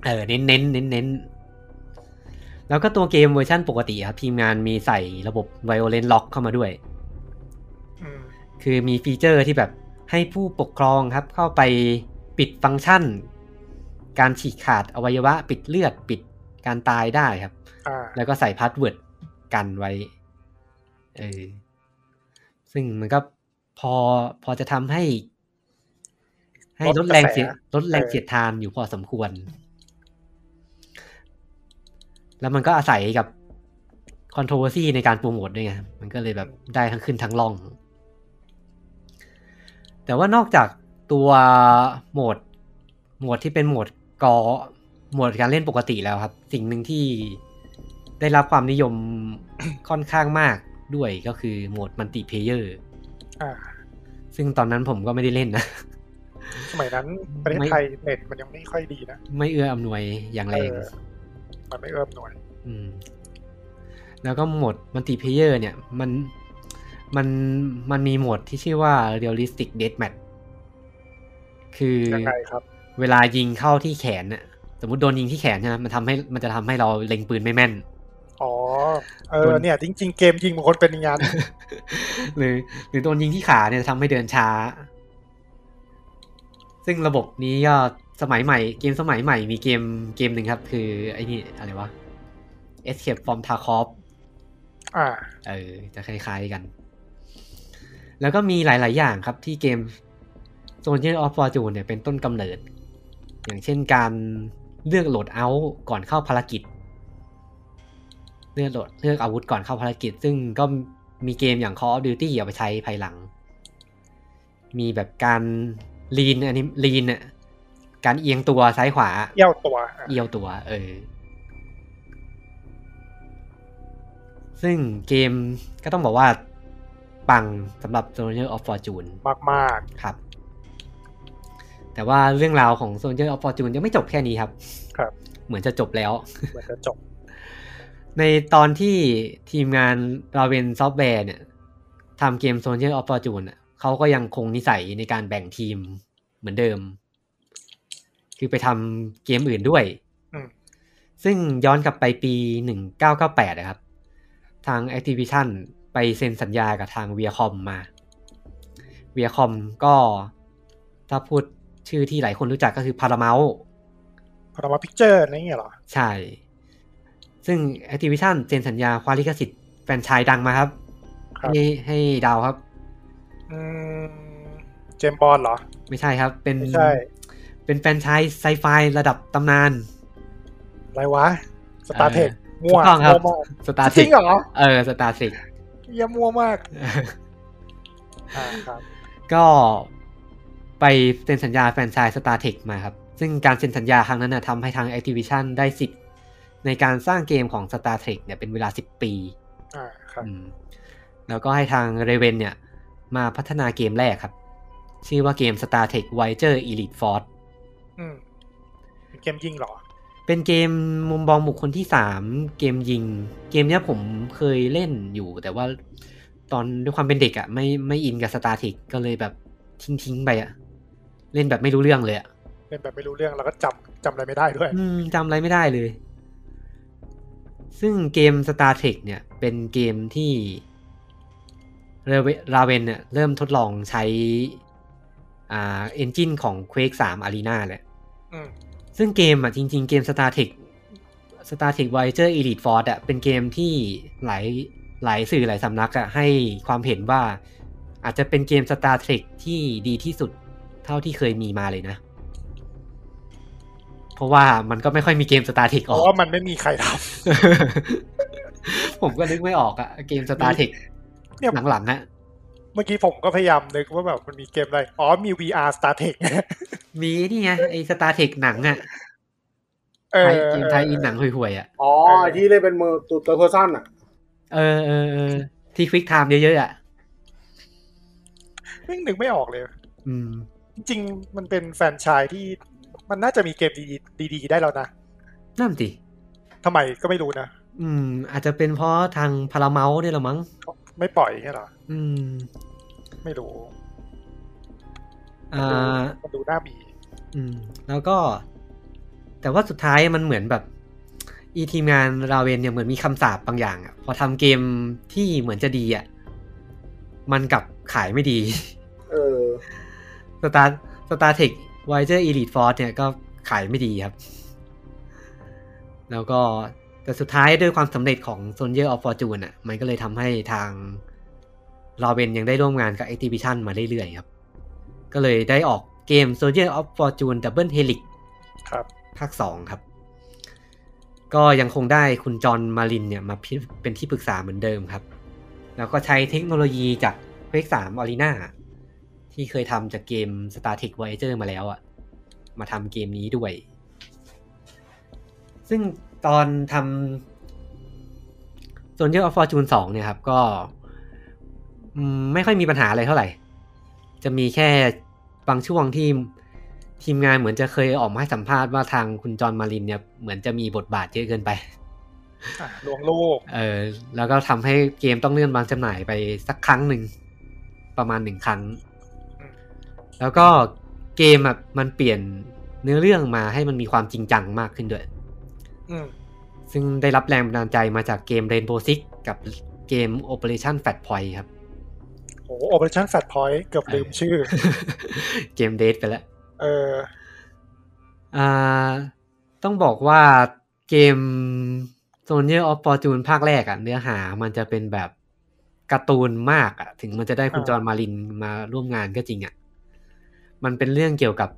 [SPEAKER 1] เออเน้นเน้นเน้นเน้นแล้วก็ตัวเกมเวอร์ชันปกติครับทีมงานมีใส่ระบบ Violent Lock เข้ามาด้วย
[SPEAKER 3] ๆอืม
[SPEAKER 1] คือมีฟีเจอร์ที่แบบให้ผู้ปกครองครับ เข้าไปปิดฟังก์ชัน การฉีกขาดอวัยวะ ปิดเลือดปิดการตายได้ครับ
[SPEAKER 3] อ่า
[SPEAKER 1] แล้วก็ใส่พาสเวิร์ดกันไว้เออซึ่งมันก็พอพอจะทำให้ ให้
[SPEAKER 3] ล
[SPEAKER 1] ล
[SPEAKER 3] ด
[SPEAKER 1] ด
[SPEAKER 3] กระแส
[SPEAKER 1] แรงเสียลดแรง
[SPEAKER 3] เออ
[SPEAKER 1] เสียดทานอยู่พอสมควร แล้วมันก็อาศัยกับ controversy ในการโปรโมทด้วยไง มันก็เลยแบบได้ทั้งขึ้นทั้งล่อง แต่ว่านอกจากตัวโหมด โหมดที่เป็นโหมดกอโหมดการเล่นปกติแล้วครับ สิ่งหนึ่งที่ได้รับความนิยม ค่อนข้างมากด้วยก็คือโหมดมัลติเพเยอร์
[SPEAKER 3] อ่า
[SPEAKER 1] ซึ่งตอนนั้นผมก็ไม่ได้เล่นนะ
[SPEAKER 3] สมัยนั้นประเทศ
[SPEAKER 1] ไม่
[SPEAKER 3] ไทยเน็ตมันยังไม่ค่อยดีนะ
[SPEAKER 1] ไม่เอื้ออำนวยอย่างแรง
[SPEAKER 3] เออ มันไม่เอื้อมหน่วย
[SPEAKER 1] อืม แล้วก็โหมดมัลติเพเยอร์เนี่ย มันมันมันมีโหมดที่ชื่อว่า realistic deathmatch คือ
[SPEAKER 3] ยังไงครับ
[SPEAKER 1] เวลายิงเข้าที่แขนน่ะ สมมติโดนยิงที่แขนใช่ไหมมันทำให้มันจะทำให้เราเล็งปืนไม่แม่น <laughs>
[SPEAKER 3] อ๋อ เอ
[SPEAKER 1] โด
[SPEAKER 3] อน เนี่ย จริง ๆ เกมยิงบางคนเป็นอย่างาน
[SPEAKER 1] หรือหรือโดนยิงที่ขาเนี่ยทำให้เดินช้า ซึ่งระบบนี้ก็สมัยใหม่ เกมสมัยใหม่มีเกมเกมหนึ่งครับ คือไอ้นี่อะไรวะ Escape from Tarkov
[SPEAKER 3] อ่า
[SPEAKER 1] เออ จะคล้ายๆกัน แล้วก็มีหลาย ๆ อย่างครับที่เกม Soldier of Fortune เนี่ยเป็นต้นกำเนิด อย่างเช่นการเลือกโหลดเอาท์ก่อนเข้าภารกิจ เลือกโหลดเลือกอาวุธก่อนเข้าภารกิจ ซึ่งก็มีเกมอย่าง Call of Duty เอาไปใช้ภายหลัง มีแบบการลีนอันนี้ลีนอะการเอียงตัวซ้ายขวา
[SPEAKER 3] เอี้ยวตัวอ่ะ
[SPEAKER 1] เอียวตัว เออ ซึ่งเกมก็ต้องบอกว่า ปังสำหรับ Soldier of Fortune
[SPEAKER 3] มาก
[SPEAKER 1] ครับ แต่ว่าเรื่องราวของ Soldier of Fortune ยังไม่จบแค่นี้ครับ
[SPEAKER 3] ๆ ครับ
[SPEAKER 1] เหมือนจะจบแล้ว
[SPEAKER 3] เหมือนจะจบ
[SPEAKER 1] ในตอนที่ทีมงานราเวนซอฟต์แวร์เนี่ยทำเกม Soldier of Fortune อะเขาก็ยังคงนิสัยในการแบ่งทีมเหมือนเดิม คือไปทำเกมอื่นด้วย
[SPEAKER 3] อืม
[SPEAKER 1] ซึ่งย้อนกลับไปปี 1998 นะครับ ทาง Activision ไปเซ็นสัญญากับทาง Viacom มา Viacom ก็ถ้าพูดชื่อที่หลายคนรู้จักก็คือ Paramount
[SPEAKER 3] พอเรามาพิกเจอร์นี่เหรอ
[SPEAKER 1] ใช่ ซึ่ง Activision เซ็นสัญญาคว้าลิขสิทธิ์แฟรนไชส์ดังมาครับ
[SPEAKER 3] ครับ
[SPEAKER 1] ให้ให้ดาวครับ
[SPEAKER 3] อืม เจมส์บอลเหรอ
[SPEAKER 1] ไม่ใช่ครับ เป็น
[SPEAKER 3] ไม่ใช่
[SPEAKER 1] เป็นแฟรนไชส์ไซไฟระดับตำนาน
[SPEAKER 3] อะไรวะ สตาร์เทค
[SPEAKER 1] ถู
[SPEAKER 3] มั่ว
[SPEAKER 1] กต้องครับ
[SPEAKER 3] มั่วมาก
[SPEAKER 1] Star
[SPEAKER 3] จริ
[SPEAKER 1] Trek
[SPEAKER 3] งเหรอ
[SPEAKER 1] เออ Star Trek <laughs>
[SPEAKER 3] เยี่ยมั่วมาก อ่าครับ
[SPEAKER 1] ก็ไปเซ็นสัญญาแฟรนไชส์ Star Trek มาครับ ซึ่งการเซ็นสัญญาครั้งนั้นนะทำให้ทาง Activision ได้สิทธิ์ในการสร้างเกมของ Star Trek เนี่ยเป็นเวลา 10 ปี
[SPEAKER 3] อ่าครับ
[SPEAKER 1] อืมแล้วก็ให้ทาง Raven เนี่ย มาพัฒนาเกมแรกครับ ชื่อว่าเกม Star Trek Voyager Elite Force
[SPEAKER 3] อืมเป็นเกมยิงเหรอ
[SPEAKER 1] เป็นเกมมุมมองบุคคลที่ 3 เกมยิง เกมเนี้ยผมเคยเล่นอยู่ แต่ว่าตอนด้วยความเป็นเด็กอะ่ะไม่ไม่อินกับ Star Trek ก็เลยแบบทิ้งทิ้งๆไปอะ่ะ เล่นแบบไม่รู้เรื่องเลยอะ่ะ
[SPEAKER 3] เล่นแบบไม่รู้เรื่องแล้วก็จำจำอะไรไม่ได้ด้วย
[SPEAKER 1] อืมจำอะไรไม่ได้เลย ซึ่งเกม Star Trek เนี่ย เป็นเกมที่ เรเวราเวนเนี่ยเริ่มทดลองใช้อ่าเอนจินของ Quake 3 Arena แหละ
[SPEAKER 3] อืม
[SPEAKER 1] ซึ่งเกมอ่ะจริง ๆ เกม Star Trek Star Trek Voyager Elite Force อ่ะเป็นเกมที่หลายหลายสื่อหลายสำนักอ่ะให้ความเห็นว่าอาจจะเป็นเกม Star Trek ที่ดีที่สุดเท่าที่เคยมีมาเลยนะ เพราะว่ามันก็ไม่ค่อยมีเกม Star Trek
[SPEAKER 3] เพ
[SPEAKER 1] ออ
[SPEAKER 3] ราะ
[SPEAKER 1] ก
[SPEAKER 3] ว่ามันไม่มีใครท
[SPEAKER 1] <laughs> ผมก็นึกไม่ออกอะเกม Star Trek
[SPEAKER 3] ำเนี่ย
[SPEAKER 1] หลังๆอะ
[SPEAKER 3] <laughs> เมื่อกี้ผมก็พยายามนึกว่าแบบมันมีเกมอะไรอ๋อมี VR Star Trek
[SPEAKER 1] มีนี่ไงไอ้ Star Trek หนังอะ
[SPEAKER 3] <laughs> เอ
[SPEAKER 1] ไท
[SPEAKER 3] อย
[SPEAKER 1] เกมไทยอินหนังห่วยๆอะ
[SPEAKER 2] อ๋อไอ้ที่เล่นเป็นมือตัวเตอร์เพอร์ซันอ่ะ
[SPEAKER 1] เออเออเออที่ควิกไทม์เยอะๆอ่ะ
[SPEAKER 3] ไม่งนึกไม่ออกเลย
[SPEAKER 1] อืม
[SPEAKER 3] จริงๆมันเป็นแฟรนไชายที่มันน่าจะมีเกมดีๆดีๆได้แล้วนะ
[SPEAKER 1] นั่นสิ
[SPEAKER 3] ทำไมก็ไม่รู้นะ
[SPEAKER 1] อืม อาจจะเป็นเพราะทางพาราเมลด้วยหรอมั้ง
[SPEAKER 3] ไม่ปล่อยอย่างเงี้ยเหรอ
[SPEAKER 1] อืม
[SPEAKER 3] ไม่รู้
[SPEAKER 1] อ่า
[SPEAKER 3] มันดูน่ามี
[SPEAKER 1] อืม แล้วก็ แต่ว่าสุดท้ายมันเหมือนแบบ อีทีมงานราเวนเนี่ยเหมือนมีคำสาปบางอย่างอ่ะ พอทำเกมที่เหมือนจะดีอ่ะ มันกลับขายไม่ดี
[SPEAKER 2] เออ
[SPEAKER 1] สตาร์สตาร์เทคไวเจอร์อีลิทฟอร์เนี่ยก็ขายไม่ดีครับ แล้วก็แต่สุดท้ายด้วยความสำเร็จของโซนเยอร์ออฟฟอร์จูนอ่ะ มันก็เลยทำให้ทางลอเบนยังได้ร่วมงานกับ Activision มาเรื่อยๆครับ ก็เลยได้ออกเกม Soldier of Fortune Double Helix
[SPEAKER 3] ครับ
[SPEAKER 1] ภาค 2 ครับ ก็ยังคงได้คุณจอห์นมารินเนี่ยมาพิเป็นที่ปรึกษาเหมือนเดิมครับ แล้วก็ใช้เทคโนโลยีจาก Quake 3 Arena ที่เคยทำจากเกม Star Trek Voyager มาแล้วอะมาทำเกมนี้ด้วย ซึ่งตอนทำ Soldier of Fortune 2 เนี่ยครับ ก็อืมไม่ค่อยมีปัญหาอะไรเท่าไหร่ จะมีแค่บางช่วงที่ทีมงานเหมือนจะเคยออกมาให้สัมภาษณ์ว่าทางคุณจอห์นมารินเนี่ยเหมือนจะมีบทบาทเยอะเกินไป
[SPEAKER 3] อ่ะลวงโลก
[SPEAKER 1] เออแล้วก็ทำให้เกมต้องเลื่อนวางจำหน่ายไปสักครั้งหนึ่ง ประมาณหนึ่งครั้ง
[SPEAKER 3] อืม
[SPEAKER 1] แล้วก็เกมอ่ะมันเปลี่ยนเนื้อเรื่องมาให้มันมีความจริงจังมากขึ้นด้วย
[SPEAKER 3] อืม
[SPEAKER 1] ซึ่งได้รับแรงบันดาลใจมาจากเกม Rainbow Six กับเกม Operation Fat Point ครับ
[SPEAKER 3] โอ้โอเปอเรชั่นแฟตพอยต์เกือบลืม
[SPEAKER 1] <laughs>
[SPEAKER 3] ชื่อ
[SPEAKER 1] เกมเดทไปแล้ว
[SPEAKER 3] เออ
[SPEAKER 1] อ่าต้องบอกว่าเกม Soldier of Fortune ภาคแรกอะเนื้อหามันจะเป็นแบบการ์ตูนมากอะถึงมันจะได้คุณ
[SPEAKER 3] อ่า
[SPEAKER 1] จอห์นมารินมาร่วมงานก็จริงอะมันเป็นเรื่องเกี่ยวกับ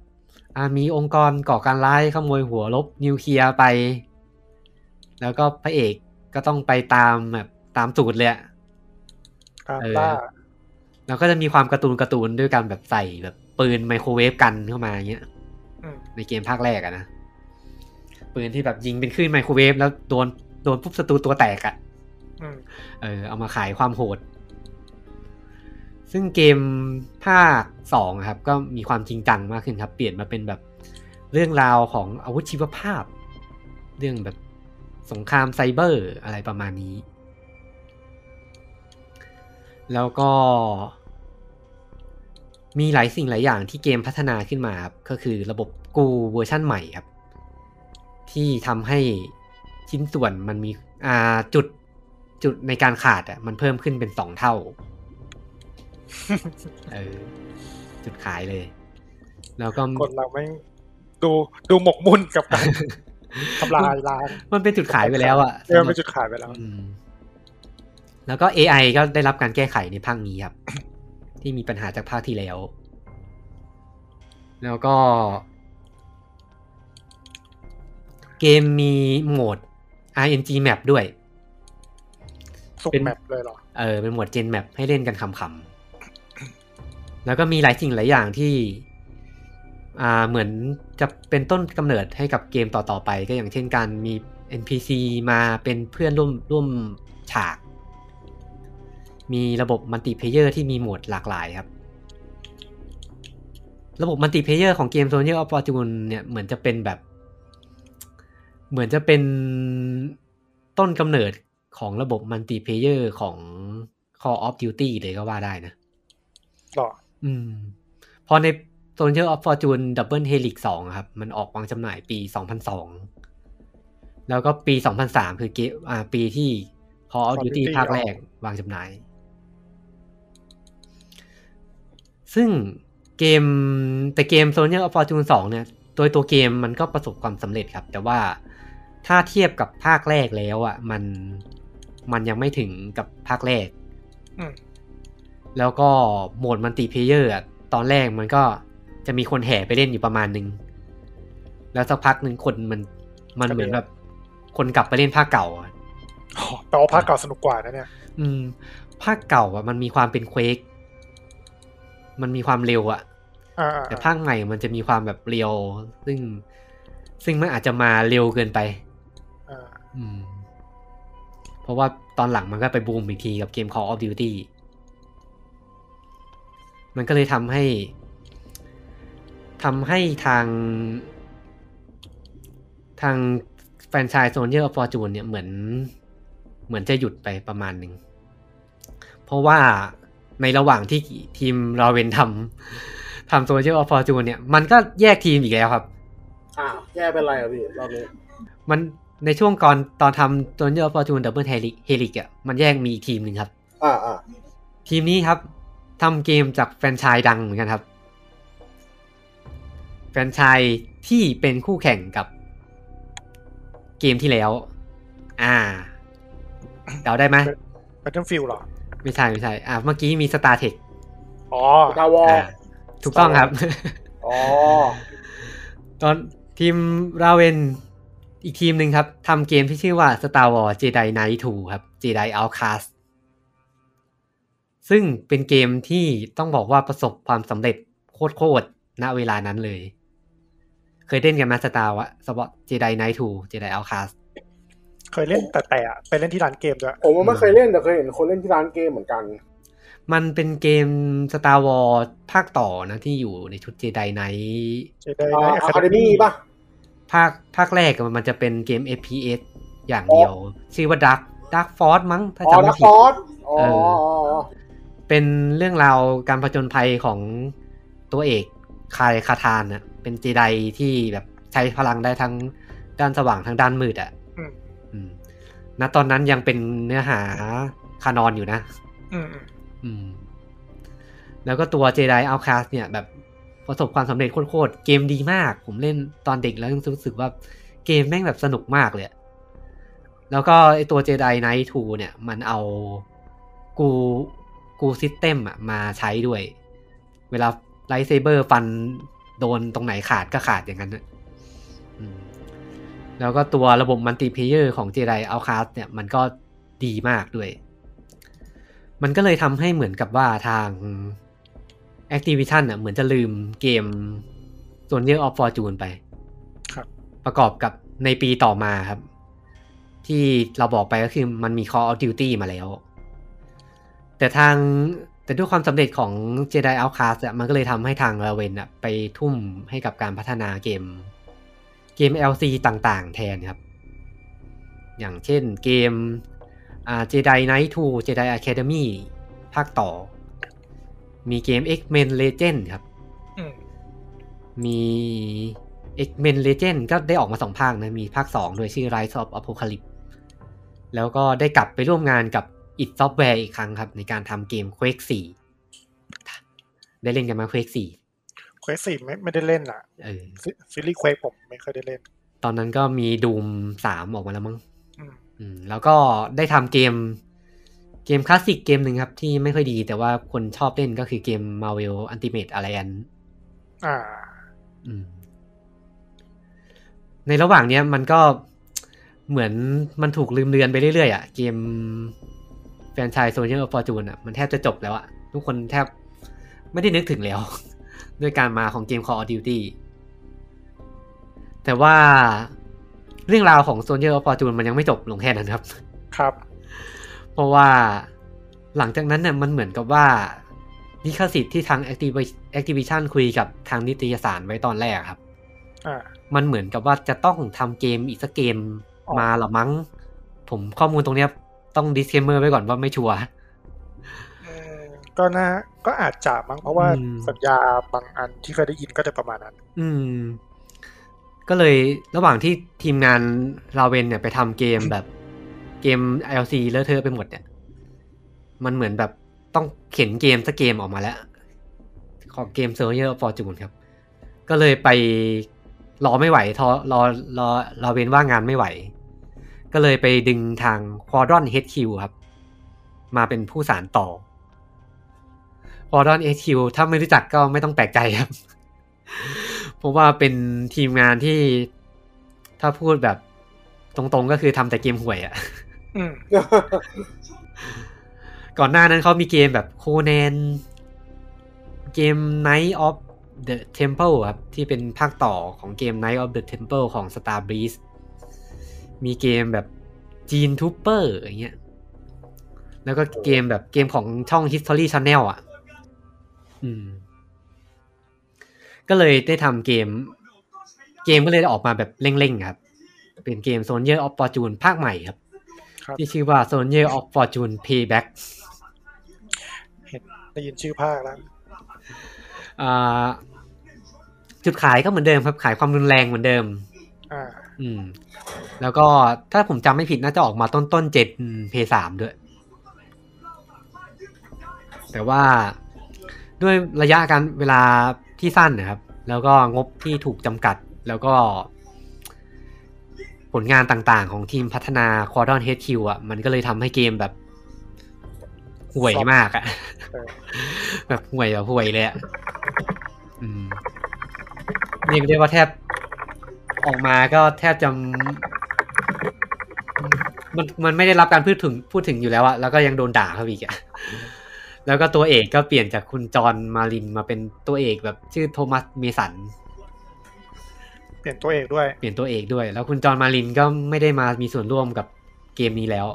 [SPEAKER 1] อ่ามีองค์กรก่อการร้ายขโมยหัวลบนิวเคลียร์ไป แล้วก็พระเอกก็ต้องไปตามแบบตามสูตรเลยอะ
[SPEAKER 3] ตาม
[SPEAKER 1] เออ
[SPEAKER 3] ต้า
[SPEAKER 1] แล้วก็จะมีความการ์ตูนการ์ตูนด้วยการแบบใส่แบบปืนไมโครเวฟกันเข้ามาอย่างเงี้ย
[SPEAKER 3] อืม
[SPEAKER 1] ในเกมภาคแรกอะนะปืนที่แบบยิงเป็นคลื่นไมโครเวฟแล้วโดนโดนปุ๊บศัตรูตัวแตกอะ
[SPEAKER 3] อืม <laughs>
[SPEAKER 1] เออเอามาขายความโหด ซึ่งเกมภาคสองอะครับ ก็มีความจริงจังมากขึ้นครับ เปลี่ยนมาเป็นแบบเรื่องราวของอาวุธชีวภาพ เรื่องแบบสงครามไซเบอร์อะไรประมาณนี้ แล้วก็ มีหลายสิ่งหลายอย่างที่เกมพัฒนาขึ้นมาครับก็คือระบบกูเวอร์ชั่นใหม่ครับ ที่ทำให้ชิ้นส่วนมันมีอ่าจุดจุดในการขาดอ่ะมันเพิ่มขึ้นเป็นสองเท่า เออจุดขายเลย แล้วก็
[SPEAKER 3] คนเราไม่งดูดูหมกมุ่นกับ
[SPEAKER 1] <laughs>
[SPEAKER 3] การ ทำลายล้าง
[SPEAKER 1] มันเป็นจุดขายไปแล้วอ่ะ
[SPEAKER 3] เออเป็นจุดขายไปแล้ว
[SPEAKER 1] อืมแล้วก็ AI ก็ได้รับการแก้ไขในภาคนี้ครับ ที่มีปัญหาจากภาคที่แล้ว แล้วก็ เกมมีโหมด RNG map ด้วย
[SPEAKER 3] สุก
[SPEAKER 1] เป็น
[SPEAKER 3] แมปเลยเหรอ
[SPEAKER 1] เออเป็นหมวดเจนแมปให้เล่นกันขำๆ แล้วก็มีหลายสิ่งหลายอย่างที่ อ่าเหมือนจะเป็นต้นกำเนิดให้กับเกมต่อๆไป ก็อย่างเช่นการมี NPC มาเป็นเพื่อนร่วมร่วมฉาก มีระบบมัลติเพเยอร์ที่มีโหมดหลากหลายครับ ระบบมัลติเพเยอร์ของเกมโซเชียลออฟฟอร์จูนเนี่ยเหมือนจะเป็นแบบ เหมือนจะเป็นต้นกำเนิดของระบบมัลติเพเยอร์ของ Call of Duty เลยก็ว่าได้นะ
[SPEAKER 3] หรอ
[SPEAKER 1] อืมพอใน Soldier of Fortune Double Helix 2อะครับ มันออกวางจำหน่ายปี 2002 แล้วก็ปี 2003 คือเกมอ่าปีที่ Call of
[SPEAKER 3] Call of
[SPEAKER 1] Duty
[SPEAKER 3] Duty
[SPEAKER 1] ภาคแรกวางจำหน่าย ซึ่งเกมแต่เกม s o n i a of Fortune 2 เนี่ย โดยตัวเกมมันก็ประสบความสำเร็จครับ แต่ว่าถ้าเทียบกับภาคแรกแล้วอะ่ะ มันมันยังไม่ถึงกับภาคแรก
[SPEAKER 3] อืม
[SPEAKER 1] แล้วก็โหมดมัลติเพลเยอร์อะตอนแรกมันก็จะมีคนแห่ไปเล่นอยู่ประมาณหนึ่งแล้วสักพักหนึ่งคนมันมันเหมือนแบบ คนกลับไปเล่นภาคเก่าอะ
[SPEAKER 3] อ๋อแต่ว่าภาคเก่าสนุกกว่านะเนี่ย
[SPEAKER 1] อืมภาคเก่าอ่ะมันมีความเป็นเควกมันมีความเร็วอ่ะ
[SPEAKER 3] อ่า
[SPEAKER 1] แต่ภาคใหม่มันจะมีความแบบเรียว ซึ่ง ซึ่งมันอาจจะมาเร็วเกินไป
[SPEAKER 3] อ่า
[SPEAKER 1] อืม เพราะว่าตอนหลังมันก็ไปบูมอีกทีกับเกม Call of Duty มันก็เลยทำให้ทำให้ทาง ทางแฟรนไชส์โซนเยอร์ฟอร์จูนเนี่ยเหมือน เหมือนจะหยุดไปประมาณหนึ่ง เพราะว่าในระหว่างที่ทีมราเวนทำทำโซนเยอร์ฟอร์จูนเนี่ย มันก็แยกทีมอีกแล้วครับ
[SPEAKER 2] อ่าแย่เป็นไรอ่ะพี่รอบนี้
[SPEAKER 1] มันในช่วงก่อนตอนทำตัวเยอร์ฟอร์จูนดับเบิลเฮลิกเฮลิกอ่ะมันแยกมีอีกทีมหนึ่งครับ
[SPEAKER 2] อ่าอ่า
[SPEAKER 1] ทีมนี้ครับทำเกมจากแฟรนไชส์ดังเหมือนกันครับ แฟรนไชส์ที่เป็นคู่แข่งกับเกมที่แล้ว อ่าเดาได้ไหม
[SPEAKER 3] แบทเทิลฟิลเหรอ
[SPEAKER 1] ไม่ใช่ไม่ใช่อ่าเมื่อกี้มี Star Tech
[SPEAKER 3] อ๋อ
[SPEAKER 2] ตาวอ
[SPEAKER 1] อ่าถูกต้องครับ
[SPEAKER 2] อ๋อ
[SPEAKER 1] ตอนทีมราเวนอีกทีมหนึ่งครับทำเกมที่ชื่อว่า Star Wars Jedi Knight 2 ครับ Jedi Outcast ซึ่งเป็นเกมที่ต้องบอกว่าประสบความสำเร็จโคตรๆณเวลานั้นเลย เคยเล่นกันมาสตาร์วะสปอตเจไดไนทูเจไดอัลคาส
[SPEAKER 3] เคยเล่นแต่แต่อะไปเล่นที่ร้านเกมด้วย
[SPEAKER 2] ผมว่าไม่เคยเล่นแต่เคยเห็นคนเล่นที่ร้านเกมเหมือนกัน
[SPEAKER 1] มันเป็นเกม Star Wars ภาคต่อนะที่อยู่ในชุดเจไดไน
[SPEAKER 3] เจได
[SPEAKER 2] อ่า
[SPEAKER 3] ไนท์
[SPEAKER 2] อะ
[SPEAKER 3] อะ
[SPEAKER 2] คา
[SPEAKER 3] คา
[SPEAKER 2] เด
[SPEAKER 3] เด
[SPEAKER 2] มี่
[SPEAKER 3] มี่
[SPEAKER 2] ป่ะ
[SPEAKER 1] ภาคภาคแรกอะมันจะเป็นเกม FPS อย่างเดียว ชื่อว่า Dark Dark Force มั้งถ้า
[SPEAKER 2] อ๋อ
[SPEAKER 1] จำไม่
[SPEAKER 2] นัก
[SPEAKER 1] ผิ
[SPEAKER 2] ฟ
[SPEAKER 1] ด
[SPEAKER 2] อสอ๋อ
[SPEAKER 1] เออ
[SPEAKER 2] อ๋ออ๋อ
[SPEAKER 1] เป็นเรื่องราวการผจญภัยของตัวเอกคายคาทานน่ะเป็นเจไดที่แบบใช้พลังได้ทั้งด้านสว่างทั้งด้านมืดอ่ะอืมณตอนนั้นยังเป็นเนื้อหาคานอนอยู่นะ
[SPEAKER 3] อืมอืม
[SPEAKER 1] อืม แล้วก็ตัวเจไดอัลคาสเนี่ย แบบประสบความสำเร็จโคตรๆเกมดีมาก ผมเล่นตอนเด็กแล้วรู้สึกว่าเกมแม่งแบบสนุกมากเลยอะแล้วก็ไอตัวเจไดไนท์ทูเนี่ย มันเอากูกูซิสเต็มอะมาใช้ด้วย เวลาไลท์เซเบอร์ฟันโดนตรงไหนขาดก็ขาดอย่างนั้นนะอืมแล้วก็ตัวระบบมัลติเพเยอร์ของเจไดอัลคาสเนี่ย มันก็ดีมากด้วย มันก็เลยทำให้เหมือนกับว่าทาง Activision อ่ะเหมือนจะลืมเกม s o n i e r of Fortune ไป
[SPEAKER 3] ครับ
[SPEAKER 1] ประกอบกับในปีต่อมาครับ ที่เราบอกไปก็คือมันมี Call of Duty มาแล้ว แต่ทางแต่ด้วยความสำเร็จของ Jedi Outcast อะมันก็เลยทำให้ทาง Raven อะไปทุ่มให้กับการพัฒนาเกม เกม LC ต่างๆ แทนครับ อย่างเช่นเกมอ่า Jedi Knight 2 Jedi Academy ภาคต่อ มีเกม X-Men Legend ครับ
[SPEAKER 3] อืม
[SPEAKER 1] มี X-Men Legend ก็ได้ออกมาสองภาคนะ มีภาค 2 โดวยชื่อ Rise of Apocalypse แล้วก็ได้กลับไปร่วมงานกับ id Software อีกครั้งครับ ในการทำเกม Quake 4 ได้เล่นกันมา Quake 4
[SPEAKER 3] เควสสี่ไม่ไม่ได้เล่นอ่ะ
[SPEAKER 1] เออ
[SPEAKER 3] ซีซีรีส์เควสผมไม่เคยได้เล่น
[SPEAKER 1] ตอนนั้นก็มี Doom 3 ออกมาแล้วมั้ง
[SPEAKER 3] อืม
[SPEAKER 1] อืมแล้วก็ได้ทำเกมเกมคลาสสิกเกมหนึ่งครับ ที่ไม่ค่อยดีแต่ว่าคนชอบเล่นก็คือเกม Marvel Ultimate Alliance
[SPEAKER 3] อ่า
[SPEAKER 1] อืม ในระหว่างเนี้ยมันก็เหมือนมันถูกลืมเลือนไปเรื่อยๆอะ่ะ เกมแฟรนไชส์โซเชียลฟอร์จูนอ่ะมันแทบจะจบแล้วอะ่ะ ทุกคนแทบไม่ได้นึกถึงแล้ว <laughs> ด้วยการมาของเกม Call of Duty แต่ว่าเรื่องราวของโซเชียลฟอร์จูนมันยังไม่จบลงแค่นั้นครับ <laughs>
[SPEAKER 3] ครับ
[SPEAKER 1] เพราะว่าหลังจากนั้นเนี่ยมันเหมือนกับว่าลิขสิทธิ์ที่ทาง Activ- Activision คุยกับทางนิตยสารไว้ตอนแรกครับ
[SPEAKER 3] อ่า
[SPEAKER 1] มันเหมือนกับว่าจะต้องทำเกมอีกสักเกม
[SPEAKER 3] อ๋อ
[SPEAKER 1] มาเหรอมั้ง ผมข้อมูลตรงเนี้ยต้อง disclaimer ไว้ก่อนว่าไม่ชัวร์
[SPEAKER 3] อืมก็น่าก็อาจจะมั้งเพราะว่า
[SPEAKER 1] อืม
[SPEAKER 3] สัญญาบางอันที่เคยได้ยินก็จะประมาณนั้น
[SPEAKER 1] อืม ก็เลยระหว่างที่ทีมงานราเวนเนี่ยไปทำเกมแบบเกม LC เลอะเทอะไปหมดเนี่ย มันเหมือนแบบต้องเข็นเกมสักเกมออกมาแล้ว ของเกมเซอร์เยอร์ฟอร์จูนครับ ก็เลยไปรอไม่ไหวทอรอรอรอเว้นว่างงานไม่ไหว ก็เลยไปดึงทางควอดรอนเฮดคิวครับ มาเป็นผู้สานต่อควอดรอนเฮดคิวถ้าไม่รู้จักก็ไม่ต้องแปลกใจครับ <laughs> เพราะว่าเป็นทีมงานที่ถ้าพูดแบบตรงๆก็คือทำแต่เกมห่วยอะ
[SPEAKER 3] อืม
[SPEAKER 1] ก่อนหน้านั้นเขามีเกมแบบโค n นนเกม Night of the Temple ครับ ที่เป็นภาคต่อของเกม Night of the Temple ของ Star Breeze มีเกมแบบจีนทูเปอร์อย่างเงี้ยแล้วก็เกมแบบเกมของช่อง History Channel อ่ะ อืม ก็เลยได้ทำเกม เกมก็เลยออกมาแบบเร่งๆครับ เป็นเกม Soldier of Fortune ภาคใหม่ครับ
[SPEAKER 3] ครับ
[SPEAKER 1] ที่ชื่อว่า Soldier of Fortune Payback
[SPEAKER 3] ได้ยินชื่อภาคแล้ว
[SPEAKER 1] อ่าจุดขายก็เหมือนเดิมครับ ขายความรุนแรงเหมือนเดิม
[SPEAKER 3] อ่า
[SPEAKER 1] อืม แล้วก็ถ้าผมจำไม่ผิดน่าจะออกมาต้นต้นเจ็ดเพสามด้วย แต่ว่าด้วยระยะการเวลาที่สั้นนะครับ แล้วก็งบที่ถูกจำกัด แล้วก็ ผลงานต่างๆ ของทีมพัฒนา Quadron HQ อ่ะ มันก็เลยทำให้เกมแบบ ห่วยมากอ่ะ
[SPEAKER 3] เออ
[SPEAKER 1] แบบห่วยแบบห่วยเลยอ่ะอืมเรียกได้ว่าแทบออกมาก็แทบจะ มันมันไม่ได้รับการพูดถึงพูดถึงอยู่แล้วอะแล้วก็ยังโดนด่าเขาอีกอะแล้วก็ตัวเอกก็เปลี่ยนจากคุณจอห์นมารินมาเป็นตัวเอกแบบชื่อโทมัสเมสัน
[SPEAKER 3] เปลี่ยนตัวเอกด้วย
[SPEAKER 1] เปลี่ยนตัวเอกด้วย แล้วคุณจอห์นมารินก็ไม่ได้มามีส่วนร่วมกับเกมนี้แล้ว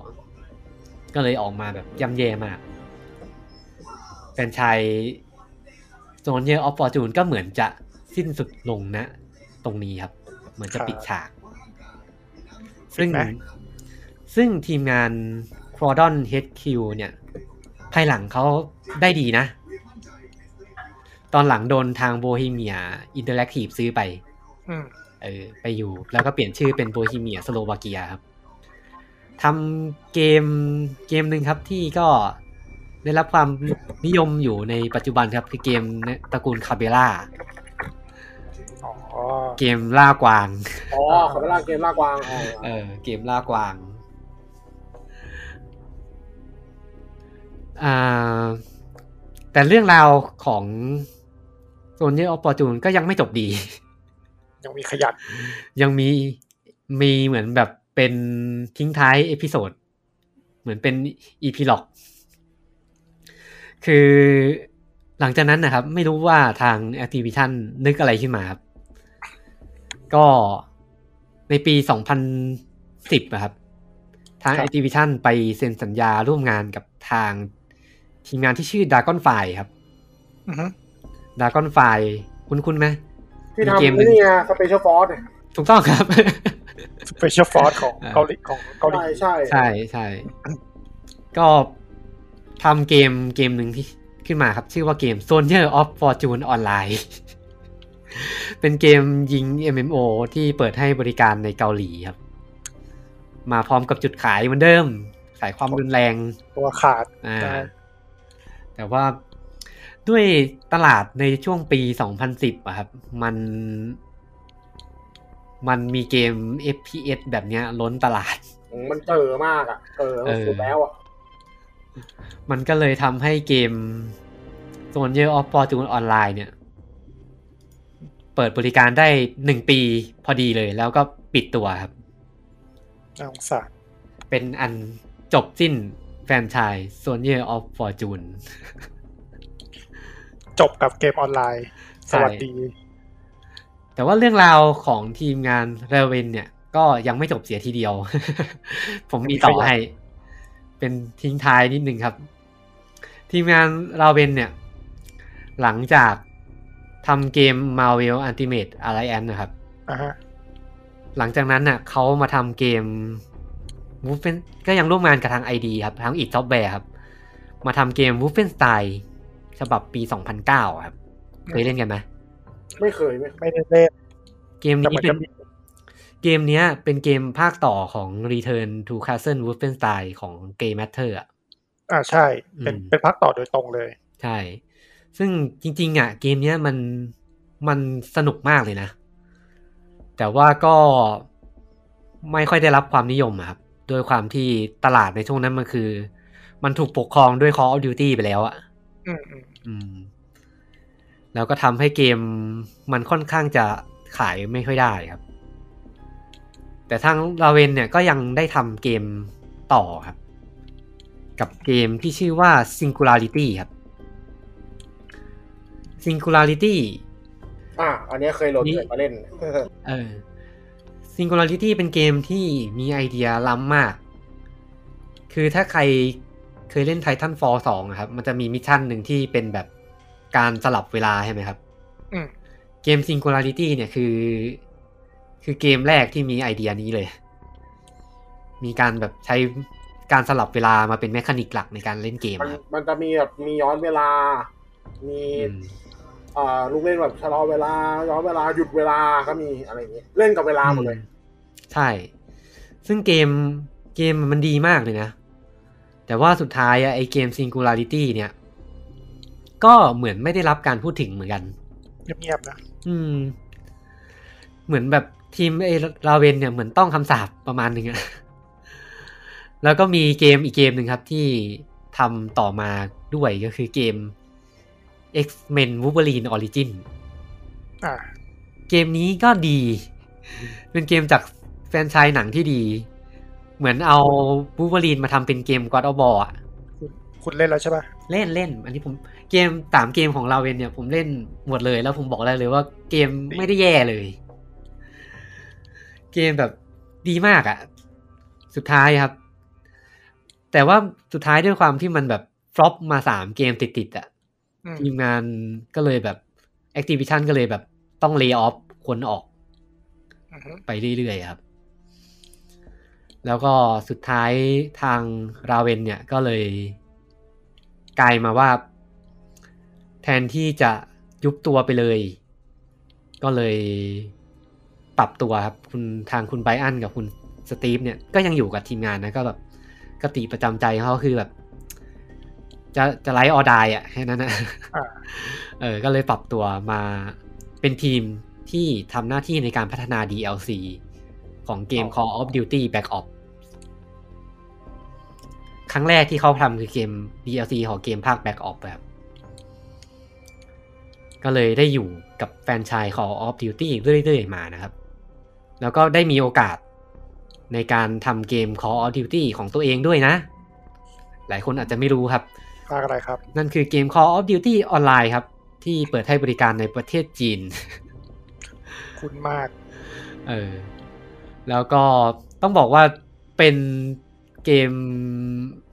[SPEAKER 1] ก็เลยออกมาแบบย่ำแย่มากแฟรนไชายโซนเยอร์ออฟฟอร์จูนก็เหมือนจะสิ้นสุดลงนะ ตรงนี้ครับ เหมือนจะปิดฉาก ซึ่ง
[SPEAKER 3] ปิดไหม
[SPEAKER 1] ซึ่งทีมงาน c r o d o n HQ เนี่ย ภายหลังเขาได้ดีนะ ตอนหลังโดนทางโบฮีเมียอินเตอร์แอคทีฟซื้อไป
[SPEAKER 3] อืม
[SPEAKER 1] เออไปอยู่แล้วก็เปลี่ยนชื่อเป็นโบฮีเมียสโลวาเกียครับทำเกมเกมหนึ่งครับที่ก็ได้รับความนิยมอยู่ในปัจจุบันครับ คือเกมตระกูลคาเบล่า
[SPEAKER 3] อ๋อ
[SPEAKER 1] เกมล่ากวาง
[SPEAKER 2] อ๋อขอเวลาเกมลากวางอ๋อ
[SPEAKER 1] เออเกมล่ากวาง อ่า แต่เรื่องราวของโซนเยอร์ออปปอร์จูนก็ยังไม่จบดี
[SPEAKER 3] ยังมีขยัน
[SPEAKER 1] ยังมีมีเหมือนแบบเป็นทิ้งท้ายเอพิโซด เหมือนเป็นอีพีล็อก คือหลังจากนั้นนะครับ ไม่รู้ว่าทาง Activision นึกอะไรขึ้นมาครับ ก็ในปี 2010นะครับ ทาง
[SPEAKER 3] ครับ
[SPEAKER 1] Activision ไปเซ็นสัญญาร่วมงานกับทางทีมงานที่ชื่อ Dragonfly ครับ
[SPEAKER 3] อือฮึ
[SPEAKER 1] Dragonfly คุ้นคุ้นๆไหม
[SPEAKER 2] ที่
[SPEAKER 1] มี
[SPEAKER 2] ทำ
[SPEAKER 1] เกมหนึ่ง
[SPEAKER 2] นี่ไงสเปเชียลฟอร์ส
[SPEAKER 1] ถูกต้องครับ
[SPEAKER 3] Special Force ของเกาหลีของเกาหลี
[SPEAKER 2] ใช่ใช่
[SPEAKER 1] ใช่ใช่ ก็ทำเกมเกมหนึ่งที่ขึ้นมาครับ ชื่อว่าเกม Soldier of Fortune Online <laughs> เป็นเกมยิง MMO ที่เปิดให้บริการในเกาหลีครับ มาพร้อมกับจุดขายเหมือนเดิม ขายความรุนแรง
[SPEAKER 3] ตัวขาด
[SPEAKER 1] อ่า
[SPEAKER 3] ใช่
[SPEAKER 1] แต่ว่าด้วยตลาดในช่วงปี 2010อะครับ มัน มันมีเกม FPS แบบเนี้ยล้นตลาด
[SPEAKER 2] มันเจอมากอ่ะเจอสุดแล้วอ่ะ
[SPEAKER 1] มันก็เลยทำให้เกม Soldier of Fortune Online เนี่ย เปิดบริการได้หนึ่งปีพอดีเลย แล้วก็ปิดตัวครับ
[SPEAKER 3] น่าสงสาร
[SPEAKER 1] เป็นอันจบสิ้นแฟรนไชาย Soldier of Fortune
[SPEAKER 3] จบกับเกมออนไลน์ ส
[SPEAKER 1] ใช่
[SPEAKER 3] วัสดี
[SPEAKER 1] แต่ว่าเรื่องราวของทีมงานเรเวนเนี่ย ก็ยังไม่จบเสียทีเดียว <laughs> ผมมีต่อให้ เป็นทิ้งท้ายนิดนึงครับ ทีมงานราเวนเนี่ย หลังจากทำเกม Marvel Ultimate Alliance นะครับ
[SPEAKER 3] อ่ะฮะ
[SPEAKER 1] หลังจากนั้นน่ะเขามาทำเกม Wolfen ก็ยังร่วมงานกับทาง ID ครับ ทางอีกซอฟต์แวร์ครับ มาทำเกม Wolfenstein ฉบับปี 2009 ครับ เคยเล่นกันไหม
[SPEAKER 2] ไม่เคยไม่
[SPEAKER 3] ไม่ได้เล่น
[SPEAKER 1] เกมนี้
[SPEAKER 3] แต่
[SPEAKER 1] เป็น
[SPEAKER 3] มันก็มี
[SPEAKER 1] เกมเนี้ย เป็นเกมภาคต่อของ Return to Castle Wolfenstein ของ Game Matter อ่ะ
[SPEAKER 3] อ่าใช่ เป็น
[SPEAKER 1] อืม
[SPEAKER 3] เป็นพักต่อโดยตรงเลย
[SPEAKER 1] ใช่ ซึ่งจริง ๆ อ่ะ เกมเนี้ยมันมันสนุกมากเลยนะ แต่ว่าก็ไม่ค่อยได้รับความนิยมอะครับโดวยความที่ตลาดในช่วงนั้นมันคือ มันถูกปกครองด้วย Call of Duty ไปแล้วอะ
[SPEAKER 3] อืมอืม
[SPEAKER 1] อืม แล้วก็ทำให้เกมมันค่อนข้างจะขายไม่ค่อยได้ครับ แต่ทางลาเวนเนี่ยก็ยังได้ทำเกมต่อครับ กับเกมที่ชื่อว่า Singularity ครับ Singularity
[SPEAKER 2] อ่ะอันเนี้ยเคยโหลด
[SPEAKER 1] นี่
[SPEAKER 2] เกิดมาเล่น
[SPEAKER 1] เออ Singularity เป็นเกมที่มีไอเดียล้ำมาก คือถ้าใครเคยเล่น Titanfall 2อะครับ มันจะมีมิชชั่นหนึ่งที่เป็นแบบการสลับเวลาใช่ไหมครับ
[SPEAKER 3] อืม
[SPEAKER 1] เกม Singularity เนี่ยคือ คือเกมแรกที่มีไอเดียนี้เลย มีการแบบใช้การสลับเวลามาเป็นแมคานิกหลักในการเล่นเกม
[SPEAKER 2] มัน
[SPEAKER 1] อะครับ
[SPEAKER 2] มันจะมีแบบมีย้อนเวลา มี
[SPEAKER 1] อืม
[SPEAKER 2] อ่าลูกเล่นแบบชะลอเวลา ย้อนเวลาหยุดเวลาก็มีอะไรอย่างเงี้ยเล่นกับเวลาหมดเลย
[SPEAKER 1] ใช่ ซึ่งเกมเกมมันดีมากเลยนะ แต่ว่าสุดท้ายอะไอเกม Singularity เนี่ย ก็เหมือนไม่ได้รับการพูดถึงเหมือนกัน
[SPEAKER 3] เงียบๆนะ
[SPEAKER 1] อืม เหมือนแบบทีมไอ้ราเวนเนี่ยเหมือนต้องคำสาปประมาณหนึ่งอะ <laughs> แล้วก็มีเกมอีกเกมหนึ่งครับที่ทำต่อมาด้วยก็คือเกม X-Men Wolverine Origin
[SPEAKER 3] อ่า
[SPEAKER 1] เกมนี้ก็ดี เป็นเกมจากแฟรนไชายหนังที่ดี เหมือนเอาบูเบอรีนมาทำเป็นเกม God of War อะ
[SPEAKER 3] คุณเล่นแล้วใช่ป่ะ
[SPEAKER 1] เล่นเล่น อันนี้ผมเกมสามเกมของเราเวนเนี่ย ผมเล่นหมดเลยแล้วผมบอกได้เลยว่าเกมไม่ได้แย่เลย เกมแบบดีมากอะ่ะ สุดท้ายครับ แต่ว่าสุดท้ายด้วยความที่มันแบบฟลอปมาสามเกมติดๆอ่ะ
[SPEAKER 3] อืม
[SPEAKER 1] ทีมงานก็เลยแบบ Activision ก็เลยแบบต้องเล y o ออฟคนออก
[SPEAKER 3] อือฮึ
[SPEAKER 1] ไปเรื่อยๆครับ แล้วก็สุดท้ายทางราเวนเนี่ยก็เลยกลายมาว่า แทนที่จะยุบตัวไปเลย ก็เลยปรับตัวครับคุณทางคุณไบรอันกับคุณสตีฟเนี่ยก็ยังอยู่กับทีมงานนะก็แบบกติประจำใจเขาก็คือแบบ จะจะไลฟ์ออดายอ่ะแค่นั้นนะ
[SPEAKER 3] อา
[SPEAKER 1] <laughs> เออ ก็เลยปรับตัวมาเป็นทีมที่ทำหน้าที่ในการพัฒนา DLC ของเกม Call of Duty Black Ops ครั้งแรกที่เขาทำคือเกม DLC ของเกมภาค Black Ops แบบ ก็เลยได้อยู่กับแฟรนไชาย Call of Duty เรื่อยๆมานะครับ แล้วก็ได้มีโอกาสในการทำเกม Call of Duty ของตัวเองด้วยนะ หลายคนอาจจะไม่รู้ครับ
[SPEAKER 3] ภาคอะไรครับ
[SPEAKER 1] นั่นคือเกม Call of Duty ออนไลน์ครับ ที่เปิดให้บริการในประเทศจีน <laughs>
[SPEAKER 3] คุณมาก <laughs>
[SPEAKER 1] เออแล้วก็ต้องบอกว่าเป็นเกม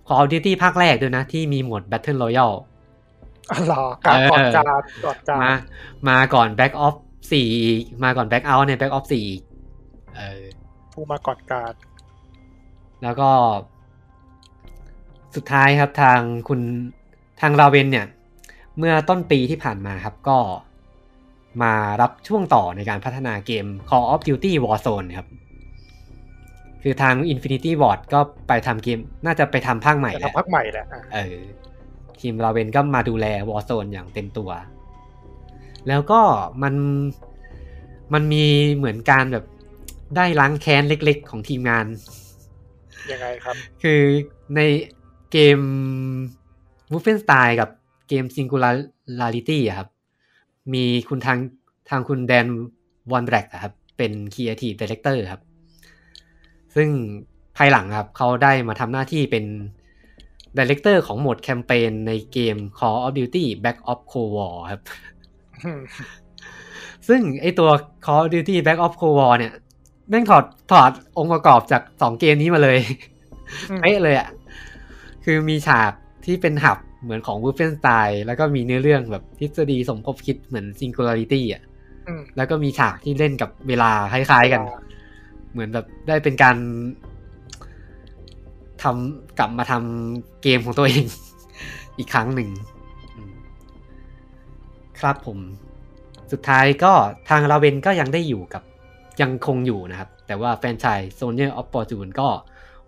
[SPEAKER 1] Call of Duty ภาคแรกด้วยนะ ที่มีโหมด Battle Royale
[SPEAKER 3] อ๋อเหรอการกอดจานกอดจาน
[SPEAKER 1] มามาก่อน Back Off 4อีกมาก่อน Back Out ใน Back Off 4อีกเออ
[SPEAKER 3] ผู้มากอดการ
[SPEAKER 1] แล้วก็สุดท้ายครับทางคุณทางราเวนเนี่ย เมื่อต้นปีที่ผ่านมาครับก็มารับช่วงต่อในการพัฒนาเกม Call of Duty Warzone ครับ คือทาง Infinity Ward ก็ไปทำเกมน่าจะไปทำภาคใหม่
[SPEAKER 3] แต่
[SPEAKER 1] แล้ว
[SPEAKER 3] ทำภาคใหม่แหละอ่ะ
[SPEAKER 1] เออทีมราเวนก็มาดูแลวอ r z โซนอย่างเต็มตัว แล้วก็มันมันมีเหมือนการแบบได้ล้างแค้นเล็กๆ ของทีมงาน
[SPEAKER 3] ยังไง
[SPEAKER 1] <laughs>
[SPEAKER 3] ครับ
[SPEAKER 1] คือในเกม w o l f e n s t i n กับเกม Singularity อะครับ มีคุณทางทางคุณแดนวอนแบล็กครับ เป็น Creative Director ครับ ซึ่งภายหลังครับ เขาได้มาทำหน้าที่เป็น Director ของโหมดแคมเปญในเกม Call of Duty Black Ops Cold War ครับ
[SPEAKER 3] อืม
[SPEAKER 1] ซึ่งไอตัว Call of Duty Black Ops Cold War เนี่ยแม่งถอดถอดองค์ประกอบจากสองเกมนี้มาเลย เป๊ะเลยอ่ะ คือมีฉากที่เป็นหับเหมือนของวูฟเฟนสไตล์แล้วก็มีเนื้อเรื่องแบบทฤษฎีสมคบคิดเหมือนซิงคูล a ริตี้อ่ะ
[SPEAKER 3] อืม
[SPEAKER 1] แล้วก็มีฉากที่เล่นกับเวลาคล้ายๆกัน
[SPEAKER 3] เวลา
[SPEAKER 1] เหมือนแบบได้เป็นการทำกลับมาทำเกมของตัวเอง <laughs> อีกครั้งหนึ่งอืมครับผม สุดท้ายก็ทางราเวนก็ยังได้อยู่กับยังคงอยู่นะครับ แต่ว่าแฟรนไชายโซเนียออฟปอร์จูนก็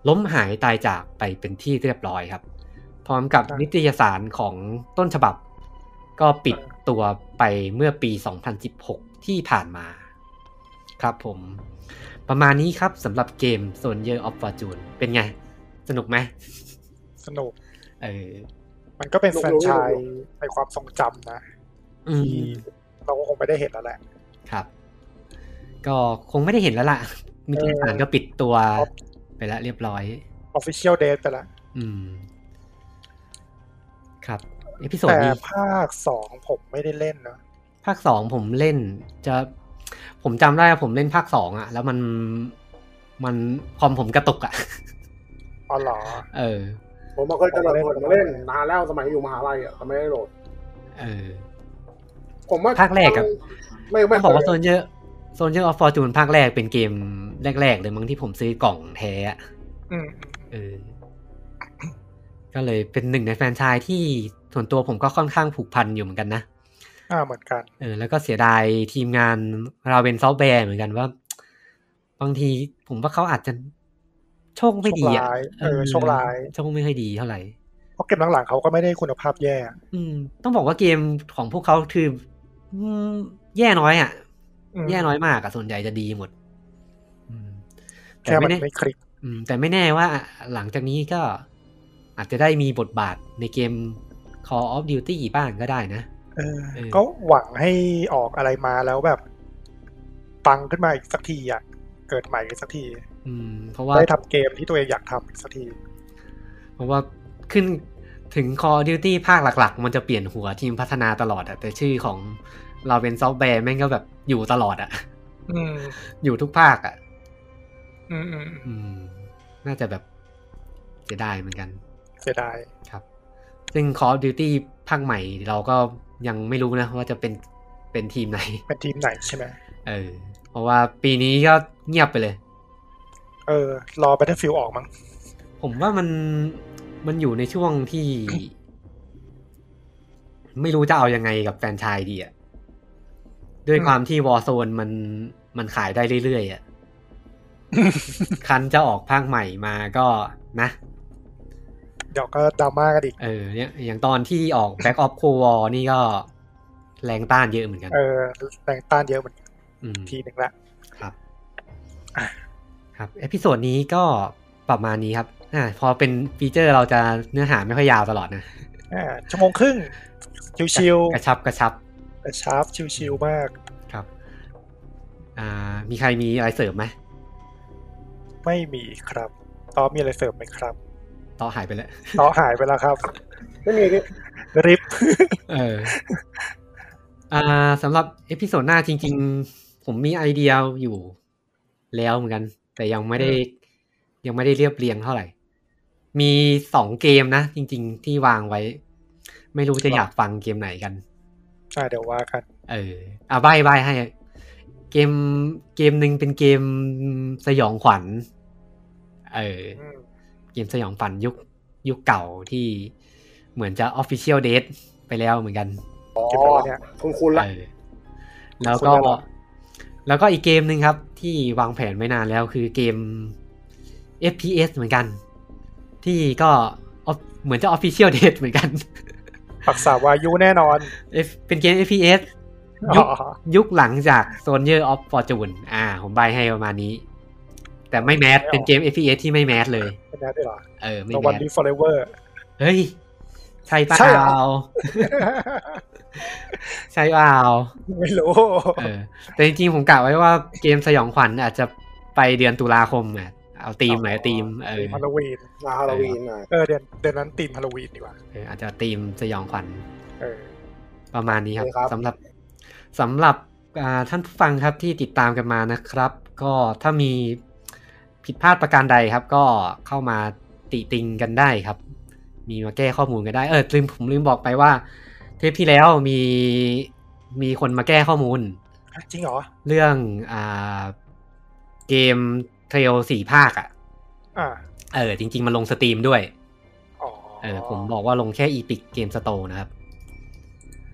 [SPEAKER 1] ล้มหายตายจากไปเป็นที่เรียบร้อยครับ พร้อมกับ
[SPEAKER 3] ครับ
[SPEAKER 1] นิตยสารของต้นฉบับ ก็ปิดตัวไปเมื่อปี 2016 ที่ผ่านมา ครับผม ประมาณนี้ครับสำหรับเกม Soldier of Fortune เป็นไง สนุกไหม
[SPEAKER 3] สนุก
[SPEAKER 1] เออ
[SPEAKER 3] มันก็เป็น
[SPEAKER 2] รู้
[SPEAKER 3] แฟรนไช
[SPEAKER 2] รู้
[SPEAKER 3] ส์ในความทรงจำนะ
[SPEAKER 1] อื
[SPEAKER 3] ที่
[SPEAKER 1] ม
[SPEAKER 3] เราก็คงไม่ได้เห็นแล้วแหละ
[SPEAKER 1] ครับ ก็คงไม่ได้เห็นแล้วล่ะ <laughs> มิตรสารก็ปิดตัว
[SPEAKER 3] ครับ
[SPEAKER 1] ไปแล้วเรียบร้อย
[SPEAKER 3] Official Date ไปแล้ว
[SPEAKER 1] อืม ครับ เอพิโซด
[SPEAKER 3] แต่
[SPEAKER 1] นี้
[SPEAKER 3] ภาคสองผมไม่ได้เล่นนะ
[SPEAKER 1] ภาคสองผมเล่น จะ ผมจำได้ว่าผมเล่นภาคสองอะแล้วมันมันคอมผมกระตุกอะ <laughs>
[SPEAKER 3] อ๋อเหรอ
[SPEAKER 1] เออ
[SPEAKER 2] ผมมาเคยจะโหลดมาเล่นนานแล้วสมัยอยู่มหาลัยอ่ะแต่ไม่ได้โหลด
[SPEAKER 1] เออ
[SPEAKER 2] ผมว่า
[SPEAKER 1] ภาคแรกอะ
[SPEAKER 2] ไม่ไม่
[SPEAKER 1] ต้องบอกว่าโซนเยอะโซนเยอะออฟฟอร์จูนภาคแรกเป็นเกมแรก ๆ เลยมั้งที่ผมซื้อกล่องแท้อะ
[SPEAKER 3] อืม
[SPEAKER 1] เออ ก็เลยเป็นหนึ่งในแฟรนไชายที่ส่วนตัวผมก็ค่อนข้างผูกพันอยู่เหมือนกันนะ
[SPEAKER 3] อ่าเหมือนกัน
[SPEAKER 1] เออแล้วก็เสียดายทีมงานราเวนซอฟต์แวร์เหมือนกันว่า บางทีผมว่าเขาอาจจะโชคไม่ดีอ่ะ
[SPEAKER 3] โชคร้ายเออโชคร้าย
[SPEAKER 1] โชคไม่ค่อยดีเท่าไหร่
[SPEAKER 3] เพราะเกมหลังๆเขาก็ไม่ได้คุณภาพแย่
[SPEAKER 1] อืม ต้องบอกว่าเกมของพวกเขาคืออืมแย่น้อยอ่ะ
[SPEAKER 3] อืม
[SPEAKER 1] แย่น้อยมากอ่ะส่วนใหญ่จะดีหมด อืม
[SPEAKER 3] แค่มัน
[SPEAKER 1] แน่
[SPEAKER 3] ไม่คลิก
[SPEAKER 1] อืม แต่ไม่แน่ว่าหลังจากนี้ก็อาจจะได้มีบทบาทในเกม Call of Duty บ้างก็ได้นะ
[SPEAKER 3] เออ
[SPEAKER 1] เออ
[SPEAKER 3] ก็หวังให้ออกอะไรมาแล้วแบบ ปังขึ้นมาอีกสักทีอ่ะ เกิดใหม่อีกสักที
[SPEAKER 1] อืม เพราะว่า
[SPEAKER 3] ได้ทำเกมที่ตัวเองอยากทำอีกสักที
[SPEAKER 1] เพราะว่าขึ้นถึง Call of Duty ภาคหลัก ๆ มันจะเปลี่ยนหัวทีมพัฒนาตลอดอะแต่ชื่อของเราเป็นซอฟต์แวร์แม่งก็แบบอยู่ตลอดอะ <laughs>
[SPEAKER 3] อืม
[SPEAKER 1] อยู่ทุกภาคอะ
[SPEAKER 3] อืมอืม
[SPEAKER 1] อืม น่าจะแบบเสียดายเหมือนกัน
[SPEAKER 3] เสียดาย
[SPEAKER 1] ครับ ซึ่ง Call of Duty ภาคใหม่เราก็ยังไม่รู้นะว่าจะเป็นเป็นทีมไหน <laughs>
[SPEAKER 3] เป็นทีมไหนใช่ไหม
[SPEAKER 1] เออ เพราะว่าปีนี้ก็เงียบไปเลย
[SPEAKER 3] เออ รอ Battlefield ออก
[SPEAKER 1] <laughs>
[SPEAKER 3] มั้ง
[SPEAKER 1] ผมว่ามันมันอยู่ในช่วงที่ <coughs> ไม่รู้จะเอายังไงกับแฟรนไชายดีอะด้วยความที่วอ r z โซนมันมันขายได้เรื่อยๆอะ <coughs> คันจะออกภาคใหม่มาก็นะ
[SPEAKER 3] เดี๋ยวก็ดราม่ากันอีก
[SPEAKER 1] เออเนี่ยอย่างตอนที่ออก Back of Cold War นี่ก็แรงต้านเยอะเหมือนกัน
[SPEAKER 3] เออแรงต้านเยอะเหมือน
[SPEAKER 1] ม
[SPEAKER 3] ทีหนึ่งละ
[SPEAKER 1] ครับ
[SPEAKER 3] อ่ะ
[SPEAKER 1] ครับ เอพิโซดนี้ก็ประมาณนี้ครับอ่าพอเป็นฟีเจอร์เราจะเนื้อหาไม่ค่อยยาวตลอดนะ
[SPEAKER 3] อ่าชั่วโมงครึ่ง ชิว
[SPEAKER 1] กระชับกระชับ
[SPEAKER 3] ๆแต่ชาร์ปชิวๆมาก
[SPEAKER 1] ครับ อ่า มีใครมีอะไรเสริมไหม
[SPEAKER 3] ไม่มีครับต่อมีอะไรเสริมไหมครับ
[SPEAKER 1] ต่อหายไปแล้ว
[SPEAKER 3] ต่อหายไปแล้วครับ
[SPEAKER 2] ไม่มีที่
[SPEAKER 3] ริป
[SPEAKER 1] เออ อ่าสำหรับเอพิโซดหน้าจริง ๆ ผมมีไอเดียอยู่แล้วเหมือนกัน แต่ยังไม่ได้ ยังไม่ได้เรียบเรียงเท่าไหร่ มีสองเกมนะ จริง ๆ ที่วางไว้ ไม่รู้จะอยากฟังเกมไหนกัน
[SPEAKER 3] อ่าเดี๋ยวว่ากัน
[SPEAKER 1] เอออ่ะใบใบให้ เกมเกมหนึ่งเป็นเกมสยองขวัญ เออ
[SPEAKER 3] อืม
[SPEAKER 1] เกมสยองฝันยุคยุคเก่าที่เหมือนจะ Official Date ไปแล้วเหมือนกัน
[SPEAKER 3] เก็บไว้วะเนี่ย
[SPEAKER 2] คุณคุณละ
[SPEAKER 1] เออแล้วก็
[SPEAKER 3] คุ้นๆแล้วเหรอ
[SPEAKER 1] แล้วก็อีกเกมหนึ่งครับ ที่วางแผนไว้นานแล้วคือเกม FPS เหมือนกัน ที่ก็ off- เหมือนจะ Official <laughs> Date เหมือนกัน
[SPEAKER 3] ปักษาวายุแน่นอน
[SPEAKER 1] F- เป็นเกม FPS ยุค
[SPEAKER 3] อ๋อ
[SPEAKER 1] ยุคหลังจาก Soldier of Fortune อ่า ผมใบให้ประมาณนี้ แต่ไม่แมสเป็นเกม FPS ที่ไม่แมสเลย
[SPEAKER 3] เป็นแน่ด้วยเหรอ
[SPEAKER 1] เออ ไม่
[SPEAKER 3] โน
[SPEAKER 1] แม
[SPEAKER 3] วัน
[SPEAKER 1] ส
[SPEAKER 3] ดีฟอร์เอเวอ
[SPEAKER 1] <laughs>
[SPEAKER 3] ร์
[SPEAKER 1] เฮ้ย ใช่เป
[SPEAKER 3] ใช่เหรอ
[SPEAKER 1] ล่า ใช่เปล่า
[SPEAKER 3] ไม่รู้
[SPEAKER 1] เออ แต่จริงๆ ผมกะไว้ว่าเกมสยองขวัญอาจจะไปเดือนตุลาคมอ่ะ เอาตีมไหนตีม เออ
[SPEAKER 3] ธีมฮาโลวีน
[SPEAKER 2] อ่าฮาโลวีนอ่ะ
[SPEAKER 3] เออเดือนเดือนนั้นตีมฮาโลวีนดีกว่า
[SPEAKER 1] เออ อาจจะตีมสยองขวัญ
[SPEAKER 3] เออ
[SPEAKER 1] ประมาณนี้ครับสำหรับสำหรับอ่าท่านผู้ฟังครับที่ติดตามกันมานะครับ ก็ถ้ามีผิดพลาดประการใดครับ ก็เข้ามาติติงกันได้ครับ มีมาแก้ข้อมูลกันได้เออลืมผมลืมบอกไปว่า เทปที่แล้วมีมีคนมาแก้ข้อมูล
[SPEAKER 3] อ่ะจริงเหรอ
[SPEAKER 1] เรื่องอ่าเกมเทรลสี่ภาคอะ่ะ
[SPEAKER 3] อ่า
[SPEAKER 1] เออจริง ๆ มันลงสตรีมด้วย
[SPEAKER 3] อ๋อ
[SPEAKER 1] เออผมบอกว่าลงแค่อีพิกเกมสโตนะครับ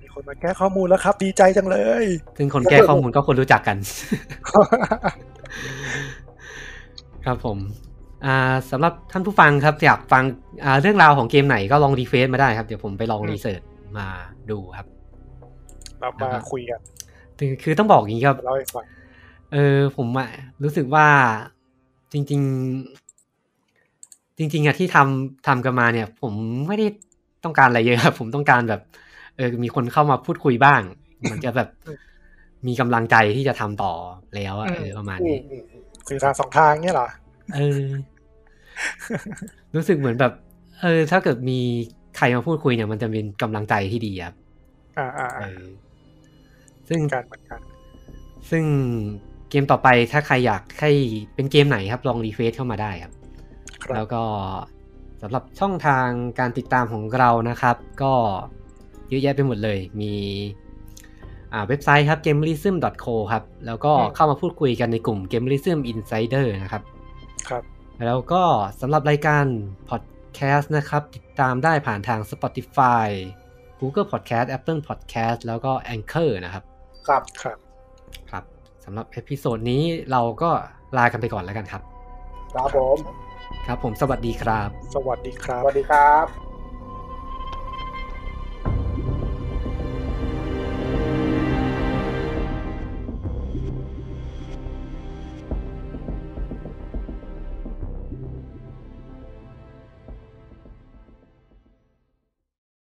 [SPEAKER 3] มีคนมาแก้ข้อมูลแล้วครับ ดีใจจังเลย <laughs>
[SPEAKER 1] ซึ่งคนแก้ข้อมูลก็คนรู้จักกัน <laughs> ครับผมอ่าสำหรับท่านผู้ฟังครับอยากฟังอ่าเรื่องราวของเกมไหนก็ลองรีเควสต์มาได้ครับ เดี๋ยวผมไปลอง
[SPEAKER 3] อืม
[SPEAKER 1] รีเสิร์ชมาดูครับ
[SPEAKER 3] เรามาคุยกัน
[SPEAKER 1] คือคือต้องบอกอย่างนี้ครับ
[SPEAKER 3] เล่าให้ฟัง
[SPEAKER 1] เออผมอะรู้สึกว่าจริง ๆ จริง ๆอะที่ทำทำกันมาเนี่ย ผมไม่ได้ต้องการอะไรเยอะครับ ผมต้องการแบบ เออมีคนเข้ามาพูดคุยบ้าง มันจะแบบมีกำลังใจที่จะทำต่อแล้วอะเออประมาณ
[SPEAKER 2] อื
[SPEAKER 1] นี้
[SPEAKER 2] มอืมอืม
[SPEAKER 3] สื่อทางสองทางเนี่ยเหรอ
[SPEAKER 1] เออ รู้สึกเหมือนแบบ เออ ถ้าเกิดมีใครมาพูดคุยเนี่ย มันจะเป็นกำลังใจที่ดีครับ
[SPEAKER 3] อ่าอ่า
[SPEAKER 1] เอ
[SPEAKER 3] อ่า
[SPEAKER 1] อซึ่ง
[SPEAKER 3] เหมือนกันเหมือนกัน
[SPEAKER 1] ซึ่งเกมต่อไปถ้าใครอยากให้เป็นเกมไหนครับ ลองรีเควสเข้ามาได้ครับ
[SPEAKER 3] ครับ
[SPEAKER 1] แล้วก็สำหรับช่องทางการติดตามของเรานะครับ ก็เยอะแยะไปหมดเลย มีอ่าเว็บไซต์ครับ gamerism.co ครับ แล้วก็เข้ามาพูดคุยกันในกลุ่ม gamerism insider นะครับ
[SPEAKER 3] ครับ
[SPEAKER 1] แล้วก็สำหรับรายการพอดแคสต์นะครับ ติดตามได้ผ่านทาง Spotify Google Podcast Apple Podcast แล้วก็ Anchor นะครับ
[SPEAKER 2] ครับ
[SPEAKER 3] ครับ
[SPEAKER 1] ครับสำหรับเอพิโซดนี้เราก็ลากันไปก่อนแล้วกันครับ
[SPEAKER 2] ครับผม
[SPEAKER 1] ครับผมสวัสดีครับ
[SPEAKER 3] สวัสดีครั
[SPEAKER 2] ส
[SPEAKER 3] บ
[SPEAKER 2] วัสดีครับ